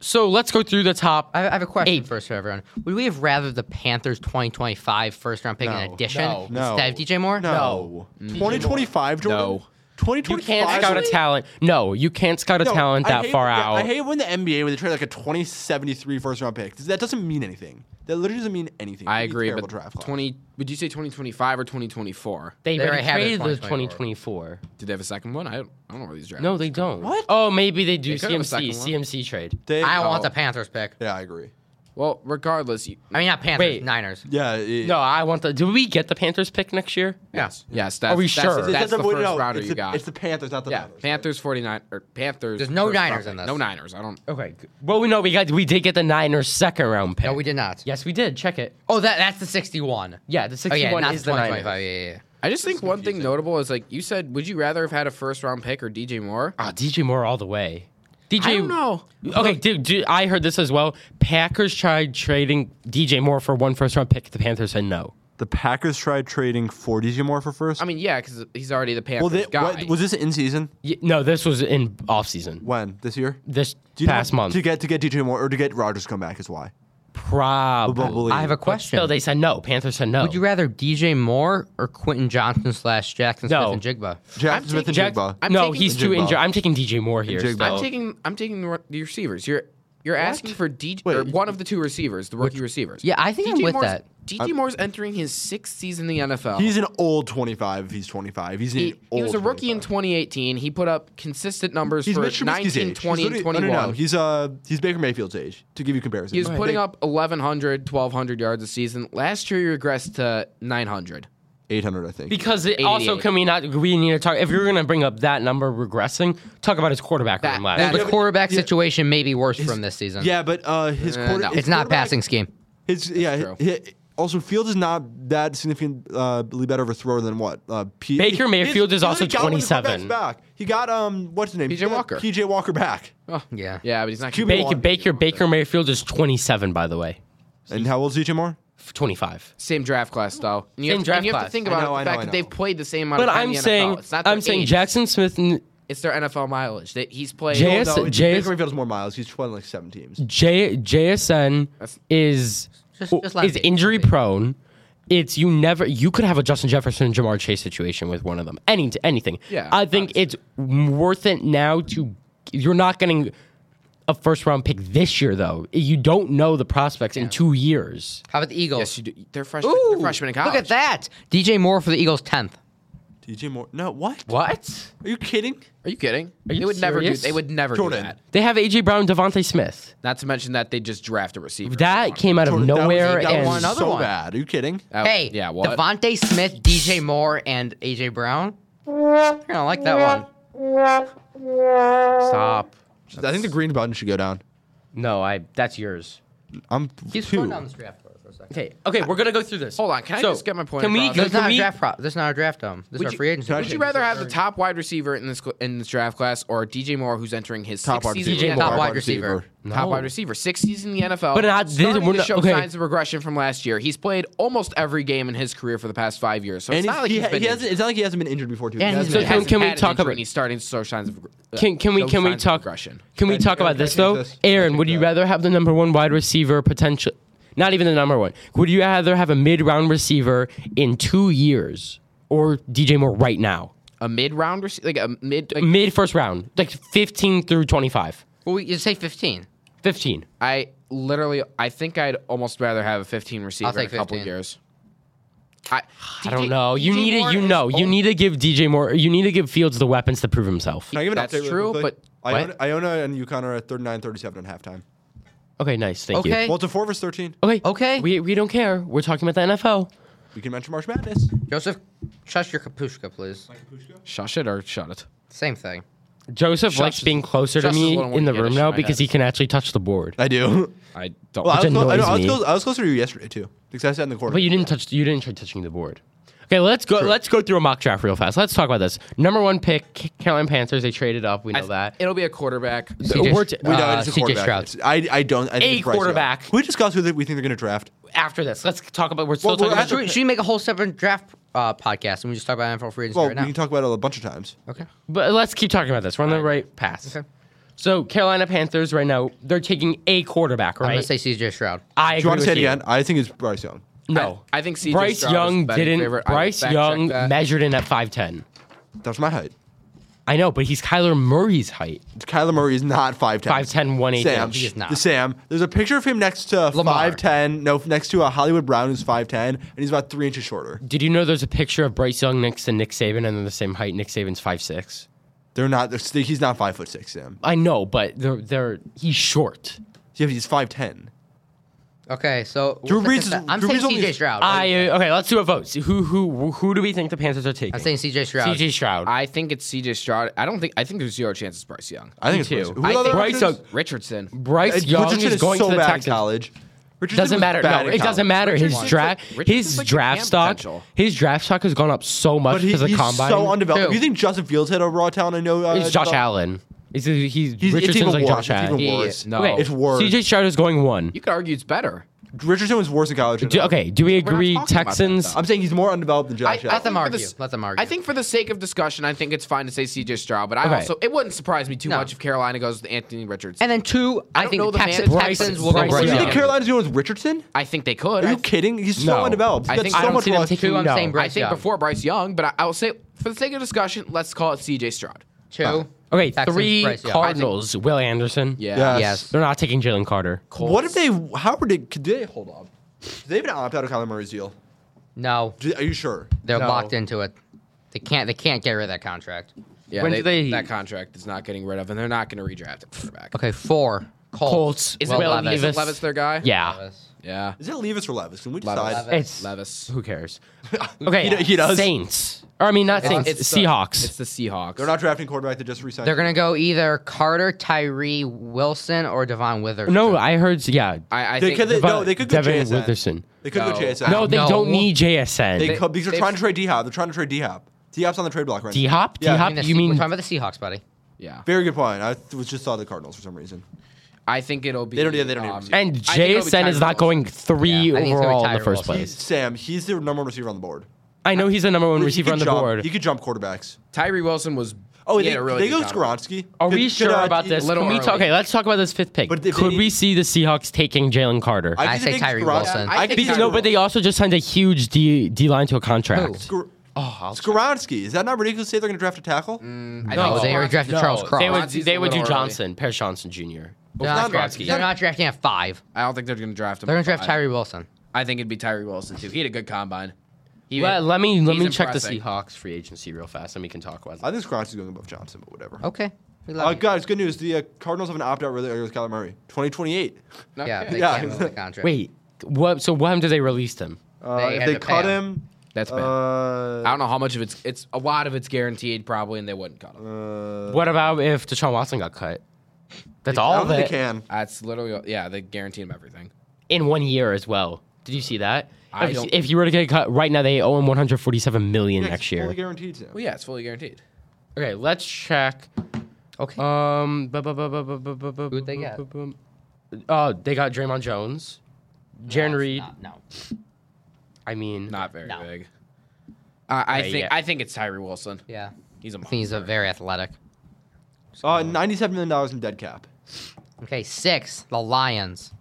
[SPEAKER 2] So let's go through the top.
[SPEAKER 1] I I have a question
[SPEAKER 2] Eight.
[SPEAKER 1] first for everyone. Would we have rather the Panthers 2025 first round pick in
[SPEAKER 3] No.
[SPEAKER 1] addition
[SPEAKER 2] No.
[SPEAKER 3] No.
[SPEAKER 1] instead of DJ Moore?
[SPEAKER 3] No. 2025, Jordan.
[SPEAKER 4] No.
[SPEAKER 3] 2025.
[SPEAKER 2] you can't scout a talent. No, you can't scout a
[SPEAKER 3] No,
[SPEAKER 2] talent
[SPEAKER 3] I
[SPEAKER 2] that
[SPEAKER 3] hate-
[SPEAKER 2] far
[SPEAKER 3] yeah,
[SPEAKER 2] out.
[SPEAKER 3] I hate when the NBA when they trade like a 2073 first round pick. That doesn't mean anything. That literally doesn't mean anything.
[SPEAKER 4] I
[SPEAKER 3] It'd be
[SPEAKER 4] agree,
[SPEAKER 3] terrible
[SPEAKER 4] but
[SPEAKER 3] draft class.
[SPEAKER 4] 20. Would you say 2025 or 2024?
[SPEAKER 2] they
[SPEAKER 1] They
[SPEAKER 2] already
[SPEAKER 1] already have it
[SPEAKER 2] traded the
[SPEAKER 1] 2024.
[SPEAKER 2] 2024.
[SPEAKER 4] Did they have a second one? I don't, I don't know where these drafts.
[SPEAKER 2] No, they don't.
[SPEAKER 3] What?
[SPEAKER 2] Oh, maybe they do.
[SPEAKER 4] They could have a
[SPEAKER 2] CMC
[SPEAKER 4] second one.
[SPEAKER 2] CMC trade.
[SPEAKER 3] They-
[SPEAKER 1] I don't
[SPEAKER 3] oh.
[SPEAKER 1] want the Panthers pick.
[SPEAKER 3] Yeah, I agree.
[SPEAKER 4] Well, regardless. You,
[SPEAKER 1] I mean, not Panthers,
[SPEAKER 2] Wait.
[SPEAKER 1] Niners.
[SPEAKER 3] Yeah. It,
[SPEAKER 2] No, I want the. Do we get the Panthers pick next year?
[SPEAKER 4] yes. Yes. That's,
[SPEAKER 2] Are we
[SPEAKER 4] that's,
[SPEAKER 2] sure?
[SPEAKER 4] That's,
[SPEAKER 3] It
[SPEAKER 4] the
[SPEAKER 3] doesn't- wait,
[SPEAKER 4] first
[SPEAKER 3] no,
[SPEAKER 4] rounder
[SPEAKER 3] it's
[SPEAKER 4] you
[SPEAKER 3] the,
[SPEAKER 4] got.
[SPEAKER 3] It's the Panthers, not the
[SPEAKER 4] yeah.
[SPEAKER 3] Niners.
[SPEAKER 4] Panthers 49 or Panthers.
[SPEAKER 1] There's no
[SPEAKER 4] first
[SPEAKER 1] Niners in
[SPEAKER 4] round.
[SPEAKER 1] this.
[SPEAKER 4] No Niners. I don't.
[SPEAKER 2] Okay. good. Well, we know we got. We did get the Niners second round pick.
[SPEAKER 1] No, we did not.
[SPEAKER 2] Yes, we did. Check it.
[SPEAKER 1] Oh, that that's the 61.
[SPEAKER 2] Yeah, the
[SPEAKER 1] Oh, yeah,
[SPEAKER 2] 61
[SPEAKER 1] not
[SPEAKER 2] is
[SPEAKER 1] the
[SPEAKER 2] the Niners.
[SPEAKER 1] 2025. Yeah, yeah, yeah.
[SPEAKER 4] I just think one thing notable is like you said. Would you rather have had a first round pick or DJ Moore?
[SPEAKER 2] Ah, DJ Moore all the way. DJ,
[SPEAKER 4] I don't know.
[SPEAKER 2] Okay, dude, dude, I heard this as well. Packers tried trading DJ Moore for one first round pick. The Panthers said no.
[SPEAKER 3] The Packers tried trading for DJ Moore for first.
[SPEAKER 4] I mean, yeah, because he's already the
[SPEAKER 3] well,
[SPEAKER 4] Panthers
[SPEAKER 3] they,
[SPEAKER 4] guy.
[SPEAKER 3] what, was this in season?
[SPEAKER 2] Y- No, this was in offseason.
[SPEAKER 3] When this year?
[SPEAKER 2] This
[SPEAKER 3] Do you know-
[SPEAKER 2] past month.
[SPEAKER 3] to get to get DJ Moore or to get Rogers come back is why.
[SPEAKER 2] Probably.
[SPEAKER 3] Probably.
[SPEAKER 1] I have a
[SPEAKER 2] But Still,
[SPEAKER 1] question.
[SPEAKER 2] they said no. Panthers said no.
[SPEAKER 1] Would you rather DJ Moore or Quentin Johnson slash Jackson
[SPEAKER 2] No.
[SPEAKER 1] Smith and Jigba?
[SPEAKER 3] Jackson
[SPEAKER 4] I'm
[SPEAKER 3] Smith and
[SPEAKER 2] Jack-
[SPEAKER 4] taking-
[SPEAKER 3] Jigba.
[SPEAKER 4] I'm
[SPEAKER 2] no,
[SPEAKER 4] taking
[SPEAKER 2] he's too
[SPEAKER 3] Jigba.
[SPEAKER 2] injured. I'm taking DJ Moore here.
[SPEAKER 3] Jigba.
[SPEAKER 2] so-
[SPEAKER 4] I'm taking I'm taking the, the receivers. You're you're asking for D,
[SPEAKER 3] Wait.
[SPEAKER 4] or one of the two receivers, the rookie receivers.
[SPEAKER 1] Yeah, I think I'm
[SPEAKER 4] DJ
[SPEAKER 1] with
[SPEAKER 4] Moore's-
[SPEAKER 1] that.
[SPEAKER 4] DJ Moore's entering his sixth season in the NFL.
[SPEAKER 3] He's an old 25. If he's 25. He's an
[SPEAKER 4] he,
[SPEAKER 3] old.
[SPEAKER 4] he was a rookie in
[SPEAKER 3] 25.
[SPEAKER 4] 2018. He put up consistent numbers
[SPEAKER 3] He's
[SPEAKER 4] for
[SPEAKER 3] Mitch Trubisky's
[SPEAKER 4] 19,
[SPEAKER 3] age.
[SPEAKER 4] 20,
[SPEAKER 3] he's
[SPEAKER 4] and
[SPEAKER 3] literally-
[SPEAKER 4] 21.
[SPEAKER 3] no, no, no. He's uh he's Baker Mayfield's age to give you comparison.
[SPEAKER 4] he was putting up 1,100, 1,200 yards a season. Last year, he regressed to 900.
[SPEAKER 3] 800, I think.
[SPEAKER 2] Because it also
[SPEAKER 4] 88.
[SPEAKER 2] can we not we need to talk if you're gonna bring up that number regressing, talk about his quarterback
[SPEAKER 4] That-
[SPEAKER 2] room last
[SPEAKER 4] that-
[SPEAKER 2] year.
[SPEAKER 1] The
[SPEAKER 4] but-
[SPEAKER 1] quarterback situation may be worse from this season.
[SPEAKER 3] yeah, but uh his quarter,
[SPEAKER 4] no.
[SPEAKER 3] his
[SPEAKER 1] It's not
[SPEAKER 3] quarterback-
[SPEAKER 1] passing scheme.
[SPEAKER 3] His yeah.
[SPEAKER 4] true.
[SPEAKER 3] He, he- also, Fields is not that significantly uh, better of a thrower than what uh, P-
[SPEAKER 2] Baker
[SPEAKER 3] he-
[SPEAKER 2] Mayfield
[SPEAKER 3] he
[SPEAKER 2] is also
[SPEAKER 3] got one of the
[SPEAKER 2] 27.
[SPEAKER 3] quarterbacks Back. He got um what's his name?
[SPEAKER 4] PJ
[SPEAKER 3] He got
[SPEAKER 4] Walker.
[SPEAKER 3] PJ Walker back.
[SPEAKER 1] Yeah.
[SPEAKER 4] Oh, Yeah, but he's not
[SPEAKER 3] QB1.
[SPEAKER 2] Baker
[SPEAKER 3] Walker.
[SPEAKER 2] Baker Baker Mayfield is 27 by the way,
[SPEAKER 3] And how old is DJ Moore?
[SPEAKER 2] 25.
[SPEAKER 4] Same draft class, though. And you
[SPEAKER 2] Same
[SPEAKER 4] have,
[SPEAKER 2] draft
[SPEAKER 4] and you have
[SPEAKER 2] class.
[SPEAKER 4] to think
[SPEAKER 3] I
[SPEAKER 4] about
[SPEAKER 3] know,
[SPEAKER 4] it,
[SPEAKER 3] I
[SPEAKER 4] the
[SPEAKER 3] know,
[SPEAKER 4] fact
[SPEAKER 3] I
[SPEAKER 4] that they've
[SPEAKER 3] know.
[SPEAKER 4] played the same amount
[SPEAKER 2] But
[SPEAKER 4] of time
[SPEAKER 2] I'm
[SPEAKER 4] in the NFL.
[SPEAKER 2] saying
[SPEAKER 4] It's not their
[SPEAKER 2] I'm saying
[SPEAKER 4] age.
[SPEAKER 2] Jackson Smith and
[SPEAKER 4] It's their NFL mileage. That he's played.
[SPEAKER 2] JS
[SPEAKER 3] Oh, no, it's-
[SPEAKER 2] Jay-
[SPEAKER 3] Baker Mayfield's more miles. He's playing like seven teams.
[SPEAKER 2] Mm. J, JSN
[SPEAKER 4] That's-
[SPEAKER 2] is
[SPEAKER 1] Just- just let
[SPEAKER 2] is
[SPEAKER 1] it be.
[SPEAKER 2] injury prone. It's you never you could have a Justin Jefferson and Jamar Chase situation with one of them. Any anything.
[SPEAKER 4] Yeah,
[SPEAKER 2] I think it's worth it now to you're not getting a first round pick this year though. You don't know the prospects in 2 years.
[SPEAKER 1] How about the Eagles?
[SPEAKER 4] Yes, you do. They're freshmen. they're
[SPEAKER 1] Ooh,
[SPEAKER 4] freshmen in college.
[SPEAKER 1] Look at that. DJ Moore for the Eagles 10th.
[SPEAKER 3] DJ Moore. No, what?
[SPEAKER 2] What?
[SPEAKER 3] Are you kidding?
[SPEAKER 4] Are you kidding?
[SPEAKER 2] Are you
[SPEAKER 4] they would never do.
[SPEAKER 2] serious?
[SPEAKER 4] They would never
[SPEAKER 3] Jordan.
[SPEAKER 4] do that.
[SPEAKER 2] They have AJ Brown, Devontae Smith.
[SPEAKER 4] Not to mention that they just draft a receiver.
[SPEAKER 2] That came out of
[SPEAKER 3] Jordan, that was-
[SPEAKER 2] nowhere
[SPEAKER 3] that
[SPEAKER 2] and
[SPEAKER 3] was
[SPEAKER 4] another
[SPEAKER 3] so
[SPEAKER 4] one.
[SPEAKER 3] bad. Are you kidding?
[SPEAKER 4] That-
[SPEAKER 1] Hey,
[SPEAKER 4] Oh, yeah, what?
[SPEAKER 1] Devontae Smith, DJ Moore, and AJ Brown. You're going to like that one.
[SPEAKER 4] Stop.
[SPEAKER 3] I think the green button should go down.
[SPEAKER 2] No, I that's yours.
[SPEAKER 3] I'm
[SPEAKER 1] He's
[SPEAKER 3] two.
[SPEAKER 1] thrown down this draft board for a second.
[SPEAKER 2] Okay, okay, we're gonna go through this.
[SPEAKER 4] Hold on, can I just get my point
[SPEAKER 2] Can we?
[SPEAKER 4] across?
[SPEAKER 1] This is
[SPEAKER 2] can
[SPEAKER 1] not a
[SPEAKER 2] we-
[SPEAKER 1] draft pro. This is not a draft um. This is
[SPEAKER 4] Would
[SPEAKER 1] our
[SPEAKER 4] you-
[SPEAKER 1] free agency.
[SPEAKER 3] Can I
[SPEAKER 4] Would you rather have the top wide receiver in this cl- in this draft class or DJ Moore, who's entering his
[SPEAKER 3] Top
[SPEAKER 4] sixth
[SPEAKER 3] wide
[SPEAKER 4] season?
[SPEAKER 3] receiver.
[SPEAKER 4] in the
[SPEAKER 1] Top
[SPEAKER 4] NFL?
[SPEAKER 1] wide receiver.
[SPEAKER 4] Top
[SPEAKER 2] No.
[SPEAKER 4] wide receiver, six seasons in the NFL,
[SPEAKER 2] But not- these-
[SPEAKER 4] starting
[SPEAKER 2] we're
[SPEAKER 4] to
[SPEAKER 2] not-
[SPEAKER 4] show
[SPEAKER 2] okay.
[SPEAKER 4] signs of regression from last year. He's played almost every game in his career for the past five years, so
[SPEAKER 3] And
[SPEAKER 4] it's not
[SPEAKER 3] he's-
[SPEAKER 4] like
[SPEAKER 3] he,
[SPEAKER 4] he's been
[SPEAKER 3] he hasn't,
[SPEAKER 4] injured.
[SPEAKER 3] it's not like he hasn't been injured before too.
[SPEAKER 1] And
[SPEAKER 3] He
[SPEAKER 1] he's
[SPEAKER 3] hasn't
[SPEAKER 2] So
[SPEAKER 4] He
[SPEAKER 3] been-
[SPEAKER 2] can-
[SPEAKER 4] hasn't
[SPEAKER 2] can we
[SPEAKER 4] had an
[SPEAKER 2] talk
[SPEAKER 4] injury
[SPEAKER 2] about-
[SPEAKER 4] and He's starting to show signs of regre-
[SPEAKER 2] Can can we
[SPEAKER 4] show
[SPEAKER 2] can we
[SPEAKER 4] signs of
[SPEAKER 2] talk
[SPEAKER 4] regression?
[SPEAKER 2] Can we
[SPEAKER 3] Can-
[SPEAKER 2] talk
[SPEAKER 3] can-
[SPEAKER 2] about
[SPEAKER 3] can
[SPEAKER 2] this
[SPEAKER 3] I
[SPEAKER 2] though?
[SPEAKER 3] change this?
[SPEAKER 2] Aaron, would you rather have the number one wide receiver potential? Not even the number one. Would you rather have a mid round receiver in two years or DJ Moore right now?
[SPEAKER 4] A mid round receiver, like a mid. Like,
[SPEAKER 2] Mid first round, like 15 through 25.
[SPEAKER 1] Well, you say 15.
[SPEAKER 2] 15.
[SPEAKER 4] I literally, I think I'd almost rather have a 15 receiver in a
[SPEAKER 1] take
[SPEAKER 4] couple
[SPEAKER 1] 15.
[SPEAKER 4] years. I,
[SPEAKER 2] I don't know. You need to, you know, you need to give DJ more. You need to give Fields the weapons to prove himself.
[SPEAKER 3] Can I give an
[SPEAKER 4] That's
[SPEAKER 3] update really
[SPEAKER 4] true,
[SPEAKER 3] quickly?
[SPEAKER 4] but-
[SPEAKER 3] Iona, Iona and UConn are at 39-37 at halftime.
[SPEAKER 2] Okay, nice. Thank
[SPEAKER 1] Okay.
[SPEAKER 2] you.
[SPEAKER 3] Well, it's a four versus thirteen.
[SPEAKER 2] Okay.
[SPEAKER 1] Okay.
[SPEAKER 2] We, we don't care. We're talking about the NFL.
[SPEAKER 3] We can mention March Madness.
[SPEAKER 1] Joseph, shush your kapushka, please.
[SPEAKER 4] shush it or shut it.
[SPEAKER 1] Same thing.
[SPEAKER 2] Joseph
[SPEAKER 4] Shush
[SPEAKER 2] likes
[SPEAKER 4] is-
[SPEAKER 2] being closer to
[SPEAKER 4] Shush is
[SPEAKER 2] me
[SPEAKER 4] one
[SPEAKER 2] in the
[SPEAKER 4] way to
[SPEAKER 2] room
[SPEAKER 4] get
[SPEAKER 2] now
[SPEAKER 4] us,
[SPEAKER 2] because he
[SPEAKER 4] right?
[SPEAKER 2] can actually touch the board.
[SPEAKER 3] I do.
[SPEAKER 4] I don't.
[SPEAKER 3] Well, I was,
[SPEAKER 2] Which
[SPEAKER 3] close, I, know, I was
[SPEAKER 2] annoys me.
[SPEAKER 3] close. I was closer to you yesterday too, because I sat in the corner.
[SPEAKER 2] But you didn't touch. You didn't try touching the board. Okay, let's go. Let's go through a mock draft real fast. Let's talk about this. Number one pick, Carolina Panthers. They traded up. We know
[SPEAKER 4] I-
[SPEAKER 2] that.
[SPEAKER 4] it'll be a quarterback.
[SPEAKER 2] CJ
[SPEAKER 1] we're
[SPEAKER 2] Stroud-
[SPEAKER 3] we know
[SPEAKER 2] uh,
[SPEAKER 3] it's a
[SPEAKER 2] CJ
[SPEAKER 3] quarterback.
[SPEAKER 2] Stroud.
[SPEAKER 3] It's- I, I don't. I think
[SPEAKER 2] A
[SPEAKER 3] it's Bryce Young.
[SPEAKER 2] quarterback.
[SPEAKER 3] Can we discuss who that we think they're going to draft?
[SPEAKER 2] After this, let's talk about. We're still
[SPEAKER 3] Well, we're
[SPEAKER 2] talking about.
[SPEAKER 3] after-
[SPEAKER 1] Should we, should we make a whole separate draft uh, podcast and we just talk about NFL free agency
[SPEAKER 3] Well,
[SPEAKER 1] right
[SPEAKER 3] we
[SPEAKER 1] now?
[SPEAKER 3] can talk about it a bunch of times.
[SPEAKER 1] okay.
[SPEAKER 2] But let's keep talking about this. We're on the right path.
[SPEAKER 1] Okay.
[SPEAKER 2] So Carolina Panthers right now they're taking a quarterback,
[SPEAKER 1] I'm
[SPEAKER 2] right?
[SPEAKER 1] gonna say CJ Stroud.
[SPEAKER 2] I
[SPEAKER 3] Do
[SPEAKER 2] agree
[SPEAKER 3] you want to
[SPEAKER 2] with
[SPEAKER 3] say it
[SPEAKER 2] you.
[SPEAKER 3] again? I think it's Bryce Young.
[SPEAKER 2] No,
[SPEAKER 4] I- I think CJ
[SPEAKER 2] Bryce
[SPEAKER 4] Stroud is
[SPEAKER 2] Young
[SPEAKER 4] the betting
[SPEAKER 2] didn't.
[SPEAKER 4] favorite. I will
[SPEAKER 2] Bryce
[SPEAKER 4] fact check
[SPEAKER 2] Young
[SPEAKER 4] that.
[SPEAKER 2] measured in at five ten.
[SPEAKER 3] That was my height.
[SPEAKER 2] I know, but he's Kyler Murray's height.
[SPEAKER 3] Kyler Murray is not 5'10".
[SPEAKER 2] 5'10", 180.
[SPEAKER 3] Sam,
[SPEAKER 1] He is not.
[SPEAKER 3] Sam, there's a picture of him next to
[SPEAKER 1] Lamar.
[SPEAKER 3] 5'10", no, next to a Hollywood Brown who's 5'10", and he's about three inches shorter.
[SPEAKER 2] Did you know there's a picture of Bryce Young next to Nick Saban and they're the same height? Nick Saban's five six.
[SPEAKER 3] They're not, they're, he's not 5'6", Sam.
[SPEAKER 2] I know, but they're they're he's short.
[SPEAKER 3] Yeah, but he's 5'10".
[SPEAKER 1] Okay, so
[SPEAKER 3] Drew
[SPEAKER 1] we'll
[SPEAKER 3] Brees
[SPEAKER 1] take
[SPEAKER 3] is-
[SPEAKER 1] that. I'm
[SPEAKER 3] Drew
[SPEAKER 1] saying
[SPEAKER 3] Brees only
[SPEAKER 1] CJ
[SPEAKER 3] is-
[SPEAKER 1] Stroud.
[SPEAKER 2] I
[SPEAKER 1] I,
[SPEAKER 2] okay. Let's do a vote. See, Who who who do we think the Panthers are taking?
[SPEAKER 1] am saying CJ Stroud.
[SPEAKER 2] CJ Stroud.
[SPEAKER 4] I think it's CJ Stroud. I don't think. I think there's zero chance it's Bryce Young.
[SPEAKER 3] I think
[SPEAKER 2] Me
[SPEAKER 3] it's
[SPEAKER 2] too.
[SPEAKER 3] Bryce.
[SPEAKER 4] I
[SPEAKER 3] Who are the
[SPEAKER 4] think-
[SPEAKER 3] other
[SPEAKER 2] Bryce
[SPEAKER 3] options?
[SPEAKER 2] Young-
[SPEAKER 4] Richardson.
[SPEAKER 2] Bryce
[SPEAKER 3] Uh,
[SPEAKER 2] Young
[SPEAKER 3] Richardson
[SPEAKER 2] is going
[SPEAKER 3] so
[SPEAKER 2] to the
[SPEAKER 3] bad in
[SPEAKER 2] Texans.
[SPEAKER 3] college. Richardson
[SPEAKER 2] Doesn't
[SPEAKER 3] was
[SPEAKER 2] matter.
[SPEAKER 3] bad
[SPEAKER 2] No,
[SPEAKER 3] in
[SPEAKER 2] it doesn't
[SPEAKER 3] college.
[SPEAKER 2] matter. His
[SPEAKER 4] Richardson's
[SPEAKER 2] draft,
[SPEAKER 4] like-
[SPEAKER 2] his
[SPEAKER 4] Richardson's like a
[SPEAKER 2] draft
[SPEAKER 4] Cam
[SPEAKER 2] stock,
[SPEAKER 4] potential.
[SPEAKER 2] his draft stock has gone up so much
[SPEAKER 3] But he,
[SPEAKER 2] because of
[SPEAKER 3] he's
[SPEAKER 2] combine.
[SPEAKER 3] so undeveloped.
[SPEAKER 1] Who?
[SPEAKER 3] You think Justin Fields had a raw talent? I know. Uh,
[SPEAKER 2] it's Josh
[SPEAKER 3] develop-
[SPEAKER 2] Allen. He's, he's,
[SPEAKER 3] He's, it's even
[SPEAKER 2] Richardson's like
[SPEAKER 3] worse.
[SPEAKER 2] Josh
[SPEAKER 3] it's even
[SPEAKER 2] Allen.
[SPEAKER 4] Yeah,
[SPEAKER 3] worse.
[SPEAKER 4] no.
[SPEAKER 2] Okay,
[SPEAKER 3] it's worse.
[SPEAKER 2] CJ Stroud is going one.
[SPEAKER 4] You could argue it's better.
[SPEAKER 3] Richardson was worse in college. than
[SPEAKER 2] Do-
[SPEAKER 3] him.
[SPEAKER 2] okay, do we
[SPEAKER 4] not
[SPEAKER 2] agree
[SPEAKER 4] talking about that,
[SPEAKER 2] Texans?
[SPEAKER 4] though.
[SPEAKER 3] I'm saying he's more undeveloped than Josh
[SPEAKER 1] Let
[SPEAKER 3] Allen.
[SPEAKER 1] them
[SPEAKER 4] think for
[SPEAKER 1] argue.
[SPEAKER 4] this-
[SPEAKER 1] Let them argue.
[SPEAKER 4] I think for the sake of discussion, I think it's fine to say CJ Stroud, but I
[SPEAKER 2] Okay.
[SPEAKER 4] also it wouldn't surprise me too
[SPEAKER 1] No.
[SPEAKER 4] much if Carolina goes with Anthony Richardson.
[SPEAKER 1] And then two, I,
[SPEAKER 4] don't
[SPEAKER 1] think
[SPEAKER 4] know the
[SPEAKER 1] Texans,
[SPEAKER 4] man-
[SPEAKER 1] Texans
[SPEAKER 4] Bryce-
[SPEAKER 1] will go
[SPEAKER 2] Bryce
[SPEAKER 1] Bryce
[SPEAKER 3] you
[SPEAKER 2] Young.
[SPEAKER 1] Young.
[SPEAKER 3] think Carolina's doing with Richardson?
[SPEAKER 4] I think they could.
[SPEAKER 3] Are
[SPEAKER 4] I,
[SPEAKER 3] you kidding? He's so
[SPEAKER 2] No.
[SPEAKER 3] undeveloped.
[SPEAKER 4] I
[SPEAKER 3] He's got
[SPEAKER 4] think-
[SPEAKER 3] so
[SPEAKER 4] I don't
[SPEAKER 3] much
[SPEAKER 2] see them
[SPEAKER 3] raw-
[SPEAKER 2] taking-
[SPEAKER 1] Two, I'm
[SPEAKER 2] No.
[SPEAKER 1] saying
[SPEAKER 4] I
[SPEAKER 1] Bryce
[SPEAKER 4] think
[SPEAKER 1] Young.
[SPEAKER 4] before Bryce Young, but I, I will say for the sake of discussion, let's call it CJ Stroud.
[SPEAKER 1] two.
[SPEAKER 3] Oh.
[SPEAKER 2] Okay,
[SPEAKER 1] Texans,
[SPEAKER 2] three
[SPEAKER 1] Bryce Young.
[SPEAKER 2] Cardinals. Will Anderson.
[SPEAKER 4] Yeah.
[SPEAKER 3] Yes.
[SPEAKER 1] Yes.
[SPEAKER 2] they're not taking Jalen Carter.
[SPEAKER 3] What if they? How did they? Could they hold on? Did they even opt out of Kyler Murray's deal?
[SPEAKER 1] No,
[SPEAKER 3] Do- Are you sure?
[SPEAKER 1] they're
[SPEAKER 3] No.
[SPEAKER 1] locked into it. They can't. They can't get rid of that contract.
[SPEAKER 4] Yeah,
[SPEAKER 2] When
[SPEAKER 4] they,
[SPEAKER 2] do they-
[SPEAKER 4] that contract is not getting rid of, and they're not going to redraft it quarterback.
[SPEAKER 1] Okay, four. Colts.
[SPEAKER 2] Colts.
[SPEAKER 1] Is
[SPEAKER 2] Is
[SPEAKER 1] well,
[SPEAKER 2] it Will
[SPEAKER 1] Levis.
[SPEAKER 4] Is
[SPEAKER 2] Levis?
[SPEAKER 4] Levis their guy?
[SPEAKER 2] Yeah,
[SPEAKER 1] Levis.
[SPEAKER 4] Yeah.
[SPEAKER 3] Is it Levis or Levis? Can we
[SPEAKER 4] Levis.
[SPEAKER 3] decide?
[SPEAKER 1] Levis.
[SPEAKER 2] it's
[SPEAKER 4] Levis.
[SPEAKER 2] Who cares? Okay,
[SPEAKER 3] He- he does.
[SPEAKER 2] Saints. Or, I mean, not Saints.
[SPEAKER 4] the-
[SPEAKER 2] Seahawks.
[SPEAKER 4] it's the Seahawks.
[SPEAKER 3] They're not drafting quarterback. They just resigned.
[SPEAKER 1] They're gonna go either Carter, Tyree Wilson, or Devon Withers.
[SPEAKER 2] no, I heard. Yeah,
[SPEAKER 4] I, I
[SPEAKER 3] They
[SPEAKER 4] think
[SPEAKER 3] could, they, no,
[SPEAKER 2] But
[SPEAKER 3] they could go
[SPEAKER 2] Devin
[SPEAKER 3] JSN.
[SPEAKER 2] Withersson.
[SPEAKER 3] They could go
[SPEAKER 4] No.
[SPEAKER 3] JSN.
[SPEAKER 2] No, they
[SPEAKER 1] No.
[SPEAKER 2] don't need JSN.
[SPEAKER 3] Uh, they, could because they're
[SPEAKER 4] they've-
[SPEAKER 3] trying to trade D Hop. They're trying to trade D Hop. D Hop's on the trade block right
[SPEAKER 2] D
[SPEAKER 3] now.
[SPEAKER 2] Hop, D
[SPEAKER 3] Yeah.
[SPEAKER 1] I
[SPEAKER 2] Hop.
[SPEAKER 1] mean, the
[SPEAKER 2] You
[SPEAKER 1] Se- we're
[SPEAKER 2] mean
[SPEAKER 1] talking about the Seahawks, buddy?
[SPEAKER 4] yeah.
[SPEAKER 3] Very good point. I th- was just saw the Cardinals for some reason.
[SPEAKER 4] I think it'll be. um,
[SPEAKER 3] They don't- yeah, they don't need receivers.
[SPEAKER 2] and
[SPEAKER 4] I think it'll be
[SPEAKER 2] JSN is
[SPEAKER 4] Tyree
[SPEAKER 2] not
[SPEAKER 4] Wilson.
[SPEAKER 2] going three
[SPEAKER 1] Yeah, I think it's gonna be
[SPEAKER 2] overall in the
[SPEAKER 1] Tyree
[SPEAKER 2] first
[SPEAKER 1] Wilson.
[SPEAKER 3] He's,
[SPEAKER 2] place.
[SPEAKER 3] Sam, he's the number one receiver on the board.
[SPEAKER 2] I know he's the number one
[SPEAKER 3] He
[SPEAKER 2] receiver
[SPEAKER 3] could
[SPEAKER 2] on the
[SPEAKER 3] jump-
[SPEAKER 2] board.
[SPEAKER 3] He could jump quarterbacks.
[SPEAKER 4] Tyree Wilson was.
[SPEAKER 3] Oh,
[SPEAKER 4] he
[SPEAKER 3] they,
[SPEAKER 4] had a really
[SPEAKER 3] they
[SPEAKER 4] good
[SPEAKER 3] go
[SPEAKER 4] time.
[SPEAKER 3] Skronsky.
[SPEAKER 2] Are
[SPEAKER 3] Could-
[SPEAKER 2] we
[SPEAKER 3] could,
[SPEAKER 2] sure
[SPEAKER 3] uh,
[SPEAKER 2] about
[SPEAKER 3] he-
[SPEAKER 2] this?
[SPEAKER 4] little
[SPEAKER 2] Can we
[SPEAKER 4] early.
[SPEAKER 2] talk- okay, let's talk about this fifth pick.
[SPEAKER 3] But if they
[SPEAKER 2] Could we
[SPEAKER 3] need-
[SPEAKER 2] see the Seahawks taking Jalen Carter?
[SPEAKER 3] I,
[SPEAKER 1] I
[SPEAKER 3] think
[SPEAKER 1] say
[SPEAKER 3] they take
[SPEAKER 1] Tyree
[SPEAKER 3] Skronsky.
[SPEAKER 1] Wilson.
[SPEAKER 4] I
[SPEAKER 3] I
[SPEAKER 4] think
[SPEAKER 3] think
[SPEAKER 4] Tyree
[SPEAKER 2] no, but they also just signed a huge D D line to a contract.
[SPEAKER 1] Who?
[SPEAKER 2] Oh,
[SPEAKER 3] Skronsky. Is that not ridiculous? to Say they're going to draft a tackle?
[SPEAKER 2] Mm.
[SPEAKER 1] I know they already drafted Charles Cross.
[SPEAKER 2] They would
[SPEAKER 4] Skronsky's
[SPEAKER 2] they
[SPEAKER 4] a
[SPEAKER 2] would do
[SPEAKER 4] little
[SPEAKER 2] Johnson, Paris Johnson Jr.
[SPEAKER 1] They're not,
[SPEAKER 3] Not
[SPEAKER 1] drafting,
[SPEAKER 3] Gronkowski.
[SPEAKER 1] they're not drafting at five.
[SPEAKER 4] I don't think they're going to draft him.
[SPEAKER 1] They're gonna draft
[SPEAKER 4] I-
[SPEAKER 1] Tyree Wilson.
[SPEAKER 4] I think it'd be Tyree Wilson too. He had a good combine. He
[SPEAKER 2] Let, let me let
[SPEAKER 4] he's
[SPEAKER 2] me check the
[SPEAKER 4] impressing.
[SPEAKER 2] Seahawks free agency real fast, and we can talk about
[SPEAKER 3] I
[SPEAKER 2] it.
[SPEAKER 3] think Skronsky's going above Johnson, but whatever.
[SPEAKER 1] Okay. We love
[SPEAKER 3] Uh,
[SPEAKER 1] you.
[SPEAKER 3] guys, good news. The uh, Cardinals have an opt out really early with Kyler Murray. 2028.
[SPEAKER 4] No,
[SPEAKER 1] Yeah, they
[SPEAKER 3] Yeah.
[SPEAKER 1] can't move the contract.
[SPEAKER 2] Wait, what? So when did they release him?
[SPEAKER 3] Uh,
[SPEAKER 1] They
[SPEAKER 3] if
[SPEAKER 1] had
[SPEAKER 3] they
[SPEAKER 1] to pay
[SPEAKER 3] cut
[SPEAKER 1] him.
[SPEAKER 3] him.
[SPEAKER 4] That's bad. I
[SPEAKER 3] Uh,
[SPEAKER 4] don't know how much of it's. It's a lot of it's guaranteed probably, and they wouldn't cut him.
[SPEAKER 2] What about if Deshaun Watson got cut? That's
[SPEAKER 3] uh, I
[SPEAKER 2] all
[SPEAKER 3] don't think
[SPEAKER 2] that
[SPEAKER 3] they can.
[SPEAKER 4] That's literally yeah. They guarantee him everything.
[SPEAKER 2] in one year as well. Did you see that?
[SPEAKER 4] I
[SPEAKER 2] if,
[SPEAKER 4] don't-
[SPEAKER 2] if you were to get cut right now, they owe him 147 million
[SPEAKER 3] Yeah,
[SPEAKER 2] next
[SPEAKER 3] it's fully
[SPEAKER 2] year.
[SPEAKER 3] guaranteed. Sam.
[SPEAKER 4] Well, yeah, it's fully guaranteed.
[SPEAKER 2] Okay, let's check.
[SPEAKER 1] Okay.
[SPEAKER 2] Um, who'd
[SPEAKER 1] Who'd they get?
[SPEAKER 2] Uh, they got Draymond Jones, Jaron
[SPEAKER 1] No,
[SPEAKER 2] Reed.
[SPEAKER 1] No, no.
[SPEAKER 2] I mean,
[SPEAKER 4] Not very
[SPEAKER 1] No.
[SPEAKER 4] big. Uh, I
[SPEAKER 2] Yeah,
[SPEAKER 4] think
[SPEAKER 2] yeah.
[SPEAKER 4] I think it's Tyree Wilson.
[SPEAKER 1] Yeah.
[SPEAKER 4] He's a
[SPEAKER 1] I think he's a very athletic.
[SPEAKER 3] Uh, $97 million in dead cap.
[SPEAKER 1] Okay, six, the Lions.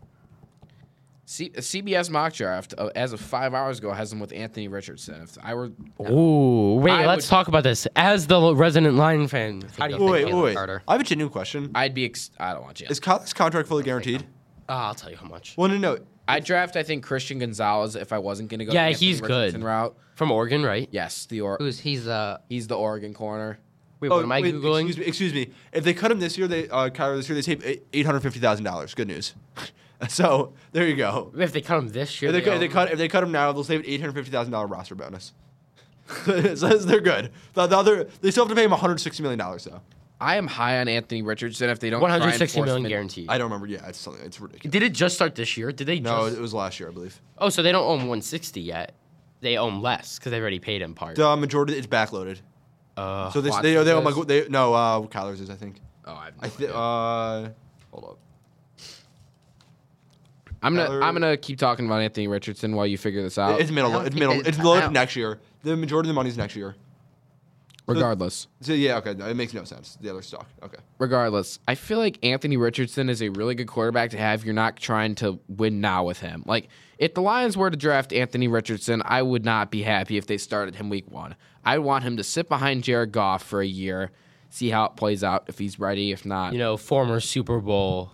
[SPEAKER 4] C- CBS mock draft uh, as of five hours ago has him with Anthony Richardson. If I were
[SPEAKER 2] Ooh, wait.
[SPEAKER 4] I
[SPEAKER 2] let's
[SPEAKER 4] would-
[SPEAKER 2] talk about this as the resident Lion fan. How do you?
[SPEAKER 1] Think
[SPEAKER 3] Wait, wait,
[SPEAKER 1] Jalen
[SPEAKER 3] wait.
[SPEAKER 1] Carter.
[SPEAKER 3] I have a genuine question.
[SPEAKER 4] I'd be. Ex- I don't want you.
[SPEAKER 3] Is Kyler's contract fully guaranteed?
[SPEAKER 2] Ah, I'll tell you how much.
[SPEAKER 3] Well, no, no.
[SPEAKER 4] I draft, I think, Christian Gonzalez if I wasn't going to go.
[SPEAKER 2] Yeah,
[SPEAKER 4] the Anthony
[SPEAKER 2] he's good.
[SPEAKER 4] Richardson Route.
[SPEAKER 2] From Oregon, right?
[SPEAKER 4] Yes, the or-
[SPEAKER 1] Who's he's uh
[SPEAKER 4] he's the Oregon corner.
[SPEAKER 2] Wait,
[SPEAKER 3] Oh,
[SPEAKER 2] what am I
[SPEAKER 3] wait,
[SPEAKER 2] googling?
[SPEAKER 3] Excuse me, excuse me. If they cut him this year, they uh, Kyler this year, they save eight hundred fifty thousand dollars. Good news. so there you go.
[SPEAKER 2] If they cut him this year,
[SPEAKER 3] If they,
[SPEAKER 2] they
[SPEAKER 3] cut, if
[SPEAKER 2] own-
[SPEAKER 3] they cut if they cut him now, they'll save an eight hundred fifty thousand dollar roster bonus. so they're good. The, the other they still have to pay him one hundred sixty million dollars though.
[SPEAKER 4] I am high on Anthony Richardson if they don't. try and
[SPEAKER 2] 160
[SPEAKER 4] force
[SPEAKER 2] million
[SPEAKER 4] him in.
[SPEAKER 2] guaranteed.
[SPEAKER 3] I don't remember. Yeah, it's something. It's ridiculous.
[SPEAKER 2] Did it just start this year? Did they
[SPEAKER 3] No,
[SPEAKER 2] just?
[SPEAKER 3] it was last year, I believe.
[SPEAKER 2] oh, so they don't own 160 yet. They own less because they already paid him part.
[SPEAKER 3] The majority it's backloaded. Uh, so this, they they oh my
[SPEAKER 4] Watson's.
[SPEAKER 3] they no uh, Kyler's is I think.
[SPEAKER 4] Oh, I have no
[SPEAKER 3] I thi-
[SPEAKER 4] idea.
[SPEAKER 3] uh, hold up.
[SPEAKER 4] I'm gonna
[SPEAKER 3] Tyler-
[SPEAKER 4] I'm gonna keep talking about Anthony Richardson while you figure this out.
[SPEAKER 3] It's middle. It's
[SPEAKER 1] think
[SPEAKER 3] middle.
[SPEAKER 1] it-
[SPEAKER 3] It's
[SPEAKER 1] I
[SPEAKER 3] low
[SPEAKER 1] don't-
[SPEAKER 3] next year. The majority of the money's next year.
[SPEAKER 4] regardless,
[SPEAKER 3] So yeah, okay, no, it makes no sense. The other stock, okay.
[SPEAKER 4] regardless, I feel like Anthony Richardson is a really good quarterback to have. You're not trying to win now with him. Like if the Lions were to draft Anthony Richardson, I would not be happy if they started him week one. I want him to sit behind Jared Goff for a year, see how it plays out. If he's ready, if not,
[SPEAKER 2] You know, former Super Bowl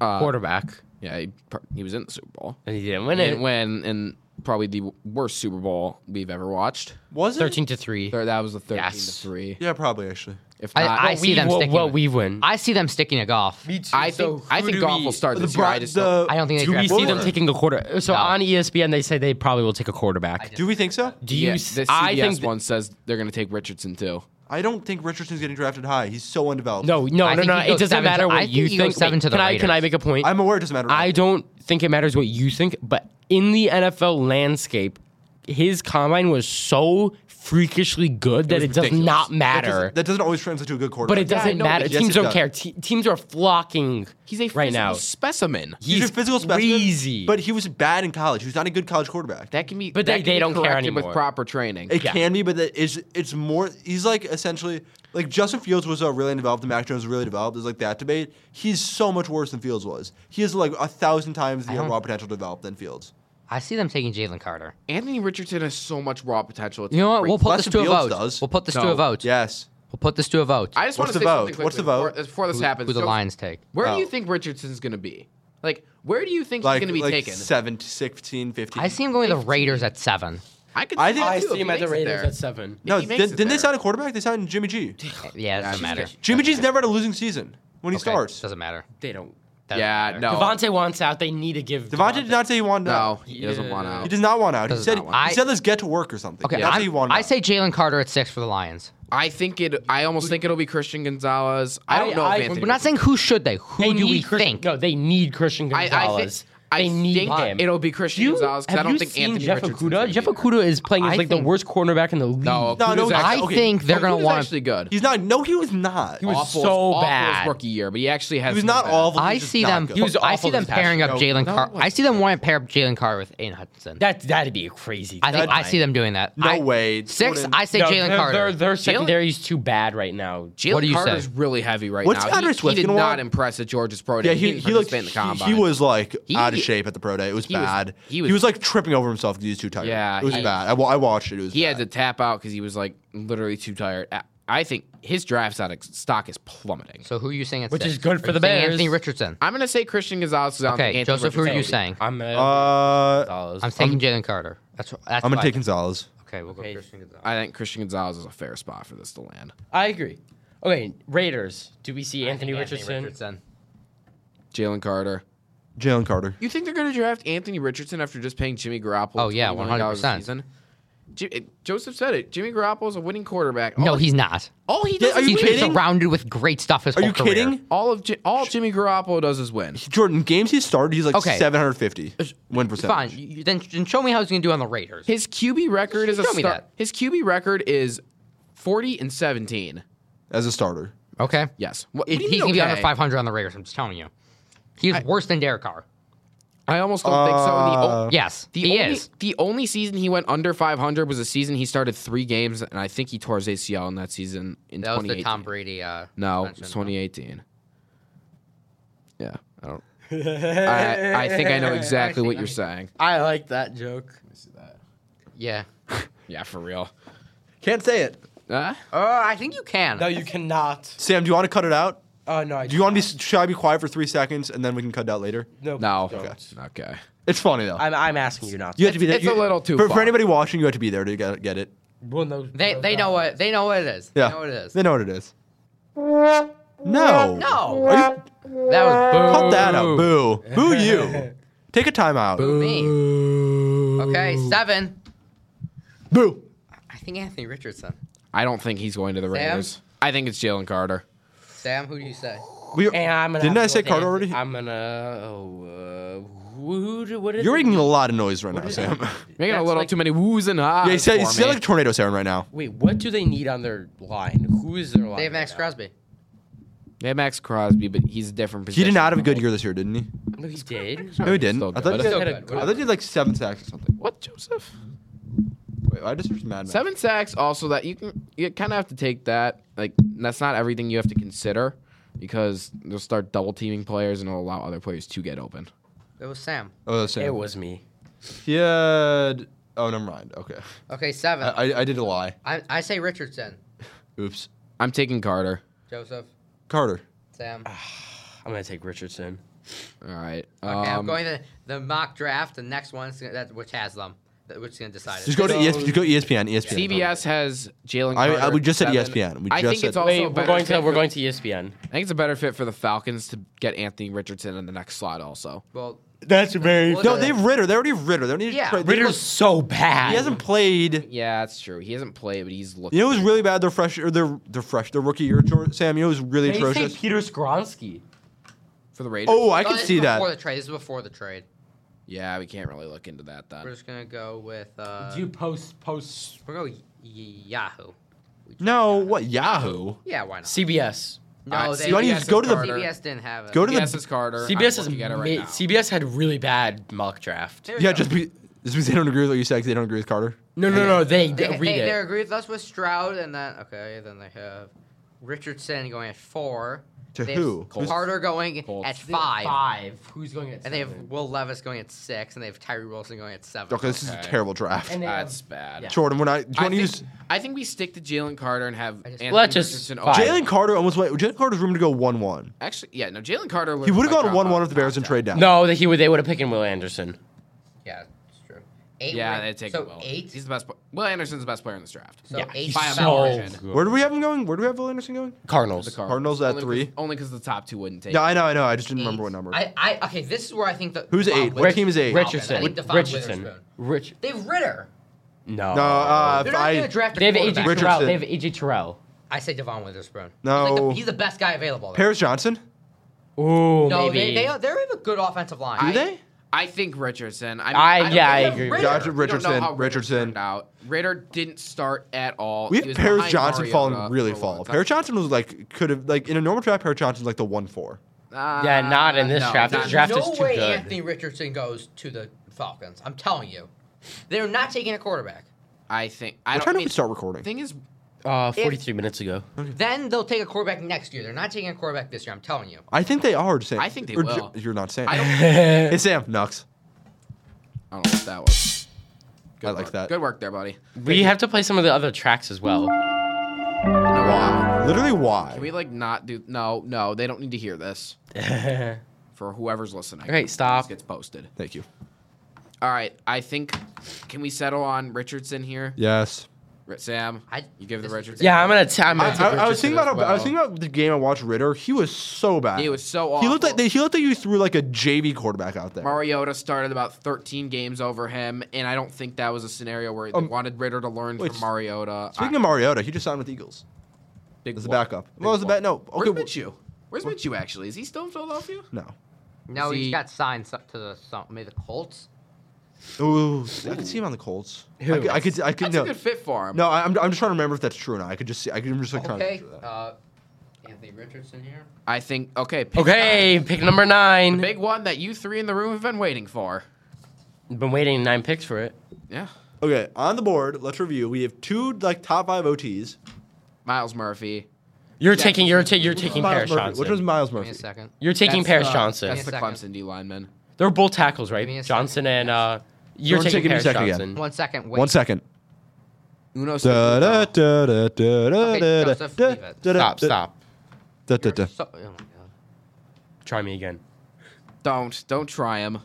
[SPEAKER 2] Uh, quarterback,
[SPEAKER 4] yeah, he, per- he was in the Super Bowl.
[SPEAKER 2] and he didn't win
[SPEAKER 4] And
[SPEAKER 2] it.
[SPEAKER 4] when and probably the worst Super Bowl we've ever watched.
[SPEAKER 3] Was it?
[SPEAKER 2] 13 to three.
[SPEAKER 4] There- That was the thirteen
[SPEAKER 2] Yes.
[SPEAKER 4] to three.
[SPEAKER 3] Yeah, probably actually.
[SPEAKER 4] If
[SPEAKER 1] I-
[SPEAKER 4] not,
[SPEAKER 1] I
[SPEAKER 4] I,
[SPEAKER 1] see
[SPEAKER 2] we,
[SPEAKER 1] them
[SPEAKER 2] what,
[SPEAKER 1] sticking
[SPEAKER 2] what
[SPEAKER 1] with-
[SPEAKER 2] we win.
[SPEAKER 1] I see them sticking a golf.
[SPEAKER 4] think I think golf will start
[SPEAKER 3] The,
[SPEAKER 4] this year. I
[SPEAKER 3] Bri-
[SPEAKER 4] just don't-
[SPEAKER 3] the,
[SPEAKER 1] I don't think they
[SPEAKER 2] Do we
[SPEAKER 1] draft
[SPEAKER 2] see
[SPEAKER 1] a
[SPEAKER 2] them
[SPEAKER 1] quarterback.
[SPEAKER 2] taking a quarter? So on E ESPN, they say they probably will take a quarterback.
[SPEAKER 3] do we think so?
[SPEAKER 2] Do you?
[SPEAKER 4] Yeah,
[SPEAKER 2] s-
[SPEAKER 4] the CBS
[SPEAKER 2] I think th-
[SPEAKER 4] one says they're going to take Richardson too.
[SPEAKER 3] I don't think Richardson's getting drafted high. He's so undeveloped.
[SPEAKER 2] no, no,
[SPEAKER 1] I
[SPEAKER 2] no,
[SPEAKER 1] think
[SPEAKER 2] no.
[SPEAKER 1] he goes
[SPEAKER 2] It doesn't
[SPEAKER 1] seven to-
[SPEAKER 2] matter what
[SPEAKER 1] I think
[SPEAKER 2] you
[SPEAKER 1] he
[SPEAKER 2] think.
[SPEAKER 1] goes seven to the
[SPEAKER 2] Can I? Can I
[SPEAKER 1] Raiders.
[SPEAKER 2] make a point?
[SPEAKER 3] I'm aware it doesn't matter.
[SPEAKER 2] I don't think it matters what you think, but in the NFL landscape, his combine was so freakishly good that
[SPEAKER 4] was
[SPEAKER 2] it, does
[SPEAKER 4] ridiculous.
[SPEAKER 2] not
[SPEAKER 3] That
[SPEAKER 2] matter.
[SPEAKER 3] doesn't, that doesn't always translate to a good quarterback.
[SPEAKER 2] but it doesn't
[SPEAKER 4] know,
[SPEAKER 2] matter.
[SPEAKER 3] but yes,
[SPEAKER 2] teams
[SPEAKER 3] it
[SPEAKER 2] don't
[SPEAKER 3] does.
[SPEAKER 2] care. Te- teams are flocking.
[SPEAKER 4] He's a
[SPEAKER 2] right now.
[SPEAKER 4] specimen.
[SPEAKER 3] He's, a physical specimen.
[SPEAKER 2] crazy.
[SPEAKER 3] But he was bad in college. He was not a good college quarterback.
[SPEAKER 4] That can be,
[SPEAKER 2] But
[SPEAKER 4] that
[SPEAKER 2] they-
[SPEAKER 4] can
[SPEAKER 2] they
[SPEAKER 4] be
[SPEAKER 2] don't care
[SPEAKER 4] corrected
[SPEAKER 2] anymore.
[SPEAKER 4] with proper training.
[SPEAKER 3] it
[SPEAKER 2] yeah.
[SPEAKER 3] can be, but that is it's more. He's like essentially like Justin Fields was uh, really undeveloped. and Mac Jones was really developed. There's like that debate. He's so much worse than Fields was. He is like a thousand times the raw potential developed than Fields.
[SPEAKER 1] I see them taking Jalen Carter.
[SPEAKER 4] Anthony Richardson has so much raw potential. It's
[SPEAKER 1] You know what?
[SPEAKER 4] crazy.
[SPEAKER 1] We'll put this
[SPEAKER 3] Justin
[SPEAKER 1] to a
[SPEAKER 3] Fields
[SPEAKER 1] vote.
[SPEAKER 3] does.
[SPEAKER 1] We'll put this to
[SPEAKER 4] No.
[SPEAKER 1] a vote.
[SPEAKER 3] Yes.
[SPEAKER 1] We'll put this to a vote.
[SPEAKER 4] I just want
[SPEAKER 3] What's
[SPEAKER 4] to
[SPEAKER 3] the
[SPEAKER 4] say something
[SPEAKER 3] vote? What's
[SPEAKER 4] quickly
[SPEAKER 3] the
[SPEAKER 4] before-
[SPEAKER 3] vote?
[SPEAKER 4] Before, this
[SPEAKER 1] Who-
[SPEAKER 4] happens,
[SPEAKER 1] who the
[SPEAKER 4] So,
[SPEAKER 1] Lions take.
[SPEAKER 4] Where do you
[SPEAKER 3] Oh.
[SPEAKER 4] think Richardson's going to be? Like, where do you think
[SPEAKER 3] Like
[SPEAKER 4] he's going to be
[SPEAKER 3] like
[SPEAKER 4] taken?
[SPEAKER 3] 7, 16, 15.
[SPEAKER 1] I see him going to the Raiders at seven.
[SPEAKER 4] I could.
[SPEAKER 3] I think- I
[SPEAKER 4] too,
[SPEAKER 2] I
[SPEAKER 4] if
[SPEAKER 2] see him
[SPEAKER 4] he
[SPEAKER 2] at the
[SPEAKER 4] makes it
[SPEAKER 2] Raiders
[SPEAKER 4] there.
[SPEAKER 2] at seven.
[SPEAKER 3] No,
[SPEAKER 4] he makes
[SPEAKER 3] didn't
[SPEAKER 4] it
[SPEAKER 3] didn't they
[SPEAKER 4] there.
[SPEAKER 3] sign a quarterback? They signed Jimmy G.
[SPEAKER 1] Yeah, it doesn't matter.
[SPEAKER 3] Jimmy G's never had a losing season when he
[SPEAKER 1] Okay,
[SPEAKER 3] starts.
[SPEAKER 1] Doesn't matter.
[SPEAKER 2] They don't.
[SPEAKER 1] Doesn't matter.
[SPEAKER 4] Yeah, no,
[SPEAKER 2] Devontae wants out. They need to give
[SPEAKER 3] Devontae did not say he wanted
[SPEAKER 4] no,
[SPEAKER 3] out.
[SPEAKER 4] he doesn't want
[SPEAKER 2] Yeah.
[SPEAKER 4] out.
[SPEAKER 3] He does not want out. He
[SPEAKER 1] Does
[SPEAKER 3] said
[SPEAKER 1] not want out.
[SPEAKER 3] he said let's get to work or something.
[SPEAKER 1] Okay,
[SPEAKER 3] That's what he
[SPEAKER 1] I'm,
[SPEAKER 3] wanted
[SPEAKER 1] I
[SPEAKER 3] out.
[SPEAKER 1] say Jalen Carter at six for the Lions.
[SPEAKER 4] I think it. I almost think it'll be Christian Gonzalez. I don't
[SPEAKER 2] I-
[SPEAKER 4] know
[SPEAKER 2] I-
[SPEAKER 4] if Anthony.
[SPEAKER 1] We're not saying who should they. Who
[SPEAKER 2] They
[SPEAKER 1] do
[SPEAKER 2] need
[SPEAKER 1] we
[SPEAKER 2] Christian-
[SPEAKER 1] think?
[SPEAKER 2] No, they need Christian
[SPEAKER 4] I, I think.
[SPEAKER 2] Gonzalez.
[SPEAKER 4] I
[SPEAKER 2] they need
[SPEAKER 4] think
[SPEAKER 2] him.
[SPEAKER 4] it'll be Christian
[SPEAKER 2] You-
[SPEAKER 4] Gonzalez. 'cause I
[SPEAKER 2] have
[SPEAKER 4] don't
[SPEAKER 2] you
[SPEAKER 4] think
[SPEAKER 2] seen
[SPEAKER 4] Anthony
[SPEAKER 2] Jeff
[SPEAKER 4] Richardson's
[SPEAKER 2] Okuda.
[SPEAKER 4] gonna be
[SPEAKER 2] Jeff
[SPEAKER 4] there.
[SPEAKER 2] Okuda is playing as
[SPEAKER 1] I
[SPEAKER 2] like the
[SPEAKER 1] think-
[SPEAKER 2] worst cornerback in the league.
[SPEAKER 4] No,
[SPEAKER 3] No, no,
[SPEAKER 4] Okuda's
[SPEAKER 3] I
[SPEAKER 1] I
[SPEAKER 4] actually-
[SPEAKER 3] okay.
[SPEAKER 1] think they're
[SPEAKER 4] Okuda's
[SPEAKER 1] going to want
[SPEAKER 4] actually good.
[SPEAKER 3] He's not. No, he was not. He
[SPEAKER 2] was
[SPEAKER 3] was,
[SPEAKER 2] so
[SPEAKER 4] his
[SPEAKER 2] bad.
[SPEAKER 4] rookie year, but he actually has.
[SPEAKER 3] not
[SPEAKER 4] bad.
[SPEAKER 3] awful.
[SPEAKER 1] I
[SPEAKER 3] he was just
[SPEAKER 1] see
[SPEAKER 3] not
[SPEAKER 1] them.
[SPEAKER 3] good.
[SPEAKER 2] He was
[SPEAKER 1] I
[SPEAKER 2] awful
[SPEAKER 1] see them
[SPEAKER 2] this past
[SPEAKER 1] pairing
[SPEAKER 2] year.
[SPEAKER 1] up
[SPEAKER 3] No,
[SPEAKER 1] Jalen
[SPEAKER 4] no,
[SPEAKER 1] Carter.
[SPEAKER 4] it
[SPEAKER 1] I see them wanting to pair up Jalen Carter with Aiden Hudson.
[SPEAKER 2] That that'd be a crazy.
[SPEAKER 1] I think I
[SPEAKER 2] deadline.
[SPEAKER 1] see them doing that.
[SPEAKER 3] No
[SPEAKER 1] I-
[SPEAKER 3] way.
[SPEAKER 1] Six.
[SPEAKER 3] Jordan-
[SPEAKER 1] I say
[SPEAKER 2] No,
[SPEAKER 1] Jalen
[SPEAKER 2] their- Their,
[SPEAKER 1] Carter.
[SPEAKER 2] their secondary's too bad right now.
[SPEAKER 4] Jalen
[SPEAKER 1] What do you
[SPEAKER 4] Carter's
[SPEAKER 1] say?
[SPEAKER 4] really heavy right
[SPEAKER 3] What's
[SPEAKER 4] now.
[SPEAKER 3] Andre
[SPEAKER 4] He,
[SPEAKER 3] Swift
[SPEAKER 4] he did
[SPEAKER 3] gonna
[SPEAKER 4] not
[SPEAKER 3] want?
[SPEAKER 4] impress at Georgia's pro day.
[SPEAKER 3] Yeah,
[SPEAKER 4] he,
[SPEAKER 3] he,
[SPEAKER 4] didn't
[SPEAKER 3] he looked.
[SPEAKER 4] participate in the
[SPEAKER 3] He,
[SPEAKER 4] combine.
[SPEAKER 3] he was like
[SPEAKER 4] He-
[SPEAKER 3] out of shape at the pro day. It was
[SPEAKER 4] was-
[SPEAKER 3] bad.
[SPEAKER 4] he
[SPEAKER 3] He
[SPEAKER 4] was-
[SPEAKER 3] was, like tripping over himself because he was too tired.
[SPEAKER 4] Yeah,
[SPEAKER 3] it was
[SPEAKER 4] he-
[SPEAKER 3] bad. I, wa- I watched it. It was.
[SPEAKER 4] He had
[SPEAKER 3] bad.
[SPEAKER 4] to tap out because he was like literally too tired. I- I think his draft stock stock is plummeting.
[SPEAKER 1] So who are you saying? At
[SPEAKER 2] Which
[SPEAKER 1] six?
[SPEAKER 2] is good for
[SPEAKER 1] Are you
[SPEAKER 2] the
[SPEAKER 1] saying
[SPEAKER 2] Bears.
[SPEAKER 1] Anthony Richardson.
[SPEAKER 4] I'm gonna say Christian Gonzalez. 'cause I don't think
[SPEAKER 1] Okay,
[SPEAKER 4] Anthony
[SPEAKER 1] Joseph. Who are you
[SPEAKER 4] Richardson will
[SPEAKER 1] saying?
[SPEAKER 2] I'm gonna.
[SPEAKER 3] Uh,
[SPEAKER 2] Gonzalez.
[SPEAKER 1] I'm taking Jalen Carter. That's wh- that's.
[SPEAKER 3] I'm
[SPEAKER 1] who
[SPEAKER 3] gonna
[SPEAKER 1] I
[SPEAKER 3] take
[SPEAKER 1] think.
[SPEAKER 3] Gonzalez.
[SPEAKER 1] Okay, we'll go.
[SPEAKER 2] Okay.
[SPEAKER 1] Christian Gonzalez.
[SPEAKER 4] be. I think Christian Gonzalez is a fair spot for this to land.
[SPEAKER 2] I agree. Okay, Raiders. Do we see Anthony, Richardson?
[SPEAKER 4] Jalen Carter.
[SPEAKER 3] Jalen Carter.
[SPEAKER 4] You think they're going to draft Anthony Richardson after just paying Jimmy Garoppolo?
[SPEAKER 1] Oh, yeah,
[SPEAKER 4] $21 a
[SPEAKER 1] 100%.
[SPEAKER 4] season? Ji- it- Joseph said it. Jimmy Garoppolo is a winning quarterback. All
[SPEAKER 1] No,
[SPEAKER 4] he,
[SPEAKER 1] he's not.
[SPEAKER 4] all he
[SPEAKER 3] Yeah,
[SPEAKER 4] does.
[SPEAKER 3] are
[SPEAKER 4] is
[SPEAKER 1] He's
[SPEAKER 3] you
[SPEAKER 4] win.
[SPEAKER 1] been
[SPEAKER 3] kidding?
[SPEAKER 1] surrounded with great stuff his
[SPEAKER 3] Are
[SPEAKER 1] whole
[SPEAKER 3] you
[SPEAKER 1] career.
[SPEAKER 3] kidding?
[SPEAKER 4] All of Ji- all Jimmy Garoppolo does is win.
[SPEAKER 3] Jordan, games he started, he's like
[SPEAKER 1] Okay.
[SPEAKER 3] 750 win
[SPEAKER 1] Fine.
[SPEAKER 3] percentage.
[SPEAKER 1] You, you- then, then show me how he's going to do on the Raiders.
[SPEAKER 4] His QB record is a
[SPEAKER 1] Show me
[SPEAKER 4] star-
[SPEAKER 1] that.
[SPEAKER 4] his QB record is forty and seventeen.
[SPEAKER 3] as a starter.
[SPEAKER 1] Okay.
[SPEAKER 4] Yes, what,
[SPEAKER 1] If
[SPEAKER 4] what do
[SPEAKER 1] he's
[SPEAKER 4] you mean,
[SPEAKER 1] going to be
[SPEAKER 4] okay?
[SPEAKER 1] under 500 on the Raiders. I'm just telling you. He's worse than Derek Carr.
[SPEAKER 4] I almost don't think so. The,
[SPEAKER 3] Uh,
[SPEAKER 4] o-
[SPEAKER 1] Yes,
[SPEAKER 4] the
[SPEAKER 1] he
[SPEAKER 4] only,
[SPEAKER 1] is.
[SPEAKER 4] The only season he went under five hundred was a season he started three games, and I think he tore his ACL in that season in
[SPEAKER 1] That was
[SPEAKER 4] twenty
[SPEAKER 1] the
[SPEAKER 4] eighteen.
[SPEAKER 1] Tom Brady. Uh,
[SPEAKER 4] No,
[SPEAKER 1] suspension.
[SPEAKER 4] it's 2018. Yeah, I don't. I, I think I know exactly what you're saying.
[SPEAKER 2] I like that joke.
[SPEAKER 1] Yeah.
[SPEAKER 4] Yeah, for real.
[SPEAKER 3] Can't say it.
[SPEAKER 4] Uh,
[SPEAKER 1] Oh, I think you can.
[SPEAKER 2] No, you cannot.
[SPEAKER 3] Sam, do you want to cut it out?
[SPEAKER 2] Oh no, I
[SPEAKER 3] Do you want to be? Should I be quiet for three seconds and then we can cut it out later?
[SPEAKER 2] no,
[SPEAKER 4] No.
[SPEAKER 2] don't.
[SPEAKER 4] Okay.
[SPEAKER 3] It's funny though.
[SPEAKER 2] I'm, I'm asking you not.
[SPEAKER 3] you have to be there.
[SPEAKER 4] It's
[SPEAKER 3] You-
[SPEAKER 4] a little too
[SPEAKER 3] For, for
[SPEAKER 4] far.
[SPEAKER 3] anybody watching, you have to be there to get, get it.
[SPEAKER 2] Well, no,
[SPEAKER 1] They
[SPEAKER 2] no,
[SPEAKER 1] they know
[SPEAKER 2] no.
[SPEAKER 1] what they know what it is.
[SPEAKER 3] Yeah,
[SPEAKER 1] They know what it is.
[SPEAKER 3] They know what it is. No.
[SPEAKER 1] No.
[SPEAKER 3] Are you,
[SPEAKER 1] That was
[SPEAKER 3] cut that out. Boo. Boo you. Take a timeout.
[SPEAKER 1] boo me. Okay, seven.
[SPEAKER 3] Boo.
[SPEAKER 1] I think Anthony Richardson.
[SPEAKER 4] I don't think he's going to the Raiders. I think it's Jalen Carter.
[SPEAKER 1] Sam, who do you say?
[SPEAKER 3] We,
[SPEAKER 2] And I'm gonna
[SPEAKER 3] Didn't
[SPEAKER 2] have
[SPEAKER 3] I
[SPEAKER 2] to
[SPEAKER 3] say
[SPEAKER 2] go with
[SPEAKER 3] Carter
[SPEAKER 2] Anthony.
[SPEAKER 3] already?
[SPEAKER 2] I'm gonna. Oh, uh, who, who? What is?
[SPEAKER 3] You're
[SPEAKER 2] it?
[SPEAKER 3] making a lot of noise right now, Sam. yeah,
[SPEAKER 4] Making a
[SPEAKER 2] That's
[SPEAKER 4] little
[SPEAKER 2] like-
[SPEAKER 4] too many woos and ahs.
[SPEAKER 3] you sound,
[SPEAKER 4] for
[SPEAKER 3] you sound
[SPEAKER 4] me.
[SPEAKER 3] like a tornado Sam right now.
[SPEAKER 2] Wait, what do they need on their line? Who is their line?
[SPEAKER 1] They have Max
[SPEAKER 2] right
[SPEAKER 1] Crosby.
[SPEAKER 4] They have Max Crosby, but he's a
[SPEAKER 3] He
[SPEAKER 4] different position.
[SPEAKER 3] did not have a good year this year, didn't he?
[SPEAKER 2] now? No, he did.
[SPEAKER 3] No, he didn't.
[SPEAKER 4] Still
[SPEAKER 3] I
[SPEAKER 4] good.
[SPEAKER 3] thought he,
[SPEAKER 4] Still
[SPEAKER 3] had,
[SPEAKER 2] good.
[SPEAKER 3] I thought he had like seven sacks or something.
[SPEAKER 4] What, Joseph?
[SPEAKER 3] Wait, I just heard Mad Men.
[SPEAKER 4] Seven sacks. Also, that you can you kind of have to take that. Like that's not everything you have to consider because they'll start double teaming players and it'll allow other players to get open.
[SPEAKER 1] That was Sam.
[SPEAKER 3] Oh, that's Sam.
[SPEAKER 2] It was me.
[SPEAKER 3] He had. Oh, never mind. Okay.
[SPEAKER 1] Okay, seven.
[SPEAKER 3] I, I, I did a lie.
[SPEAKER 1] I, I say Richardson.
[SPEAKER 3] Oops.
[SPEAKER 4] I'm taking Carter.
[SPEAKER 1] Joseph.
[SPEAKER 3] Carter.
[SPEAKER 1] Sam.
[SPEAKER 2] I'm gonna take Richardson.
[SPEAKER 4] All right.
[SPEAKER 1] Okay, I'm
[SPEAKER 4] um,
[SPEAKER 1] going to the mock draft. The next one's gonna, that which has them, that, which is gonna decide it.
[SPEAKER 3] Just go to E ESPN. Just go ESPN. ESPN.
[SPEAKER 4] CBS has Jalen.
[SPEAKER 3] I- I-
[SPEAKER 4] Carter.
[SPEAKER 3] we just said E
[SPEAKER 4] seven.
[SPEAKER 3] ESPN. We
[SPEAKER 4] I
[SPEAKER 3] just
[SPEAKER 4] think
[SPEAKER 3] said-
[SPEAKER 4] it's also
[SPEAKER 2] Wait,
[SPEAKER 4] a
[SPEAKER 2] we're
[SPEAKER 4] better
[SPEAKER 2] going to
[SPEAKER 4] fit
[SPEAKER 2] we're
[SPEAKER 4] for-
[SPEAKER 2] going to E ESPN.
[SPEAKER 4] I think it's a better fit for the Falcons to get Anthony Richardson in the next slot. Also,
[SPEAKER 1] Well,
[SPEAKER 2] That's very.
[SPEAKER 1] Well,
[SPEAKER 3] No, they have Ritter. They already have Ritter. They already
[SPEAKER 1] Yeah.
[SPEAKER 3] Trey- they
[SPEAKER 2] Ritter's so bad.
[SPEAKER 3] look- He hasn't played.
[SPEAKER 4] yeah, that's true. He hasn't played, but he's looking.
[SPEAKER 3] You know who's really bad? They're fresh. Or they're they're fresh. They're rookie year. Jor- Sam, you know who's really
[SPEAKER 2] They say
[SPEAKER 3] atrocious?
[SPEAKER 2] Peter Skronsky.
[SPEAKER 4] for the Raiders.
[SPEAKER 3] Oh, I
[SPEAKER 1] oh,
[SPEAKER 3] can
[SPEAKER 1] this is
[SPEAKER 3] see
[SPEAKER 1] Before the
[SPEAKER 3] that.
[SPEAKER 1] trade. This is before the trade.
[SPEAKER 4] yeah, we can't really look into that
[SPEAKER 1] We're
[SPEAKER 4] then.
[SPEAKER 1] just gonna go with. Uh,
[SPEAKER 2] Do you post post
[SPEAKER 1] we're going y- Yahoo.
[SPEAKER 3] No, what Yahoo?
[SPEAKER 1] Yeah, why not?
[SPEAKER 2] CBS?
[SPEAKER 1] No, they.
[SPEAKER 4] Alright, so
[SPEAKER 3] you wanna
[SPEAKER 1] CBS,
[SPEAKER 3] just go to the-
[SPEAKER 1] didn't have it.
[SPEAKER 3] Go to the.
[SPEAKER 4] CBS is Carter.
[SPEAKER 2] CBS is
[SPEAKER 4] I'm looking at it right
[SPEAKER 2] ma-
[SPEAKER 4] now.
[SPEAKER 2] CBS had really bad mock draft.
[SPEAKER 1] There we
[SPEAKER 3] Yeah,
[SPEAKER 1] go.
[SPEAKER 3] just be. Just because they don't agree with what you said, 'cause they don't agree with Carter.
[SPEAKER 2] No, no, no. They,
[SPEAKER 1] They,
[SPEAKER 2] they
[SPEAKER 1] they,
[SPEAKER 2] read it.
[SPEAKER 1] they agree with us with Stroud, and then okay, then they have Richardson going at four.
[SPEAKER 3] To
[SPEAKER 1] they
[SPEAKER 3] who?
[SPEAKER 1] Have
[SPEAKER 3] Colts.
[SPEAKER 1] Carter going
[SPEAKER 4] Colts.
[SPEAKER 1] at
[SPEAKER 2] They have
[SPEAKER 1] five,
[SPEAKER 2] Five. Who's going at?
[SPEAKER 1] and they have
[SPEAKER 2] seven?
[SPEAKER 1] Will Levis going at six, and they have Tyree Wilson going at seven.
[SPEAKER 3] Okay, this is a
[SPEAKER 4] Okay.
[SPEAKER 3] terrible draft.
[SPEAKER 2] And they have-
[SPEAKER 4] That's bad.
[SPEAKER 2] Yeah.
[SPEAKER 3] Jordan, we're not. Do you
[SPEAKER 4] I
[SPEAKER 3] want to
[SPEAKER 4] think,
[SPEAKER 3] use?
[SPEAKER 4] I think we stick to Jalen Carter and have
[SPEAKER 1] just-
[SPEAKER 4] Anthony
[SPEAKER 2] Let's just
[SPEAKER 4] Richardson.
[SPEAKER 2] five.
[SPEAKER 4] over-
[SPEAKER 3] Jalen Carter almost went. Jalen Carter's rumored to go one-one.
[SPEAKER 4] Actually, yeah, no, Jalen Carter.
[SPEAKER 3] He would have gone one-one if
[SPEAKER 4] of
[SPEAKER 3] the Bears didn't trade down.
[SPEAKER 2] No, that he would. They would have picked in Will Anderson.
[SPEAKER 1] Yeah, it's true. Eight.
[SPEAKER 4] Yeah,
[SPEAKER 1] win-
[SPEAKER 4] they take
[SPEAKER 1] so
[SPEAKER 4] Will.
[SPEAKER 1] eight.
[SPEAKER 4] He's the best. pl- Will Anderson's the best player in this draft.
[SPEAKER 1] So
[SPEAKER 2] yeah,
[SPEAKER 1] eight.
[SPEAKER 2] he's
[SPEAKER 4] by a
[SPEAKER 2] so
[SPEAKER 4] margin.
[SPEAKER 2] good.
[SPEAKER 3] Where do we have him going? Where do we have Will Anderson going?
[SPEAKER 2] Cardinals.
[SPEAKER 4] The Cardinals,
[SPEAKER 3] Cardinals at
[SPEAKER 4] Only
[SPEAKER 3] three?
[SPEAKER 4] 'cause- only because the top two wouldn't take.
[SPEAKER 3] Yeah,
[SPEAKER 4] him.
[SPEAKER 3] I know, I know. I just didn't
[SPEAKER 1] Eight.
[SPEAKER 3] remember what number.
[SPEAKER 1] I, I okay. This is where I think the
[SPEAKER 3] Who's
[SPEAKER 1] Wow,
[SPEAKER 3] eight? What
[SPEAKER 1] Rich-
[SPEAKER 3] team is eight?
[SPEAKER 1] I
[SPEAKER 2] Richardson.
[SPEAKER 1] think Devon
[SPEAKER 2] Richardson. Rich.
[SPEAKER 1] They have Ritter.
[SPEAKER 2] No.
[SPEAKER 3] no, uh,
[SPEAKER 1] They're
[SPEAKER 3] if
[SPEAKER 1] not
[SPEAKER 3] I,
[SPEAKER 1] going to draft a
[SPEAKER 2] they have AJ
[SPEAKER 1] quarterback.
[SPEAKER 3] Richardson.
[SPEAKER 2] E Terrell. They have AJ Terrell.
[SPEAKER 1] I say Devon Witherspoon. he's, like
[SPEAKER 3] No.
[SPEAKER 1] the, he's the best guy available. There.
[SPEAKER 3] Paris Johnson.
[SPEAKER 2] Ooh,
[SPEAKER 1] No,
[SPEAKER 2] maybe.
[SPEAKER 1] they they they have a good offensive line.
[SPEAKER 4] I-
[SPEAKER 3] Do they?
[SPEAKER 4] I think Richardson. I, mean,
[SPEAKER 2] I-
[SPEAKER 4] don't
[SPEAKER 2] yeah,
[SPEAKER 4] think
[SPEAKER 2] I
[SPEAKER 4] we
[SPEAKER 2] agree
[SPEAKER 4] have
[SPEAKER 1] with that.
[SPEAKER 4] Ritter.
[SPEAKER 3] Josh-
[SPEAKER 4] We don't know
[SPEAKER 3] Richardson,
[SPEAKER 4] how Ritter
[SPEAKER 3] Richardson.
[SPEAKER 4] turned out. Ritter didn't start at all.
[SPEAKER 3] We
[SPEAKER 4] He
[SPEAKER 3] have
[SPEAKER 4] was
[SPEAKER 3] Paris
[SPEAKER 4] behind
[SPEAKER 3] Johnson
[SPEAKER 4] Mariota
[SPEAKER 3] falling really
[SPEAKER 4] for a long
[SPEAKER 3] fall.
[SPEAKER 4] time.
[SPEAKER 3] Paris Johnson was like could have like in a normal draft. Paris Johnson's like the one four.
[SPEAKER 4] Uh,
[SPEAKER 2] Yeah, not in this
[SPEAKER 4] no,
[SPEAKER 2] draft.
[SPEAKER 4] not-
[SPEAKER 2] This draft
[SPEAKER 1] no
[SPEAKER 2] is too
[SPEAKER 1] way
[SPEAKER 2] good.
[SPEAKER 1] Anthony Richardson goes to the Falcons. I'm telling you, they're not taking a quarterback.
[SPEAKER 4] I think. I
[SPEAKER 3] We're
[SPEAKER 4] don't
[SPEAKER 3] trying
[SPEAKER 4] mean,
[SPEAKER 3] to start recording.
[SPEAKER 4] Thing is,
[SPEAKER 2] Uh, 43 minutes ago.
[SPEAKER 1] Then they'll take a quarterback next year. They're not taking a quarterback this year. I'm telling you.
[SPEAKER 3] I think they are Sam.
[SPEAKER 4] I think they
[SPEAKER 3] Or
[SPEAKER 4] will.
[SPEAKER 3] J- You're not Sam.
[SPEAKER 4] I don't.
[SPEAKER 3] Hey Sam, Nux.
[SPEAKER 4] I don't know what that was. Good
[SPEAKER 3] I like
[SPEAKER 4] work.
[SPEAKER 3] that.
[SPEAKER 4] Good work there, buddy.
[SPEAKER 2] We have to play some of the other tracks as well.
[SPEAKER 4] No, wow.
[SPEAKER 3] Literally, why?
[SPEAKER 4] Can we like not do? No, no, they don't need to hear this. For whoever's listening.
[SPEAKER 2] Okay, stop.
[SPEAKER 4] This gets posted.
[SPEAKER 3] Thank you.
[SPEAKER 4] All right, I think. Can we settle on Richardson here?
[SPEAKER 3] Yes.
[SPEAKER 4] Ri- Sam,
[SPEAKER 1] I-
[SPEAKER 4] you give the
[SPEAKER 1] this is
[SPEAKER 4] Richardson.
[SPEAKER 2] Yeah, I'm gonna. T- I'm
[SPEAKER 3] I,
[SPEAKER 2] gonna
[SPEAKER 3] I,
[SPEAKER 2] take
[SPEAKER 3] I was thinking
[SPEAKER 4] Richardson
[SPEAKER 3] about
[SPEAKER 4] as
[SPEAKER 3] I was
[SPEAKER 4] well.
[SPEAKER 3] thinking about the game I watched Ritter. He was so bad.
[SPEAKER 4] He was so
[SPEAKER 3] He looked like
[SPEAKER 4] awful.
[SPEAKER 3] they, he looked like he threw like a JV quarterback out there.
[SPEAKER 4] Mariota started about 13 games over him, and I don't think that was a scenario where they
[SPEAKER 3] Um,
[SPEAKER 4] wanted Ritter to learn
[SPEAKER 3] wait,
[SPEAKER 4] from Mariota.
[SPEAKER 3] Speaking
[SPEAKER 4] I-
[SPEAKER 3] of Mariota, he just signed with the Eagles
[SPEAKER 4] big
[SPEAKER 3] as a
[SPEAKER 4] whoop.
[SPEAKER 3] backup.
[SPEAKER 4] Big
[SPEAKER 3] Well, as a
[SPEAKER 4] whoop.
[SPEAKER 3] back, no. Okay.
[SPEAKER 4] Where's
[SPEAKER 3] well-
[SPEAKER 4] Minshew? Where's Minshew actually? Is he still in Philadelphia?
[SPEAKER 3] No.
[SPEAKER 1] No,
[SPEAKER 4] Is
[SPEAKER 1] he's
[SPEAKER 4] he-
[SPEAKER 1] got signed so- to the some- maybe the Colts.
[SPEAKER 3] Ooh, I could see him on the Colts. I could, I could, I could
[SPEAKER 4] That's
[SPEAKER 3] no,
[SPEAKER 4] a good fit for him.
[SPEAKER 3] no. I- I'm, I'm just trying to remember if that's true or not. I could just see. I could, I'm just like trying
[SPEAKER 1] Okay,
[SPEAKER 3] to picture that.
[SPEAKER 1] uh, Anthony Richardson here.
[SPEAKER 4] I think. Okay. Pick
[SPEAKER 2] Okay, pick number nine.
[SPEAKER 4] Big one that you three in the room have been waiting for.
[SPEAKER 2] Been waiting nine picks for it.
[SPEAKER 4] Yeah.
[SPEAKER 3] okay, on the board, let's review. We have two like top five OTs.
[SPEAKER 4] Miles Murphy.
[SPEAKER 2] You're taking. You're, ta- you're taking
[SPEAKER 3] Miles
[SPEAKER 2] Paris
[SPEAKER 3] Murphy,
[SPEAKER 2] Johnson.
[SPEAKER 3] Which was Miles
[SPEAKER 1] Give me
[SPEAKER 3] Murphy.
[SPEAKER 1] a second.
[SPEAKER 2] you're taking
[SPEAKER 4] That's,
[SPEAKER 2] Paris
[SPEAKER 4] uh,
[SPEAKER 2] Johnson.
[SPEAKER 4] That's the
[SPEAKER 1] Give me a second.
[SPEAKER 4] Clemson D lineman.
[SPEAKER 2] They're both tackles,
[SPEAKER 1] Give me a
[SPEAKER 2] right? Johnson and uh, you're
[SPEAKER 3] Don't
[SPEAKER 2] taking
[SPEAKER 3] take it a
[SPEAKER 2] Paris
[SPEAKER 3] second again.
[SPEAKER 2] Johnson.
[SPEAKER 1] One second. Wait.
[SPEAKER 3] One second.
[SPEAKER 4] Uno.
[SPEAKER 3] Da, da,
[SPEAKER 4] Sukuta.
[SPEAKER 3] da, da, da, da,
[SPEAKER 1] Okay,
[SPEAKER 3] da,
[SPEAKER 1] Joseph,
[SPEAKER 3] da,
[SPEAKER 1] leave it.
[SPEAKER 3] da, da,
[SPEAKER 2] Stop.
[SPEAKER 3] da.
[SPEAKER 2] Stop.
[SPEAKER 3] Da, da, da.
[SPEAKER 1] So, oh my god.
[SPEAKER 2] Try me again.
[SPEAKER 4] Don't don't try him.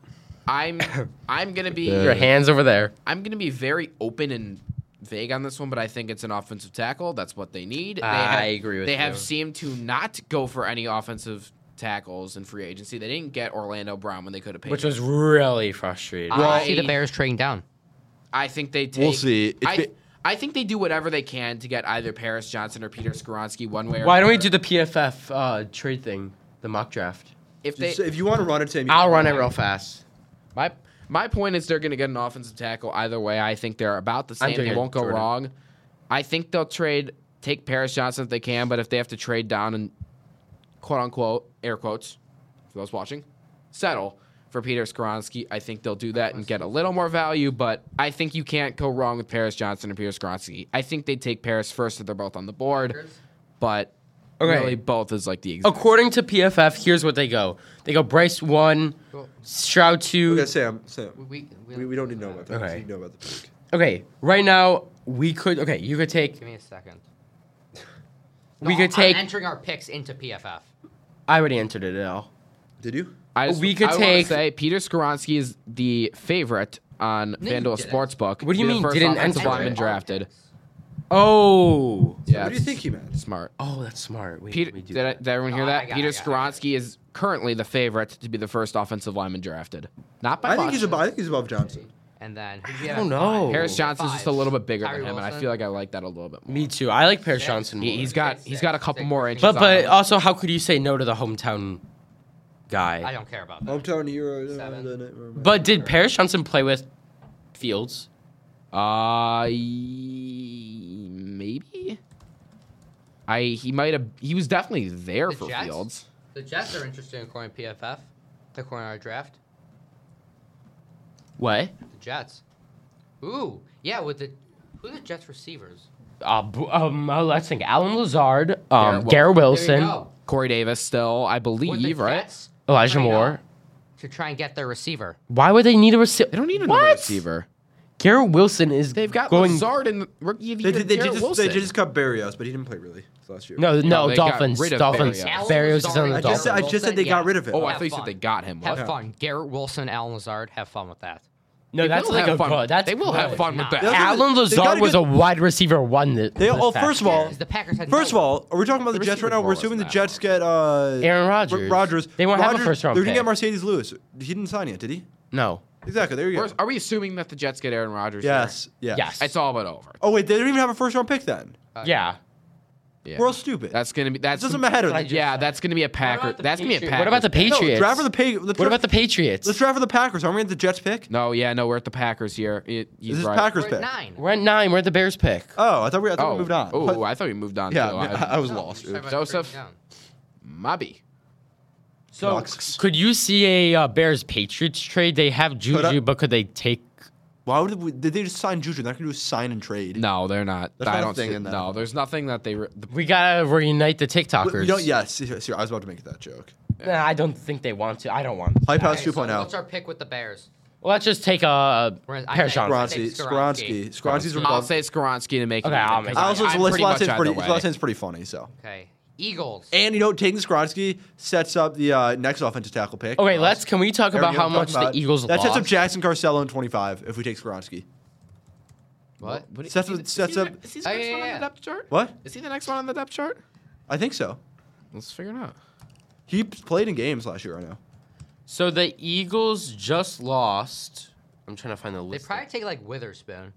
[SPEAKER 4] I'm I'm gonna be
[SPEAKER 3] Uh,
[SPEAKER 2] Your hands over there.
[SPEAKER 4] I'm gonna be very open and vague on this one, but I think it's an offensive tackle. That's what they need. They
[SPEAKER 1] I agree with
[SPEAKER 4] They
[SPEAKER 1] you.
[SPEAKER 4] have seemed to not go for any offensive tackles in free agency. They didn't get Orlando Brown when they could have paid.
[SPEAKER 2] Which
[SPEAKER 4] him.
[SPEAKER 2] was really frustrating.
[SPEAKER 3] Uh,
[SPEAKER 1] I see the Bears trading down.
[SPEAKER 4] I think they take.
[SPEAKER 3] We'll see. It's
[SPEAKER 4] I,
[SPEAKER 3] been-
[SPEAKER 4] I think they do whatever they can to get either Paris Johnson or Peter Skoronsky one way or
[SPEAKER 2] Why don't we do the PFF uh, trade thing, the mock draft?
[SPEAKER 4] if they
[SPEAKER 3] if you want to run it, Tim, you
[SPEAKER 2] I'll run it real fast.
[SPEAKER 4] My my point is they're going to get an offensive tackle either way. I think they're about the
[SPEAKER 2] I'm
[SPEAKER 4] same. They
[SPEAKER 2] taking
[SPEAKER 4] won't go
[SPEAKER 2] Jordan.
[SPEAKER 4] wrong. I think they'll trade take Paris Johnson if they can, but if they have to trade down and quote unquote air quotes for those watching settle for Peter Skoronsky, I think they'll do that and get a little more value. But I think you can't go wrong with Paris Johnson and Peter Skoronsky. I think they take Paris first if they're both on the board, but
[SPEAKER 2] Okay.
[SPEAKER 4] really both is like the exact.
[SPEAKER 2] According to PFF, here's what they go. They go Bryce one, Stroud two.
[SPEAKER 3] Yeah, Sam, Sam.
[SPEAKER 1] We, we,
[SPEAKER 3] We, we don't need to know about that.
[SPEAKER 2] Okay.
[SPEAKER 3] We need to know about the pick.
[SPEAKER 2] Okay, right now we could. Okay, you could take.
[SPEAKER 1] Give me a second.
[SPEAKER 2] We
[SPEAKER 1] No,
[SPEAKER 2] could
[SPEAKER 1] I'm
[SPEAKER 2] take.
[SPEAKER 1] entering our picks into PFF.
[SPEAKER 2] I already entered it all.
[SPEAKER 3] Did you?
[SPEAKER 4] I just,
[SPEAKER 2] We could
[SPEAKER 4] I wanna
[SPEAKER 2] take-
[SPEAKER 4] say Peter Skoronsky is the favorite on
[SPEAKER 1] No, you
[SPEAKER 4] FanDuel
[SPEAKER 1] didn't.
[SPEAKER 4] Sportsbook.
[SPEAKER 2] What do you
[SPEAKER 4] Be the
[SPEAKER 2] mean
[SPEAKER 4] first
[SPEAKER 2] didn't
[SPEAKER 4] offensive
[SPEAKER 2] enter it?
[SPEAKER 4] lineman drafted?
[SPEAKER 2] Oh.
[SPEAKER 4] Yeah,
[SPEAKER 3] What do you think he meant?
[SPEAKER 4] Smart.
[SPEAKER 2] Oh, that's smart. Wait,
[SPEAKER 4] Peter,
[SPEAKER 2] let me do
[SPEAKER 4] did, I,
[SPEAKER 2] that.
[SPEAKER 4] did everyone hear
[SPEAKER 1] Oh, I
[SPEAKER 4] that?
[SPEAKER 1] got it,
[SPEAKER 4] Peter
[SPEAKER 1] I got it, I got
[SPEAKER 4] Skoronsky is currently the favorite to be the first offensive lineman drafted. Not by
[SPEAKER 3] I think
[SPEAKER 4] much.
[SPEAKER 3] he's above. I think he's above Johnson.
[SPEAKER 1] And then who'd you
[SPEAKER 2] I
[SPEAKER 1] have
[SPEAKER 2] don't
[SPEAKER 1] at five?
[SPEAKER 2] know.
[SPEAKER 4] Harris Johnson's just a little bit bigger
[SPEAKER 1] Tyree
[SPEAKER 4] than him, and I
[SPEAKER 1] Wilson.
[SPEAKER 4] feel like I like that a little bit more.
[SPEAKER 2] Me too. I like Paris
[SPEAKER 1] Yeah.
[SPEAKER 2] Johnson.
[SPEAKER 4] He,
[SPEAKER 2] More.
[SPEAKER 4] has got
[SPEAKER 1] Six,
[SPEAKER 4] he's got a couple
[SPEAKER 1] six,
[SPEAKER 4] more
[SPEAKER 1] six.
[SPEAKER 4] inches.
[SPEAKER 2] but
[SPEAKER 4] on
[SPEAKER 2] but
[SPEAKER 4] him.
[SPEAKER 2] also, how could you say no to the hometown guy?
[SPEAKER 1] I don't care about that.
[SPEAKER 3] Hometown hero. uh,
[SPEAKER 1] Seven.
[SPEAKER 3] the- never mind.
[SPEAKER 2] But did Paris Johnson play with Fields?
[SPEAKER 4] Uh, ye- maybe. I he might have he was definitely there
[SPEAKER 1] The
[SPEAKER 4] for
[SPEAKER 1] Jets?
[SPEAKER 4] Fields.
[SPEAKER 1] The Jets are interested in coin PFF. The corner our draft.
[SPEAKER 2] What?
[SPEAKER 1] The Jets. Ooh, yeah. With the who are the Jets receivers?
[SPEAKER 2] Uh, b- um, uh, let's think. Alan Lazard, um,
[SPEAKER 4] Garrett Wil-
[SPEAKER 2] Garrett
[SPEAKER 1] There you
[SPEAKER 2] Wilson,
[SPEAKER 1] go.
[SPEAKER 4] Corey Davis still, I
[SPEAKER 1] With the
[SPEAKER 4] believe, right? Oh,
[SPEAKER 1] Jets
[SPEAKER 2] Elijah
[SPEAKER 1] Right now.
[SPEAKER 2] Moore.
[SPEAKER 1] to try and get their receiver.
[SPEAKER 2] Why would they need a receiver?
[SPEAKER 4] They don't need another
[SPEAKER 2] what?
[SPEAKER 4] receiver.
[SPEAKER 2] Garrett Wilson is
[SPEAKER 4] They've got
[SPEAKER 2] going.
[SPEAKER 4] Lazard and the rookie of the
[SPEAKER 3] they
[SPEAKER 4] year,
[SPEAKER 3] did. They did
[SPEAKER 4] Garrett
[SPEAKER 3] just.
[SPEAKER 4] Wilson.
[SPEAKER 3] They did just cut Barrios, but he didn't play really last year.
[SPEAKER 2] No, no,
[SPEAKER 4] they got
[SPEAKER 2] Dolphins.
[SPEAKER 4] rid of
[SPEAKER 2] Dolphins.
[SPEAKER 4] Berrios.
[SPEAKER 2] Barrios is on the
[SPEAKER 3] I just,
[SPEAKER 2] Dolphins.
[SPEAKER 3] I just said they got rid of it.
[SPEAKER 4] oh, I
[SPEAKER 1] Have
[SPEAKER 4] thought you said
[SPEAKER 1] fun.
[SPEAKER 4] they got him.
[SPEAKER 1] Have
[SPEAKER 4] What?
[SPEAKER 1] fun. Garrett Wilson, Alan Lazard, have fun with that.
[SPEAKER 2] No,
[SPEAKER 4] They
[SPEAKER 2] that's
[SPEAKER 4] will
[SPEAKER 2] like
[SPEAKER 4] have
[SPEAKER 2] a
[SPEAKER 4] fun.
[SPEAKER 2] good. That's
[SPEAKER 4] They will have
[SPEAKER 2] good.
[SPEAKER 4] fun with
[SPEAKER 3] Yeah.
[SPEAKER 4] that.
[SPEAKER 2] Alan
[SPEAKER 3] They got
[SPEAKER 2] Lazard
[SPEAKER 3] a
[SPEAKER 2] was
[SPEAKER 3] good-
[SPEAKER 2] a wide receiver one. This,
[SPEAKER 3] They
[SPEAKER 2] this
[SPEAKER 3] well,
[SPEAKER 2] past
[SPEAKER 3] first of all,
[SPEAKER 1] Because the Packers had
[SPEAKER 3] first of
[SPEAKER 1] no one.
[SPEAKER 3] all, are we talking about the,
[SPEAKER 4] The
[SPEAKER 3] Jets
[SPEAKER 4] receiver
[SPEAKER 3] right now?
[SPEAKER 4] core
[SPEAKER 3] We're assuming the
[SPEAKER 4] wasn't
[SPEAKER 3] Jets get uh,
[SPEAKER 2] Aaron
[SPEAKER 3] R-
[SPEAKER 2] Rodgers.
[SPEAKER 3] Rodgers.
[SPEAKER 2] They won't have a
[SPEAKER 3] Rodgers-
[SPEAKER 2] first-round
[SPEAKER 3] They're gonna get
[SPEAKER 2] pick.
[SPEAKER 3] Mercedes Lewis. He didn't sign yet, did he?
[SPEAKER 2] no.
[SPEAKER 3] Exactly. There you go.
[SPEAKER 4] We're- Are we assuming that the Jets get Aaron Rodgers? here?
[SPEAKER 3] Yes. Yes.
[SPEAKER 2] Yes.
[SPEAKER 4] It's all but over.
[SPEAKER 3] Oh wait, they didn't even have a first round pick then.
[SPEAKER 2] Yeah.
[SPEAKER 4] Yeah.
[SPEAKER 3] We're all stupid.
[SPEAKER 4] That's gonna be that's
[SPEAKER 3] it doesn't matter.
[SPEAKER 2] I just
[SPEAKER 4] Yeah, that's gonna be a Packer.
[SPEAKER 2] about the
[SPEAKER 4] That's gonna be a
[SPEAKER 2] Patriots?
[SPEAKER 4] Packer.
[SPEAKER 2] What about the
[SPEAKER 4] pick?
[SPEAKER 2] Patriots?
[SPEAKER 3] No, draft for the pay.
[SPEAKER 2] What about the Patriots?
[SPEAKER 3] Let's draft for the Packers. Aren't we at the Jets pick?
[SPEAKER 4] No, yeah, no, we're at the Packers here. It, you
[SPEAKER 3] This is
[SPEAKER 4] right.
[SPEAKER 3] Packers
[SPEAKER 1] We're at
[SPEAKER 3] pick.
[SPEAKER 1] nine.
[SPEAKER 2] We're at nine. We're at the Bears pick.
[SPEAKER 3] Oh, I thought we. I thought
[SPEAKER 4] Oh,
[SPEAKER 3] we moved on.
[SPEAKER 4] Oh,
[SPEAKER 3] But-
[SPEAKER 4] I thought we moved on.
[SPEAKER 3] yeah,
[SPEAKER 4] too.
[SPEAKER 3] I, I was lost.
[SPEAKER 1] Sorry about
[SPEAKER 4] Joseph?
[SPEAKER 1] breaking down.
[SPEAKER 4] Mobby.
[SPEAKER 2] So
[SPEAKER 3] Knox.
[SPEAKER 2] could you see a uh, Bears Patriots trade? They have Juju,
[SPEAKER 3] I-
[SPEAKER 2] but could they take?
[SPEAKER 3] Why would we, did they just sign Juju? They're not gonna do a sign and trade.
[SPEAKER 4] No, they're not.
[SPEAKER 3] There's
[SPEAKER 4] I
[SPEAKER 3] not a
[SPEAKER 4] don't
[SPEAKER 3] thing
[SPEAKER 4] see-
[SPEAKER 3] in that.
[SPEAKER 4] No, there's nothing that they. Re- the,
[SPEAKER 2] We gotta reunite the
[SPEAKER 3] We-
[SPEAKER 2] TikTokers.
[SPEAKER 3] We don't. Yes. Here, here, I was about to make that joke.
[SPEAKER 2] Nah, I don't think they want to. I don't want. To.
[SPEAKER 3] Hype House
[SPEAKER 1] Okay, so
[SPEAKER 3] 2.0.
[SPEAKER 1] What's our pick with the Bears?
[SPEAKER 2] Well, let's just take a uh,
[SPEAKER 1] We're in- I
[SPEAKER 2] Paris
[SPEAKER 1] think-
[SPEAKER 2] Johnson.
[SPEAKER 3] Skronsky.
[SPEAKER 1] think
[SPEAKER 3] Skronsky.
[SPEAKER 1] Skronsky.
[SPEAKER 3] Skronsky's
[SPEAKER 4] I'll
[SPEAKER 3] above.
[SPEAKER 4] say Skoronsky to make.
[SPEAKER 2] Okay,
[SPEAKER 4] it
[SPEAKER 2] I'll
[SPEAKER 4] even,
[SPEAKER 2] make
[SPEAKER 4] 'cause
[SPEAKER 2] it.
[SPEAKER 3] I also
[SPEAKER 4] I'm
[SPEAKER 3] his last
[SPEAKER 4] pretty much
[SPEAKER 3] name's
[SPEAKER 4] either
[SPEAKER 3] pretty.
[SPEAKER 4] way.
[SPEAKER 3] His last name's pretty funny. So.
[SPEAKER 1] Okay. Eagles.
[SPEAKER 3] And you know, taking Skronsky sets up the uh, next offensive tackle pick.
[SPEAKER 2] Okay, let's. Can we talk
[SPEAKER 3] Aaron
[SPEAKER 2] about
[SPEAKER 3] Young
[SPEAKER 2] how
[SPEAKER 3] talked
[SPEAKER 2] much
[SPEAKER 3] about
[SPEAKER 2] the
[SPEAKER 3] it.
[SPEAKER 2] Eagles
[SPEAKER 3] That sets
[SPEAKER 2] lost?
[SPEAKER 3] up Jackson Carcello in 25 if we take Skronsky.
[SPEAKER 4] What? what
[SPEAKER 3] Sets up-
[SPEAKER 4] is
[SPEAKER 3] sets
[SPEAKER 4] he, the-
[SPEAKER 3] up-
[SPEAKER 4] Is he the next
[SPEAKER 1] Oh, yeah,
[SPEAKER 4] one
[SPEAKER 1] yeah,
[SPEAKER 4] on
[SPEAKER 1] yeah.
[SPEAKER 4] the depth chart?
[SPEAKER 3] What?
[SPEAKER 4] Is he the next one on the depth chart?
[SPEAKER 3] I think so.
[SPEAKER 4] Let's figure it out.
[SPEAKER 3] He p- played in games last year. I know.
[SPEAKER 2] so the Eagles just lost. I'm trying to find the
[SPEAKER 1] They
[SPEAKER 2] list.
[SPEAKER 1] probably take like Witherspoon.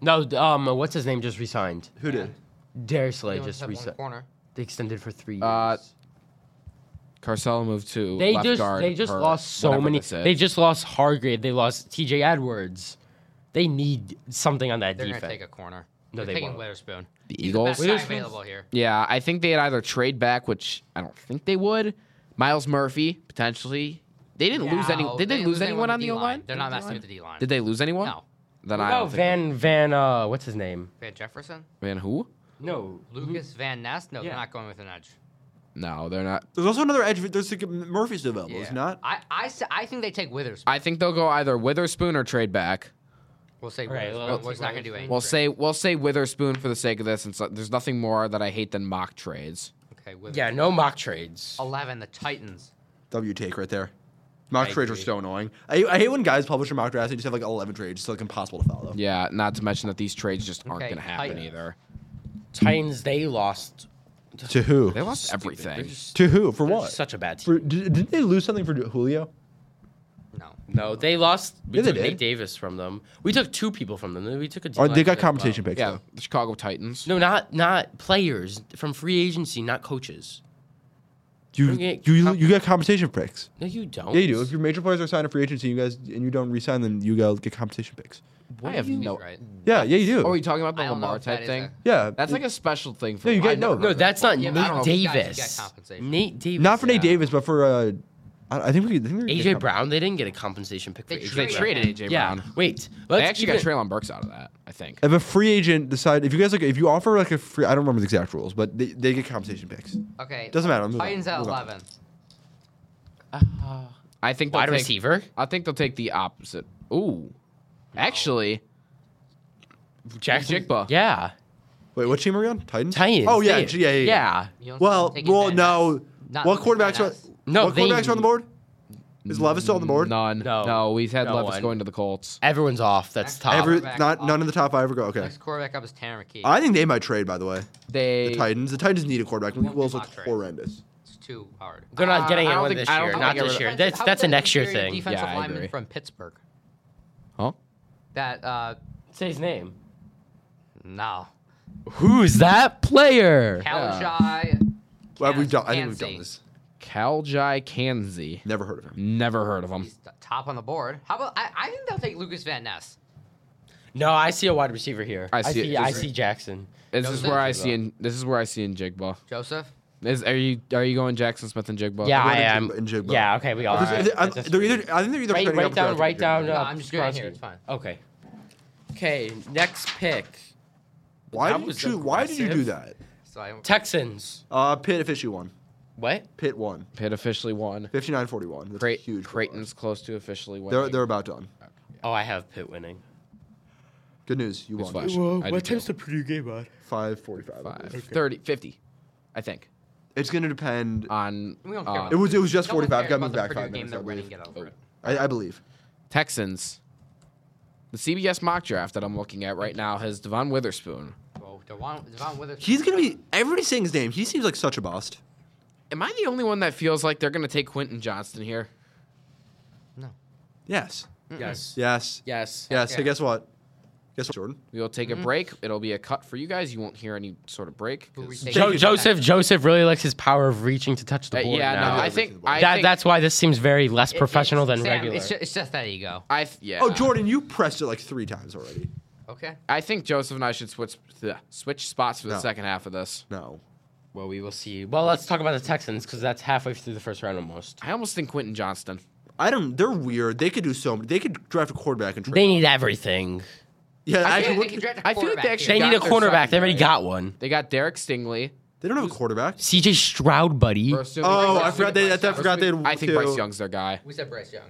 [SPEAKER 2] no, um, what's his name just resigned?
[SPEAKER 3] Who did?
[SPEAKER 1] They
[SPEAKER 2] Darisley
[SPEAKER 1] only
[SPEAKER 2] just
[SPEAKER 1] have one
[SPEAKER 2] resigned.
[SPEAKER 1] corner.
[SPEAKER 2] They extended for three years.
[SPEAKER 4] Uh, Carcelo moved to
[SPEAKER 2] they
[SPEAKER 4] left
[SPEAKER 2] just
[SPEAKER 4] guard.
[SPEAKER 2] they just
[SPEAKER 4] or
[SPEAKER 2] lost so
[SPEAKER 4] whatever
[SPEAKER 2] many.
[SPEAKER 4] this is.
[SPEAKER 2] They just lost Hargrave. They lost T.J. Edwards. They need something on that
[SPEAKER 1] They're
[SPEAKER 2] defense.
[SPEAKER 1] gonna take a corner.
[SPEAKER 2] No,
[SPEAKER 1] They're
[SPEAKER 2] they
[SPEAKER 1] taking
[SPEAKER 2] won't.
[SPEAKER 1] Witherspoon.
[SPEAKER 4] the Eagles.
[SPEAKER 1] Best guy available here.
[SPEAKER 4] Yeah, I think they'd either trade back, which I don't think they would. Miles Murphy potentially. They didn't lose any.
[SPEAKER 1] No,
[SPEAKER 4] Did they, lose anyone on the O
[SPEAKER 1] D-line.
[SPEAKER 4] line?
[SPEAKER 1] They're not messing with the D line.
[SPEAKER 4] Did they lose anyone?
[SPEAKER 1] No.
[SPEAKER 4] Then I
[SPEAKER 2] What
[SPEAKER 4] don't
[SPEAKER 2] about
[SPEAKER 4] think
[SPEAKER 2] Van Van uh what's his name?
[SPEAKER 1] Van Jefferson,
[SPEAKER 4] Van who?
[SPEAKER 2] No,
[SPEAKER 1] Lucas Van Ness. No,
[SPEAKER 2] Yeah.
[SPEAKER 1] they're not going with an edge.
[SPEAKER 4] No, they're not.
[SPEAKER 3] There's also another edge. There's like Murphy's available. Is
[SPEAKER 1] Yeah.
[SPEAKER 3] he not.
[SPEAKER 1] I, I, s- I think they take Witherspoon.
[SPEAKER 4] I think they'll go either Witherspoon or trade back.
[SPEAKER 1] We'll say
[SPEAKER 2] All right,
[SPEAKER 1] Witherspoon.
[SPEAKER 2] well,
[SPEAKER 1] Well, he's not gonna do anything.
[SPEAKER 4] We'll say we'll say Witherspoon for the sake of this. And so, there's nothing more that I hate than mock trades.
[SPEAKER 1] Okay. Okay, with
[SPEAKER 2] Yeah, no mock trades.
[SPEAKER 1] eleven, the Titans.
[SPEAKER 3] W take right there. Mock
[SPEAKER 2] I
[SPEAKER 3] trades are
[SPEAKER 2] agree.
[SPEAKER 3] so annoying. I, I hate when guys publish their mock drafts. They just have like eleven trades. It's like impossible to follow.
[SPEAKER 4] Yeah, not to mention that these trades just aren't
[SPEAKER 1] Okay,
[SPEAKER 4] going to happen
[SPEAKER 1] Titans.
[SPEAKER 4] either.
[SPEAKER 2] Titans, they lost.
[SPEAKER 3] To who?
[SPEAKER 4] They lost
[SPEAKER 2] They're
[SPEAKER 4] everything.
[SPEAKER 2] just-
[SPEAKER 3] To who? For
[SPEAKER 2] they're
[SPEAKER 3] what?
[SPEAKER 2] Such a bad team.
[SPEAKER 3] for, did, didn't they lose something for Julio?
[SPEAKER 1] No.
[SPEAKER 2] No, they lost. We
[SPEAKER 3] Yeah, they
[SPEAKER 2] took Nate
[SPEAKER 3] did.
[SPEAKER 2] Davis from them. We took two people from them. Then We took a.
[SPEAKER 3] Or
[SPEAKER 2] D-line
[SPEAKER 3] they
[SPEAKER 2] player
[SPEAKER 3] got
[SPEAKER 2] as
[SPEAKER 3] compensation
[SPEAKER 2] well.
[SPEAKER 3] picks.
[SPEAKER 4] yeah,
[SPEAKER 3] though.
[SPEAKER 4] the Chicago Titans.
[SPEAKER 2] No, not not players from free agency, not coaches.
[SPEAKER 3] You,
[SPEAKER 2] Don't get
[SPEAKER 3] you,
[SPEAKER 2] comp-
[SPEAKER 3] you get compensation picks.
[SPEAKER 2] No, you don't.
[SPEAKER 3] Yeah, you do. If your major players are signed to free agency, you guys and you don't re-sign them, you guys get compensation picks.
[SPEAKER 4] I have
[SPEAKER 1] He's
[SPEAKER 4] no.
[SPEAKER 1] right.
[SPEAKER 3] Yeah, yeah, you do.
[SPEAKER 4] Oh, are you talking about the
[SPEAKER 1] I don't know
[SPEAKER 4] Lamar
[SPEAKER 1] if that
[SPEAKER 4] type
[SPEAKER 1] is
[SPEAKER 4] thing?
[SPEAKER 1] a-
[SPEAKER 3] yeah,
[SPEAKER 4] That's like a special thing for.
[SPEAKER 3] No, you
[SPEAKER 4] I
[SPEAKER 3] get- no,
[SPEAKER 4] never
[SPEAKER 2] No,
[SPEAKER 4] heard of
[SPEAKER 2] that's not
[SPEAKER 1] Yeah, but I
[SPEAKER 2] Nate
[SPEAKER 1] don't know if you guys
[SPEAKER 2] Davis.
[SPEAKER 1] get compensation.
[SPEAKER 2] Nate Davis.
[SPEAKER 3] not for Nate
[SPEAKER 2] yeah.
[SPEAKER 3] Davis, but for uh, I, I think we. could- I think we could get
[SPEAKER 2] AJ
[SPEAKER 3] comp-
[SPEAKER 2] Brown. They didn't get a compensation pick for
[SPEAKER 1] They
[SPEAKER 2] AJ.
[SPEAKER 4] They
[SPEAKER 1] Trey
[SPEAKER 4] traded
[SPEAKER 1] Brown.
[SPEAKER 4] AJ
[SPEAKER 2] Yeah.
[SPEAKER 4] Brown.
[SPEAKER 2] Wait.
[SPEAKER 4] They
[SPEAKER 2] Let's
[SPEAKER 4] actually
[SPEAKER 2] even-
[SPEAKER 4] got Traylon Burks out of that. I think.
[SPEAKER 3] If a free agent decide, if you guys like, if you offer like a free, I don't remember the exact rules, but they, they get compensation picks.
[SPEAKER 1] Okay.
[SPEAKER 3] Doesn't matter, move on,
[SPEAKER 1] Titans at
[SPEAKER 3] move on.
[SPEAKER 1] eleven.
[SPEAKER 4] I think they'll
[SPEAKER 2] wide
[SPEAKER 4] take,
[SPEAKER 2] receiver.
[SPEAKER 4] I think they'll take the opposite. Ooh, actually,
[SPEAKER 2] Jack
[SPEAKER 4] Jigba.
[SPEAKER 2] Yeah.
[SPEAKER 3] Wait, what team are we on? Titans.
[SPEAKER 2] Titans.
[SPEAKER 3] Oh yeah,
[SPEAKER 2] they-
[SPEAKER 3] yeah, yeah. yeah.
[SPEAKER 1] You don't
[SPEAKER 3] Well,
[SPEAKER 1] take
[SPEAKER 3] well,
[SPEAKER 1] advantage.
[SPEAKER 3] no.
[SPEAKER 1] Not
[SPEAKER 3] what
[SPEAKER 1] losing
[SPEAKER 3] quarterbacks
[SPEAKER 1] by
[SPEAKER 3] are?
[SPEAKER 1] that.
[SPEAKER 2] No,
[SPEAKER 3] what
[SPEAKER 2] they-
[SPEAKER 3] quarterbacks are on the board? Is Levis still on the board?
[SPEAKER 4] none.
[SPEAKER 2] No.
[SPEAKER 4] No, we've had
[SPEAKER 2] No
[SPEAKER 4] Levis
[SPEAKER 2] one.
[SPEAKER 4] going to the Colts.
[SPEAKER 2] Everyone's off. That's
[SPEAKER 1] Next
[SPEAKER 2] top.
[SPEAKER 3] Every,
[SPEAKER 1] Quarterback
[SPEAKER 3] not
[SPEAKER 1] off.
[SPEAKER 3] none of the top five ever go. Okay.
[SPEAKER 1] Next quarterback up is Tanner McKee.
[SPEAKER 3] I think they might trade. By the way,
[SPEAKER 4] They.
[SPEAKER 3] the Titans. The Titans need a quarterback. Malik
[SPEAKER 1] Won't be
[SPEAKER 3] Willis looks
[SPEAKER 1] mock trade.
[SPEAKER 3] horrendous.
[SPEAKER 1] it's too hard.
[SPEAKER 2] They're
[SPEAKER 4] Uh,
[SPEAKER 2] not getting
[SPEAKER 4] I don't
[SPEAKER 2] anyone
[SPEAKER 4] think-
[SPEAKER 2] this
[SPEAKER 4] I don't
[SPEAKER 2] year.
[SPEAKER 4] think
[SPEAKER 2] Not
[SPEAKER 4] they're
[SPEAKER 2] this
[SPEAKER 4] ever-
[SPEAKER 2] year. That's that's a next year thing.
[SPEAKER 1] Defensive
[SPEAKER 4] Yeah, I
[SPEAKER 1] lineman
[SPEAKER 4] agree.
[SPEAKER 1] from Pittsburgh.
[SPEAKER 4] Huh?
[SPEAKER 1] That uh,
[SPEAKER 2] Say his name.
[SPEAKER 1] no.
[SPEAKER 2] Who's that player?
[SPEAKER 1] Kalshai.
[SPEAKER 3] Well,
[SPEAKER 1] Kansas-
[SPEAKER 3] we've done. I think we've done
[SPEAKER 1] Kansas.
[SPEAKER 3] this.
[SPEAKER 4] Kaljai Kanzi.
[SPEAKER 3] Never heard of him.
[SPEAKER 4] Never heard of him.
[SPEAKER 1] He's t- top on the board. How about I, I think they'll take Lucas Van Ness.
[SPEAKER 2] No, I see a wide receiver here.
[SPEAKER 4] I see it.
[SPEAKER 2] I
[SPEAKER 4] Is it-
[SPEAKER 2] see Jackson.
[SPEAKER 4] This
[SPEAKER 1] No
[SPEAKER 4] is where I
[SPEAKER 1] sense,
[SPEAKER 4] see. In, this is where I see in Jigba.
[SPEAKER 1] Joseph.
[SPEAKER 4] Is are you are you going Jackson Smith and Jigba?
[SPEAKER 2] Yeah, I
[SPEAKER 3] in
[SPEAKER 2] am.
[SPEAKER 3] Jigba- in Jigba.
[SPEAKER 2] Yeah, okay, we all.
[SPEAKER 3] Because
[SPEAKER 2] right.
[SPEAKER 3] they- I,
[SPEAKER 2] That's-
[SPEAKER 3] they're either. I think they're either.
[SPEAKER 2] Write,
[SPEAKER 3] trading
[SPEAKER 2] write
[SPEAKER 3] up or
[SPEAKER 2] down,
[SPEAKER 3] drafting
[SPEAKER 2] write
[SPEAKER 3] Jigba.
[SPEAKER 2] down.
[SPEAKER 1] No,
[SPEAKER 2] uh,
[SPEAKER 1] I'm just doing it here.
[SPEAKER 2] Skronsky.
[SPEAKER 1] It's fine.
[SPEAKER 2] Okay. Okay, next pick.
[SPEAKER 3] Why
[SPEAKER 2] That
[SPEAKER 3] did you
[SPEAKER 2] was
[SPEAKER 3] choose? Why did you do that?
[SPEAKER 1] So I,
[SPEAKER 2] Texans.
[SPEAKER 3] Uh, Pitt officially won.
[SPEAKER 2] What?
[SPEAKER 3] Pitt won.
[SPEAKER 4] Pitt officially won.
[SPEAKER 3] 59-41. That's
[SPEAKER 4] Creight-
[SPEAKER 3] huge. for
[SPEAKER 4] Creighton's
[SPEAKER 3] us.
[SPEAKER 4] close to officially winning.
[SPEAKER 3] They're they're about done.
[SPEAKER 2] Oh, I have Pitt winning.
[SPEAKER 3] Good news. You
[SPEAKER 4] It's
[SPEAKER 3] won.
[SPEAKER 4] flash. I do too.
[SPEAKER 2] the Purdue game on?
[SPEAKER 3] Five forty-five. I
[SPEAKER 4] Five,
[SPEAKER 3] believe.
[SPEAKER 4] 30, 50, I think.
[SPEAKER 3] It's gonna depend.
[SPEAKER 4] On
[SPEAKER 1] we don't
[SPEAKER 4] uh,
[SPEAKER 1] care. about
[SPEAKER 3] it was it was just
[SPEAKER 1] no one
[SPEAKER 3] forty-five.
[SPEAKER 1] cares about
[SPEAKER 3] Got moved
[SPEAKER 1] the
[SPEAKER 3] back
[SPEAKER 1] Purdue
[SPEAKER 3] five
[SPEAKER 1] game
[SPEAKER 3] minutes.
[SPEAKER 1] they're
[SPEAKER 3] I
[SPEAKER 1] winning.
[SPEAKER 3] believe.
[SPEAKER 1] Get over it.
[SPEAKER 3] I, I believe.
[SPEAKER 4] Texans. The CBS mock draft that I'm looking at right now has Devon Witherspoon.
[SPEAKER 1] Well, Devon, Devon Witherspoon.
[SPEAKER 3] He's gonna be. Everybody's saying his name. He seems like such a bust.
[SPEAKER 4] Am I the only one that feels like they're going to take Quentin Johnston here?
[SPEAKER 1] No.
[SPEAKER 3] Yes.
[SPEAKER 2] Yes.
[SPEAKER 3] Yes.
[SPEAKER 4] Yes.
[SPEAKER 3] Yes. Hey,
[SPEAKER 1] Yeah.
[SPEAKER 3] guess what? Guess what, Jordan?
[SPEAKER 4] We will take a break. It'll be a cut for you guys. You won't hear any sort of break.
[SPEAKER 1] Who we
[SPEAKER 4] 'cause-
[SPEAKER 1] take?
[SPEAKER 2] Jo-
[SPEAKER 1] Take-
[SPEAKER 2] Joseph Joseph really likes his power of reaching to touch
[SPEAKER 4] Uh,
[SPEAKER 2] the board.
[SPEAKER 4] yeah,
[SPEAKER 2] now.
[SPEAKER 4] no, I
[SPEAKER 3] That
[SPEAKER 4] think
[SPEAKER 3] was
[SPEAKER 4] I
[SPEAKER 2] that
[SPEAKER 4] think,
[SPEAKER 2] that's why this seems very less
[SPEAKER 1] It-
[SPEAKER 2] professional
[SPEAKER 1] it's-
[SPEAKER 2] than
[SPEAKER 1] Sam,
[SPEAKER 2] regular.
[SPEAKER 1] It's just, it's just that ego.
[SPEAKER 4] I th- yeah.
[SPEAKER 3] Oh, Jordan, you pressed it like three times already.
[SPEAKER 1] Okay.
[SPEAKER 4] I think Joseph and I should switch ugh, switch spots for the
[SPEAKER 3] No.
[SPEAKER 4] second half of this.
[SPEAKER 3] No.
[SPEAKER 2] well, we will see. Well, let's talk about the Texans because that's halfway through the first round almost.
[SPEAKER 4] I almost think Quentin Johnston.
[SPEAKER 3] I don't. They're weird. They could do so. many- They could draft a quarterback and trade.
[SPEAKER 2] They need everything.
[SPEAKER 3] yeah. actually,
[SPEAKER 4] I
[SPEAKER 1] Yeah,
[SPEAKER 4] think-
[SPEAKER 3] what-
[SPEAKER 1] they can draft a
[SPEAKER 4] I feel like they
[SPEAKER 1] quarterback here.
[SPEAKER 4] actually
[SPEAKER 2] They
[SPEAKER 4] got
[SPEAKER 2] need a cornerback.
[SPEAKER 4] their
[SPEAKER 2] They
[SPEAKER 4] secondary.
[SPEAKER 2] already got one.
[SPEAKER 4] They got Derek Stingley.
[SPEAKER 3] they don't have a quarterback.
[SPEAKER 2] CJ Stroud, buddy.
[SPEAKER 4] We're
[SPEAKER 3] Oh,
[SPEAKER 4] assuming- we're
[SPEAKER 3] I
[SPEAKER 4] assuming
[SPEAKER 3] forgot. They, I
[SPEAKER 4] Bryce Young.
[SPEAKER 3] forgot they. had
[SPEAKER 4] I think
[SPEAKER 3] two.
[SPEAKER 4] Bryce Young's their guy.
[SPEAKER 1] We said Bryce Young.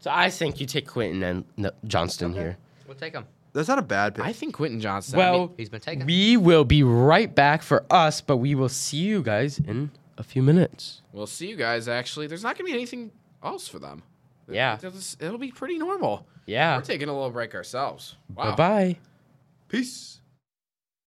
[SPEAKER 2] So I think you take Quentin and no, Johnston here.
[SPEAKER 1] We'll take him.
[SPEAKER 3] That's not a bad pick.
[SPEAKER 4] I think Quentin Johnston. I mean,
[SPEAKER 2] Well,
[SPEAKER 1] He's been taken.
[SPEAKER 2] we will be right back for us, but we will see you guys in a few minutes.
[SPEAKER 4] we'll see you guys. Actually, there's not gonna be anything else for them.
[SPEAKER 2] Yeah.
[SPEAKER 4] It'll just- it'll be pretty normal.
[SPEAKER 2] Yeah.
[SPEAKER 4] We're taking a little break ourselves. Wow.
[SPEAKER 2] Bye bye.
[SPEAKER 4] Peace.